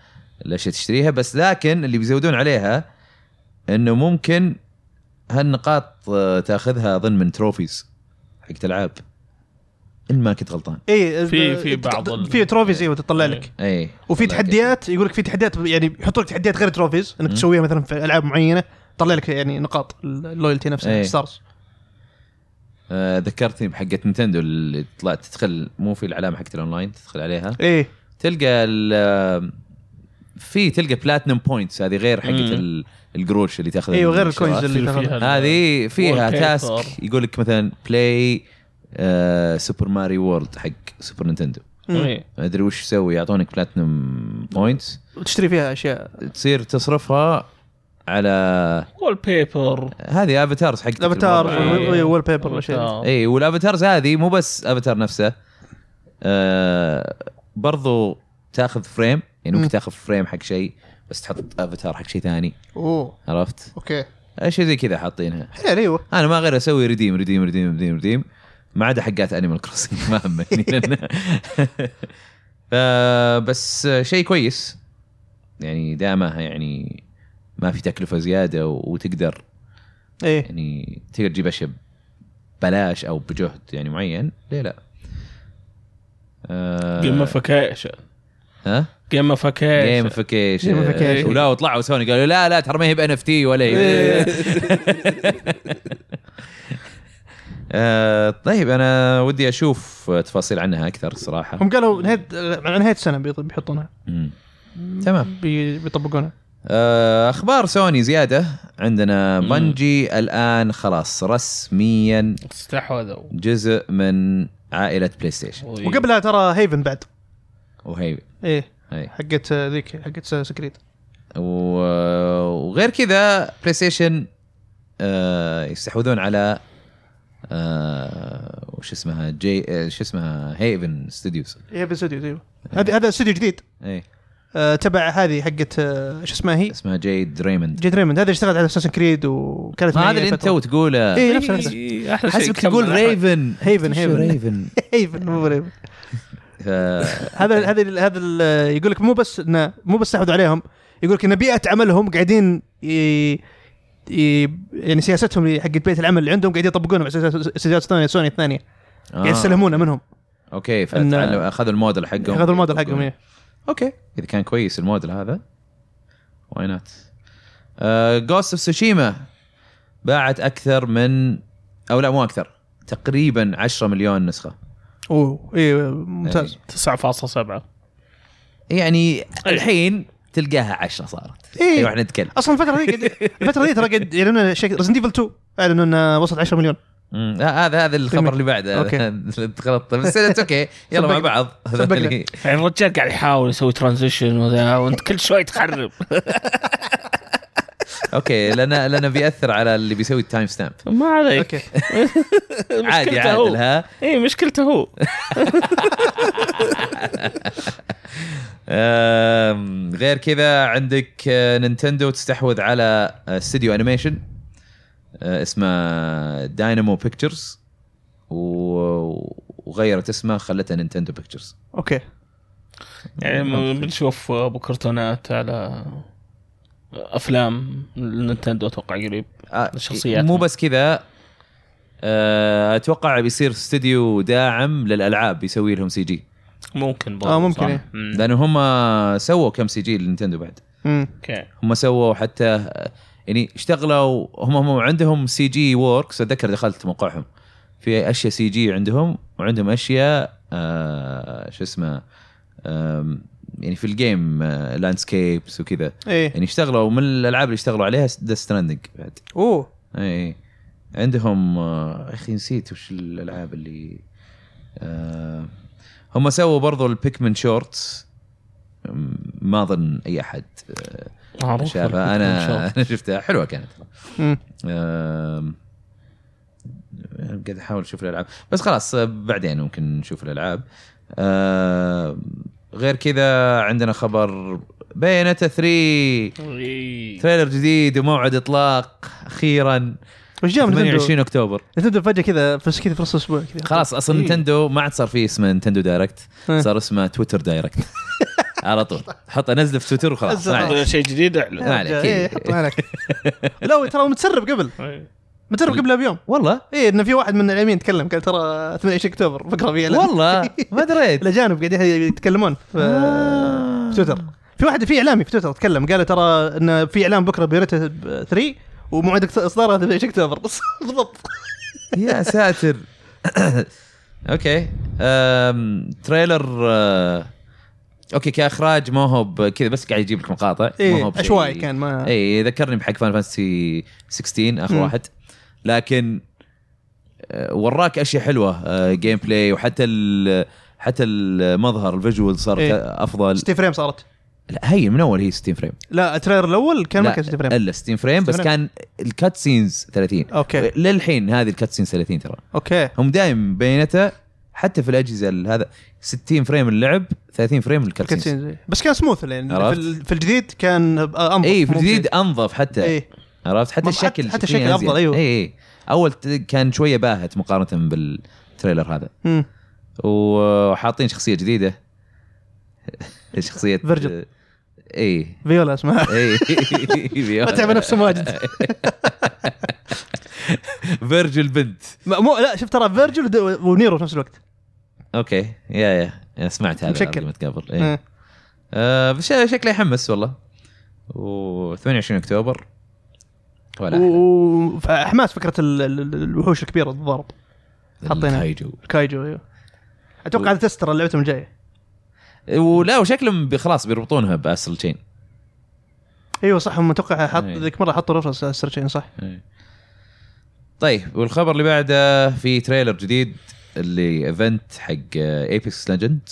[SPEAKER 1] الاشياء تشتريها بس لكن اللي بيزودون عليها انه ممكن هالنقاط آه، تاخذها اظن من تروفيز حقت العاب ان ما كنت غلطان
[SPEAKER 2] اي
[SPEAKER 3] في- في
[SPEAKER 2] إيه، تط-
[SPEAKER 3] بعض ال-
[SPEAKER 2] في تروفيز اي وتطلع
[SPEAKER 3] إيه.
[SPEAKER 2] لك
[SPEAKER 1] اي
[SPEAKER 2] وفي
[SPEAKER 1] والله
[SPEAKER 2] تحديات يقول لك في تحديات يعني يحطوا لك تحديات غير تروفيز انك
[SPEAKER 1] مم.
[SPEAKER 2] تسويها مثلا في العاب معينه طلع لك يعني نقاط ال- اللويالتي نفسها
[SPEAKER 1] إيه.
[SPEAKER 2] ستارز
[SPEAKER 1] آه، ذكرتني بحقت نينتندو اللي طلعت تدخل مو في العلامه حقت الاونلاين تدخل عليها
[SPEAKER 2] اي
[SPEAKER 1] تلقى ال- آه، في تلقى بلاتنم بوينتس هذه غير حقت
[SPEAKER 3] مم.
[SPEAKER 1] ال- القروش اللي تاخذها
[SPEAKER 2] اي
[SPEAKER 1] من
[SPEAKER 2] إيه، وغير
[SPEAKER 1] الشراء.
[SPEAKER 2] الكوينز اللي
[SPEAKER 3] في- فيها
[SPEAKER 2] تاخذها.
[SPEAKER 1] هذه فيها
[SPEAKER 3] Wallpaper.
[SPEAKER 1] تاسك يقول لك مثلا بلاي آه سوبر ماري وورلد حق سوبر نينتندو
[SPEAKER 2] مم.
[SPEAKER 3] إيه.
[SPEAKER 1] ما ادري وش يسوي يعطونك بلاتنم بوينتس
[SPEAKER 2] وتشتري فيها اشياء
[SPEAKER 1] تصير تصرفها على
[SPEAKER 3] وول بيبر
[SPEAKER 1] هذه افاتارز حق
[SPEAKER 2] الافاتار
[SPEAKER 3] إيه.
[SPEAKER 2] وول بيبر والاشياء
[SPEAKER 3] آه.
[SPEAKER 1] اي والافاتارز إيه، هذه مو بس افاتار نفسه آه برضو تاخذ فريم يعني
[SPEAKER 2] مم.
[SPEAKER 1] ممكن تاخذ فريم حق شيء بس تحط افاتار حق شيء ثاني
[SPEAKER 2] اوه
[SPEAKER 1] عرفت؟
[SPEAKER 2] اوكي
[SPEAKER 1] اشياء زي كذا حاطينها
[SPEAKER 2] حلو ايوه
[SPEAKER 1] انا ما غير اسوي ريديم ريديم ريديم ريديم ريديم ما عدا حقات انيمال كروسنج ما همني لأن- ف- آه، بس شيء كويس يعني دامها يعني ما في تكلفه زياده و- وتقدر
[SPEAKER 2] ايه
[SPEAKER 1] يعني تقدر تجيب اشياء ببلاش او بجهد يعني معين ليه لا؟ آه،
[SPEAKER 3] جيم افكيشن
[SPEAKER 1] ها؟
[SPEAKER 3] جيم افكيشن
[SPEAKER 1] جيمفيكيشن
[SPEAKER 2] Gamification.
[SPEAKER 1] ولا وطلعوا سوني قالوا لا لا ترى ما هي بان اف تي ولا هي آه، طيب انا ودي اشوف تفاصيل عنها اكثر الصراحه
[SPEAKER 2] هم قالوا نهايه على نهايه السنه بيط- بيحطونها
[SPEAKER 1] مم. تمام
[SPEAKER 2] بي- بيطبقونها
[SPEAKER 1] آه، اخبار سوني زياده عندنا
[SPEAKER 3] مم.
[SPEAKER 1] بنجي الان خلاص رسميا
[SPEAKER 3] استحوذوا
[SPEAKER 1] جزء من عائله بلاي ستيشن
[SPEAKER 3] إيه.
[SPEAKER 2] وقبلها ترى هيفن بعد
[SPEAKER 1] وهي
[SPEAKER 2] ايه
[SPEAKER 1] هي.
[SPEAKER 2] حقت آه، ذيك حقت س- سكريت
[SPEAKER 1] و- وغير كذا بلاي ستيشن آه، يستحوذون على آه، وش اسمها جي آه، شو اسمها هيفن ستوديوز
[SPEAKER 2] هيفن استوديو ايوه هذا هذا استوديو جديد
[SPEAKER 1] اي
[SPEAKER 2] آه، تبع هذه حقت آه، شو اسمها هي؟
[SPEAKER 1] إيه. اسمها جيد ريموند
[SPEAKER 2] جيد ريموند هذا اشتغلت على اساسن كريد وكانت
[SPEAKER 1] ما
[SPEAKER 2] معي
[SPEAKER 1] هذا اللي انت
[SPEAKER 2] إيه، فترة.
[SPEAKER 1] تقوله
[SPEAKER 2] اي نفس نفس
[SPEAKER 3] إيه، احلى شيء
[SPEAKER 1] حسبك
[SPEAKER 3] كمل
[SPEAKER 1] تقول
[SPEAKER 3] أحمد.
[SPEAKER 1] ريفن
[SPEAKER 2] هيفن هيفن
[SPEAKER 1] ريفن
[SPEAKER 2] هيفن إيه، مو ريفن هذا هذا هذا ال- آه، يقول لك مو بس انه مو بس استحوذوا عليهم يقول لك ان بيئه عملهم قاعدين ي... ي... يعني سياستهم اللي حقت بيئه العمل اللي عندهم قاعدين يطبقونها مع سياسات سياسات ثانيه سوني الثانيه
[SPEAKER 1] آه.
[SPEAKER 2] قاعد يستلهمونه منهم
[SPEAKER 1] اوكي فتعلموا اخذوا الموديل حقهم
[SPEAKER 2] اخذوا الموديل حقهم إيه.
[SPEAKER 1] اوكي اذا كان كويس الموديل هذا آه، واي نوت جوست اوف سوشيما باعت اكثر من او لا مو اكثر تقريبا 10 مليون نسخه
[SPEAKER 2] اوه اي إيه، ممتاز
[SPEAKER 1] إيه.
[SPEAKER 3] 9.7
[SPEAKER 1] يعني الحين تلقاها 10 صارت
[SPEAKER 2] إيه.
[SPEAKER 1] ايوه احنا نتكلم
[SPEAKER 2] اصلا الفتره دي قاعد- الفتره دي ترى قاعد يعلنون شيء ريزنت ايفل 2 اعلنوا انه وصلت 10 مليون
[SPEAKER 1] مم، آه، هذا هذا الخبر
[SPEAKER 2] Remake.
[SPEAKER 1] اللي بعده
[SPEAKER 2] أوكي.
[SPEAKER 1] اوكي تغلطت بس إيه، it's اوكي يلا مع
[SPEAKER 2] سبقنا.
[SPEAKER 1] بعض هذا
[SPEAKER 2] سبقنا.
[SPEAKER 1] اللي-
[SPEAKER 3] يعني الرجال قاعد يحاول يسوي ترانزيشن وذا وانت كل شوي تخرب
[SPEAKER 1] اوكي لان لان بياثر على اللي بيسوي التايم ستامب
[SPEAKER 3] ما عليك
[SPEAKER 2] اوكي
[SPEAKER 1] عادي
[SPEAKER 3] مشكلته هو.
[SPEAKER 1] عادلها
[SPEAKER 3] اي مشكلته هو
[SPEAKER 1] آم، غير كذا عندك آه، نينتندو تستحوذ على آه، استوديو انيميشن آه، اسمه داينامو بيكتشرز وغيرت اسمه خلته نينتندو بيكتشرز
[SPEAKER 2] اوكي
[SPEAKER 3] يعني م- بنشوف ابو كرتونات على افلام نينتندو اتوقع قريب الشخصيات.
[SPEAKER 1] آه، مو بس كذا آه، اتوقع بيصير استوديو داعم للالعاب بيسوي لهم سي جي
[SPEAKER 3] ممكن
[SPEAKER 2] آه، ممكن،
[SPEAKER 3] صح؟
[SPEAKER 2] إيه.
[SPEAKER 3] مم.
[SPEAKER 1] لانه هم سووا كم سي جي لنينتندو بعد
[SPEAKER 2] امم
[SPEAKER 3] اوكي
[SPEAKER 1] هم سووا حتى يعني اشتغلوا هم هم عندهم سي جي ووركس اتذكر دخلت موقعهم في اشياء سي جي عندهم وعندهم اشياء آه شو اسمه آم، يعني في الجيم لاندسكيبس وكذا
[SPEAKER 2] ايه
[SPEAKER 1] يعني اشتغلوا من الالعاب اللي اشتغلوا عليها ذا ستراندنج بعد
[SPEAKER 2] اوه
[SPEAKER 1] اي اي. إيه. عندهم آه، يا اخي نسيت وش الالعاب اللي آه هم سووا برضو البيكمن شورتس أم، ما اظن اي احد آه،
[SPEAKER 3] معروف
[SPEAKER 1] شافها
[SPEAKER 3] إن
[SPEAKER 1] انا
[SPEAKER 3] شاء الله.
[SPEAKER 1] انا شفتها حلوه كانت
[SPEAKER 2] امم
[SPEAKER 1] أم، يعني قاعد احاول اشوف الالعاب بس خلاص آه، بعدين ممكن نشوف الالعاب آه غير كذا عندنا خبر بينتا 3
[SPEAKER 3] إيه.
[SPEAKER 1] تريلر جديد وموعد اطلاق اخيرا
[SPEAKER 2] وش جاب نتندو
[SPEAKER 1] 28 اكتوبر
[SPEAKER 2] نتندو فجاه كذا فرصه كذا فرصه اسبوع كذا
[SPEAKER 1] خلاص اصلا
[SPEAKER 3] إيه.
[SPEAKER 1] نتندو ما عاد صار فيه اسمه نتندو دايركت
[SPEAKER 2] إيه.
[SPEAKER 1] صار اسمه تويتر دايركت على طول حط انزله في تويتر وخلاص ما عليك.
[SPEAKER 3] هذا شيء جديد اعلن
[SPEAKER 1] ما عليك،
[SPEAKER 2] يا رجال،
[SPEAKER 1] إيه.
[SPEAKER 2] إيه، حط ما عليك لا ترى هو متسرب قبل متسرب قبلها بيوم
[SPEAKER 1] والله
[SPEAKER 2] اي انه في واحد من اليمين تكلم قال ترى 28 اكتوبر بكره في إعلان.
[SPEAKER 1] والله ما دريت
[SPEAKER 2] الاجانب قاعدين يتكلمون في
[SPEAKER 1] آه.
[SPEAKER 2] في تويتر في واحد في اعلامي في تويتر تكلم قال ترى انه في اعلان بكره بيرتا 3 وموعد اصدارها 28 اكتوبر بالضبط
[SPEAKER 1] يا ساتر اوكي أم... تريلر آه، اوكي كاخراج ما هو ب- كذا بس قاعد يجيب لك مقاطع ما هو
[SPEAKER 2] ايه
[SPEAKER 1] بشيء- إيه.
[SPEAKER 2] عشوائي كان ما
[SPEAKER 1] اي ذكرني بحق فان فانتسي 16 اخر
[SPEAKER 2] مم.
[SPEAKER 1] واحد لكن آه، وراك اشياء حلوه جيم بلاي وحتى ال... حتى المظهر الفيجوال صار
[SPEAKER 2] إيه.
[SPEAKER 1] إيه. افضل
[SPEAKER 2] 60 فريم صارت
[SPEAKER 1] لا هي من اول هي 60 فريم
[SPEAKER 2] لا التريلر الاول كان ما
[SPEAKER 1] لا،
[SPEAKER 2] كان 60 فريم
[SPEAKER 1] الا 60 فريم بس
[SPEAKER 2] 60
[SPEAKER 1] كان الكات سينز 30
[SPEAKER 2] اوكي
[SPEAKER 1] للحين هذه الكات سينز 30 ترى
[SPEAKER 2] اوكي
[SPEAKER 1] هم دائما بينته حتى في الاجهزه ال- هذا 60 فريم اللعب 30 فريم الكاتسينز
[SPEAKER 2] كاتسين. بس كان سموث لان
[SPEAKER 1] عرفت؟
[SPEAKER 2] في, ال- في الجديد كان آه، انظف
[SPEAKER 1] اي إيه، في
[SPEAKER 2] مو إيه.
[SPEAKER 1] الجديد انظف حتى
[SPEAKER 2] اي
[SPEAKER 1] عرفت حتى
[SPEAKER 2] ما-
[SPEAKER 1] الشكل
[SPEAKER 2] حتى- حتى
[SPEAKER 1] شكليا
[SPEAKER 2] الشكل أفضل،
[SPEAKER 1] أزين.
[SPEAKER 2] أيوه.
[SPEAKER 1] اي اي اول إيه. ت- كان شويه باهت مقارنه بالتريلر هذا
[SPEAKER 2] مم.
[SPEAKER 1] وحاطين شخصيه جديده شخصيه
[SPEAKER 2] فيرجل.
[SPEAKER 1] اي
[SPEAKER 2] فيولا اسمها
[SPEAKER 1] اي إيه.
[SPEAKER 2] ما تعب نفسه ماجد
[SPEAKER 1] فيرجل بنت
[SPEAKER 2] ما- مو لا شوف ترى فيرجل ود- ونيرو في نفس الوقت
[SPEAKER 1] اوكي يا يا يا سمعت هذا
[SPEAKER 2] مشكل.
[SPEAKER 1] قبل ما تقابل إيه.
[SPEAKER 2] إيه.
[SPEAKER 1] آه بش- شكله يحمس والله و 28 اكتوبر ولا أحد.
[SPEAKER 2] و- فاحماس فكره ال- ال- الوحوش الكبيره تتضارب حاطينها.
[SPEAKER 1] الكايجو
[SPEAKER 2] الكايجو ايوه اتوقع هذا تستر لعبتهم الجايه
[SPEAKER 1] ولا وشكلهم بي- خلاص بيربطونها باسترال تشين
[SPEAKER 2] ايوه صح هم اتوقع حط
[SPEAKER 1] إيه.
[SPEAKER 2] ذيك مره حطوا رفرنس السيرشين صح
[SPEAKER 1] طيب والخبر اللي بعده في تريلر جديد اللي ايفنت حق ايبكس ليجند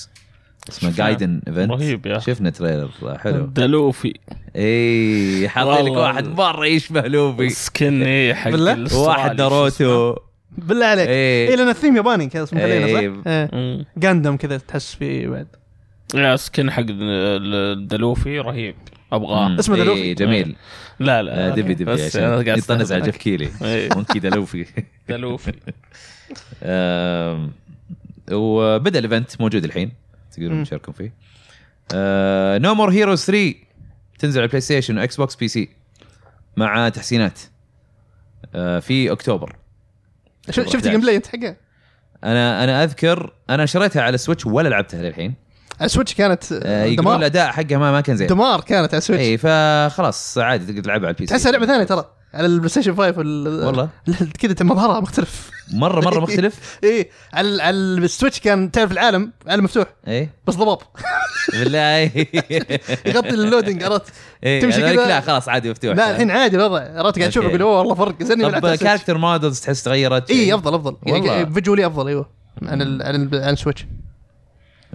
[SPEAKER 1] اسمه
[SPEAKER 3] شفناه.
[SPEAKER 1] جايدن ايفنت
[SPEAKER 3] رهيب يا أخي.
[SPEAKER 1] شفنا تريلر آه، حلو
[SPEAKER 3] دلوفي
[SPEAKER 1] اي حاطين لك
[SPEAKER 3] والله.
[SPEAKER 1] واحد مره يشبه لوبي
[SPEAKER 3] سكن ايه حق
[SPEAKER 2] بالله؟
[SPEAKER 3] الأسترالي.
[SPEAKER 1] واحد ناروتو
[SPEAKER 2] بالله عليك اي
[SPEAKER 1] اي
[SPEAKER 2] إيه لان الثيم ياباني كذا اسمه
[SPEAKER 1] إيه.
[SPEAKER 2] علينا صح؟ إيه.
[SPEAKER 3] مم.
[SPEAKER 2] غاندم كذا تحس فيه بعد
[SPEAKER 3] يا سكن حق الدلوفي رهيب ابغاه
[SPEAKER 2] اسمه
[SPEAKER 1] إيه،
[SPEAKER 2] دلوفي.
[SPEAKER 1] جميل
[SPEAKER 3] لا لا
[SPEAKER 1] آه، دبي دبي
[SPEAKER 3] بس أنا
[SPEAKER 1] عشان
[SPEAKER 3] قاعد
[SPEAKER 1] يطنز على
[SPEAKER 3] أستهبل.
[SPEAKER 1] جيف كيلي
[SPEAKER 3] إيه،
[SPEAKER 1] مونكي دلوفي
[SPEAKER 3] دلوفي
[SPEAKER 1] آم، وبدا الايفنت موجود الحين تقدرون
[SPEAKER 2] مم.
[SPEAKER 1] تشاركون فيه آه، نو مور هيروز 3 تنزل على بلاي ستيشن واكس بوكس بي سي مع تحسينات آه، في اكتوبر
[SPEAKER 2] شو- شفت الجيم بلاي انت حقه
[SPEAKER 1] انا انا اذكر انا شريتها على سويتش ولا لعبتها للحين
[SPEAKER 2] على السويتش كانت
[SPEAKER 1] آه، يقولون
[SPEAKER 2] دمار
[SPEAKER 1] الاداء حقها ما ما كان زين
[SPEAKER 2] دمار كانت على السويتش
[SPEAKER 1] اي فخلاص عادي تقدر تلعبها على البي سي
[SPEAKER 2] تحسها لعبه ثانيه ترى على البلاي ستيشن 5 وال...
[SPEAKER 1] والله
[SPEAKER 2] كذا مظهرها مختلف
[SPEAKER 1] مره مره مختلف
[SPEAKER 2] ايه على على السويتش كان تعرف العالم عالم مفتوح
[SPEAKER 1] اي
[SPEAKER 2] بس ضباب
[SPEAKER 1] بالله اي
[SPEAKER 2] يغطي اللودنج عرفت
[SPEAKER 1] إي،
[SPEAKER 2] تمشي
[SPEAKER 1] هذولك
[SPEAKER 2] كذا.
[SPEAKER 1] لا خلاص عادي مفتوح
[SPEAKER 2] لا الحين عادي الوضع عرفت قاعد اشوف
[SPEAKER 1] أوكي.
[SPEAKER 2] اقول اوه والله فرق زني
[SPEAKER 1] طب كاركتر مودلز تحس تغيرت
[SPEAKER 2] اي افضل افضل
[SPEAKER 1] والله.
[SPEAKER 2] إيه، يعني فيجولي افضل ايوه عن ال عن ال عن السويتش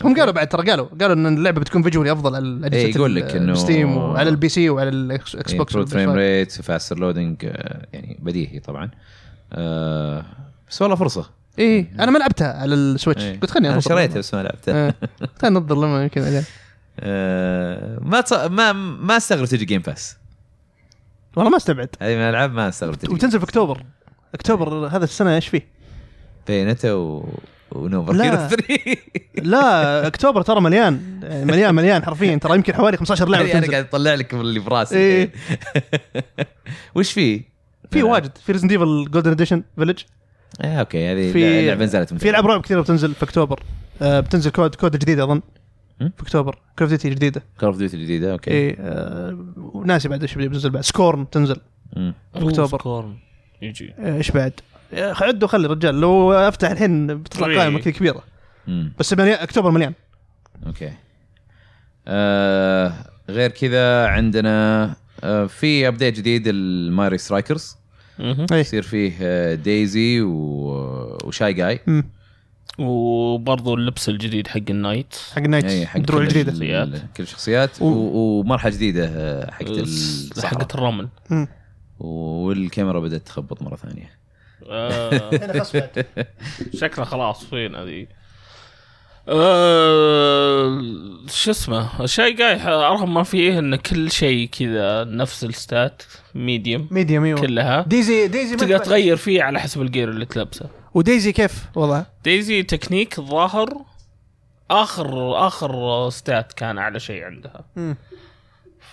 [SPEAKER 2] هم قالوا بعد ترى قالوا قالوا ان اللعبه بتكون فيجولي افضل على الاجهزه
[SPEAKER 1] إيه، يقول لك إنه- إيه،
[SPEAKER 2] ستيم وعلى البي سي وعلى الاكس بوكس
[SPEAKER 1] فريم ريت فاستر لودنج يعني بديهي طبعا آه، بس والله فرصه
[SPEAKER 2] اي انا إيه، ما لعبتها على السويتش
[SPEAKER 1] إيه.
[SPEAKER 2] قلت خليني
[SPEAKER 1] انا
[SPEAKER 2] أنظر
[SPEAKER 1] شريتها
[SPEAKER 2] لما.
[SPEAKER 1] بس ما لعبتها
[SPEAKER 2] إيه. خلينا ننظر لما يمكن بعدين
[SPEAKER 1] آه، ما تص... ما ما استغرب تجي جيم باس
[SPEAKER 2] والله ما استبعد
[SPEAKER 1] هذه من الالعاب ما استغرب تجي
[SPEAKER 2] وتنزل في اكتوبر اكتوبر هذا السنه ايش فيه؟
[SPEAKER 1] بينتا و... ونوفر
[SPEAKER 2] لا.
[SPEAKER 1] هيرو 3
[SPEAKER 2] لا اكتوبر ترى مليان يعني مليان مليان حرفيا ترى يمكن حوالي 15 لعبه
[SPEAKER 1] انا
[SPEAKER 2] تنزل
[SPEAKER 1] يعني قاعد اطلع لك من اللي براسي
[SPEAKER 2] إيه.
[SPEAKER 1] وش في؟
[SPEAKER 2] في واجد في ريزن ديفل جولدن اديشن فيلج
[SPEAKER 1] آه، اوكي هذه
[SPEAKER 2] في-
[SPEAKER 1] لعبه نزلت
[SPEAKER 2] في العاب رعب كثيره بتنزل في اكتوبر آه بتنزل كود كود جديده اظن
[SPEAKER 1] هم؟
[SPEAKER 2] في اكتوبر كول ديوتي جديده
[SPEAKER 1] كول اوف ديوتي الجديده اوكي
[SPEAKER 2] اي آه وناسي بعد ايش بتنزل بعد سكورن تنزل
[SPEAKER 1] مم.
[SPEAKER 2] في أكتوبر.
[SPEAKER 3] سكورن. يجي
[SPEAKER 2] آه، ايش بعد؟ آه، عد وخلي الرجال لو افتح الحين بتطلع
[SPEAKER 3] إيه.
[SPEAKER 2] قائمه كذا كبيره
[SPEAKER 1] مم.
[SPEAKER 2] بس مليان اكتوبر مليان
[SPEAKER 1] اوكي آه غير كذا عندنا آه في ابديت جديد الماري سترايكرز
[SPEAKER 3] مهم.
[SPEAKER 2] اي
[SPEAKER 1] يصير فيه آه دايزي و... وشاي جاي
[SPEAKER 2] مم.
[SPEAKER 3] وبرضو اللبس الجديد حق النايت
[SPEAKER 2] حق نايت
[SPEAKER 1] أي، إيه، حق
[SPEAKER 2] دروع
[SPEAKER 1] كل
[SPEAKER 2] جديده
[SPEAKER 1] ال- كل الشخصيات و...
[SPEAKER 2] إيه، و-
[SPEAKER 1] ومرحله جديده آه، حقت
[SPEAKER 3] حقت
[SPEAKER 1] الصحراء
[SPEAKER 3] الرمل
[SPEAKER 2] مم.
[SPEAKER 1] والكاميرا بدات تخبط مره ثانيه
[SPEAKER 3] آه،
[SPEAKER 2] هنا خلاص بعد.
[SPEAKER 3] شكله خلاص فين هذه آه، شو اسمه الشاي قايح ارهم ما فيه ان كل شيء كذا نفس الستات ميديوم
[SPEAKER 2] ميديوم ايوه
[SPEAKER 3] كلها
[SPEAKER 2] ديزي ديزي ما
[SPEAKER 3] تقدر
[SPEAKER 2] تبع-
[SPEAKER 3] تغير فيه على حسب الجير اللي تلبسه
[SPEAKER 2] وديزي كيف والله
[SPEAKER 3] دايزي تكنيك الظاهر اخر اخر ستات كان اعلى شيء عندها
[SPEAKER 2] مم.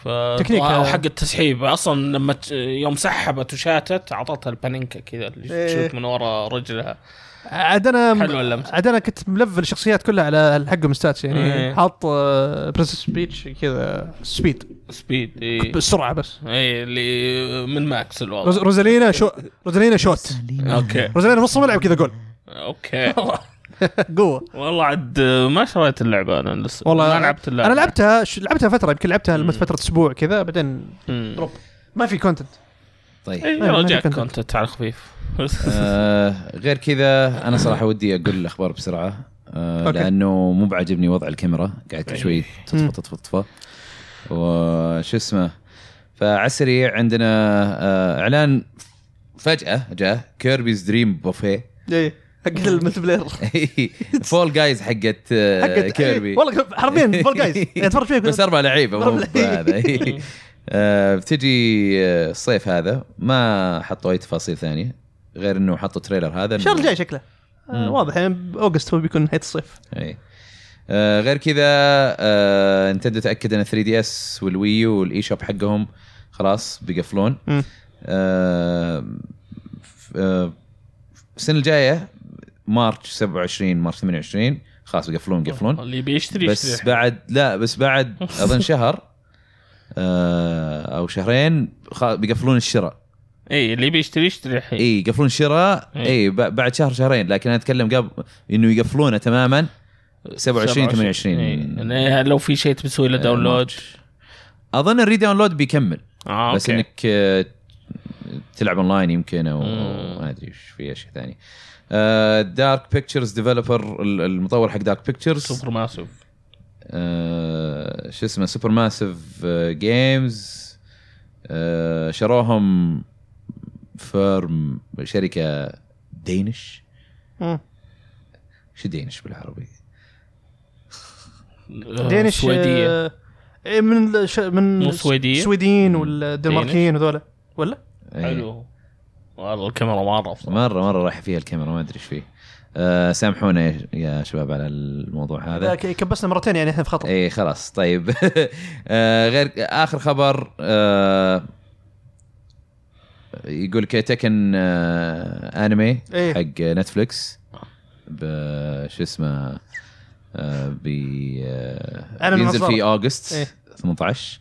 [SPEAKER 3] ف
[SPEAKER 2] تكنيك،
[SPEAKER 3] أو
[SPEAKER 2] آه.
[SPEAKER 3] حق التسحيب اصلا لما ت... يوم سحبت وشاتت اعطتها البانينكا كذا اللي
[SPEAKER 2] إيه.
[SPEAKER 3] تشوت من ورا رجلها
[SPEAKER 2] عاد انا
[SPEAKER 3] حلوه اللمسه
[SPEAKER 2] عاد انا كنت ملفل الشخصيات كلها على حقهم ستاتس يعني
[SPEAKER 3] إيه.
[SPEAKER 2] حاط برنسس بيتش كذا سبيد
[SPEAKER 3] سبيد اي
[SPEAKER 2] بالسرعه بس
[SPEAKER 3] اي إيه. اللي من
[SPEAKER 2] روز-
[SPEAKER 3] ماكس الوضع
[SPEAKER 2] روزالينا شو روزالينا شوت
[SPEAKER 3] اوكي
[SPEAKER 2] روزالينا نص الملعب كذا جول
[SPEAKER 3] اوكي
[SPEAKER 2] قوه
[SPEAKER 3] والله عاد آه، ما شريت اللعبه انا لسه
[SPEAKER 2] والله
[SPEAKER 3] ما لعبت اللعبه
[SPEAKER 2] انا لعبتها ش... لعبتها فتره يمكن لعبتها لمده فتره اسبوع كذا بعدين
[SPEAKER 3] مم.
[SPEAKER 2] دروب ما في كونتنت
[SPEAKER 1] طيب
[SPEAKER 3] اي
[SPEAKER 2] ما في
[SPEAKER 3] رجعت
[SPEAKER 2] content.
[SPEAKER 3] كونتنت على خفيف
[SPEAKER 1] آه غير كذا انا صراحه ودي اقول الاخبار بسرعه آه
[SPEAKER 2] أوكي.
[SPEAKER 1] لانه مو بعجبني وضع الكاميرا قاعد كل شوي
[SPEAKER 2] مم.
[SPEAKER 1] تطفى تطفى تطفى وشو اسمه فعلى السريع عندنا آه اعلان فجاه جاء كيربيز دريم بوفيه
[SPEAKER 2] اي إيه. حق الملتي بلاير
[SPEAKER 1] فول جايز حقت آه،
[SPEAKER 2] حقت
[SPEAKER 1] كيربي
[SPEAKER 2] إيه، والله حرفيا فول جايز اتفرج يعني فيها
[SPEAKER 1] بس اربع لعيبه مو
[SPEAKER 2] أربع لعيبة.
[SPEAKER 1] هذا إيه. آه، بتجي آه، الصيف هذا ما حطوا اي تفاصيل ثانيه غير انه حطوا تريلر هذا
[SPEAKER 2] الشهر
[SPEAKER 1] إنه-
[SPEAKER 2] الجاي شكله آه،
[SPEAKER 1] مم.
[SPEAKER 2] واضح يعني اوجست هو بيكون نهايه الصيف
[SPEAKER 1] إيه. آه، غير كذا آه، نتندو تاكد ان 3 دي اس والوي والاي شوب حقهم خلاص بيقفلون
[SPEAKER 2] مم.
[SPEAKER 1] آه، ف- آه، السنه الجايه مارش 27 مارش 28 خلاص بيقفلون بيقفلون
[SPEAKER 3] اللي بيشتري
[SPEAKER 1] بس
[SPEAKER 3] يشتري.
[SPEAKER 1] بعد لا بس بعد اظن شهر آه، او شهرين خ- بيقفلون الشراء
[SPEAKER 3] اي إيه، اللي بيشتري يشتري الحين
[SPEAKER 1] اي يقفلون الشراء
[SPEAKER 3] إيه.
[SPEAKER 1] اي ب- بعد شهر شهرين لكن انا اتكلم قبل انه يقفلونه تماما 27 28
[SPEAKER 3] إيه. يعني لو في شيء تسوي
[SPEAKER 1] آه،
[SPEAKER 3] له داونلود
[SPEAKER 1] اظن الري داونلود بيكمل
[SPEAKER 3] اه
[SPEAKER 1] بس
[SPEAKER 3] أوكي.
[SPEAKER 1] انك آه، تلعب اونلاين يمكن او
[SPEAKER 3] مم.
[SPEAKER 1] ما ادري ايش في آه، اشياء ثانيه دارك بيكتشرز ديفلوبر المطور حق دارك بيكتشرز
[SPEAKER 3] سوبر ماسوف
[SPEAKER 1] آه، شو اسمه آه، سوبر ماسيف جيمز آه، شروهم فيرم شركه دينش
[SPEAKER 2] مم.
[SPEAKER 1] شو دينش بالعربي؟
[SPEAKER 3] آه،
[SPEAKER 2] دينش
[SPEAKER 3] سويديه
[SPEAKER 2] آه، إيه، من الش- من
[SPEAKER 3] مو سويدية؟
[SPEAKER 2] السويديين
[SPEAKER 1] مم.
[SPEAKER 2] والدنماركيين هذول ولا؟
[SPEAKER 1] إيه.
[SPEAKER 3] حلو والله الكاميرا مره افضل
[SPEAKER 1] مره مره رايحه فيها الكاميرا ما ادري ايش فيه آه، سامحونا يا- يا شباب على الموضوع هذا
[SPEAKER 2] لا، ك- كبسنا مرتين يعني احنا في خطر
[SPEAKER 1] اي خلاص طيب آه، غير اخر خبر آه، يقول كي تكن آه، انمي
[SPEAKER 2] إيه. آه.
[SPEAKER 1] حق نتفلكس ب- شو اسمه آه، بي آه،
[SPEAKER 2] أنا
[SPEAKER 1] بينزل
[SPEAKER 2] المنصورة.
[SPEAKER 1] في اوغست
[SPEAKER 2] إيه.
[SPEAKER 1] 18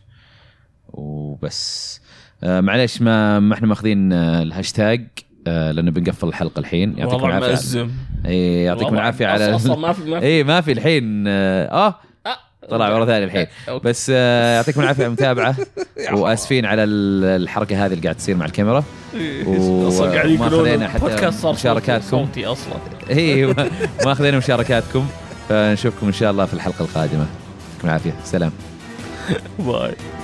[SPEAKER 1] وبس آه، معليش ما ما احنا ماخذين آه، الهاشتاج آه، لانه بنقفل الحلقه الحين يعطيكم
[SPEAKER 3] وضع
[SPEAKER 1] العافيه
[SPEAKER 3] مأزم
[SPEAKER 1] اي يعطيكم
[SPEAKER 3] وضع-
[SPEAKER 1] العافيه على
[SPEAKER 3] اصلا ما في ما في
[SPEAKER 1] اي ما في الحين اه آه، طلع مره ثانيه الحين
[SPEAKER 3] أوكي.
[SPEAKER 1] بس آه، يعطيكم العافيه على المتابعه واسفين على ال- الحركه هذه اللي قاعد تصير مع الكاميرا و-
[SPEAKER 3] اصلا قاعد
[SPEAKER 1] وما
[SPEAKER 3] يقولون
[SPEAKER 1] خلينا حتى
[SPEAKER 3] البودكاست صار
[SPEAKER 1] مشاركاتكم.
[SPEAKER 3] صوتي اصلا
[SPEAKER 1] هي إيه، ما- ما اخذنا مشاركاتكم فنشوفكم ان شاء الله في الحلقه القادمه يعطيكم العافيه سلام
[SPEAKER 3] باي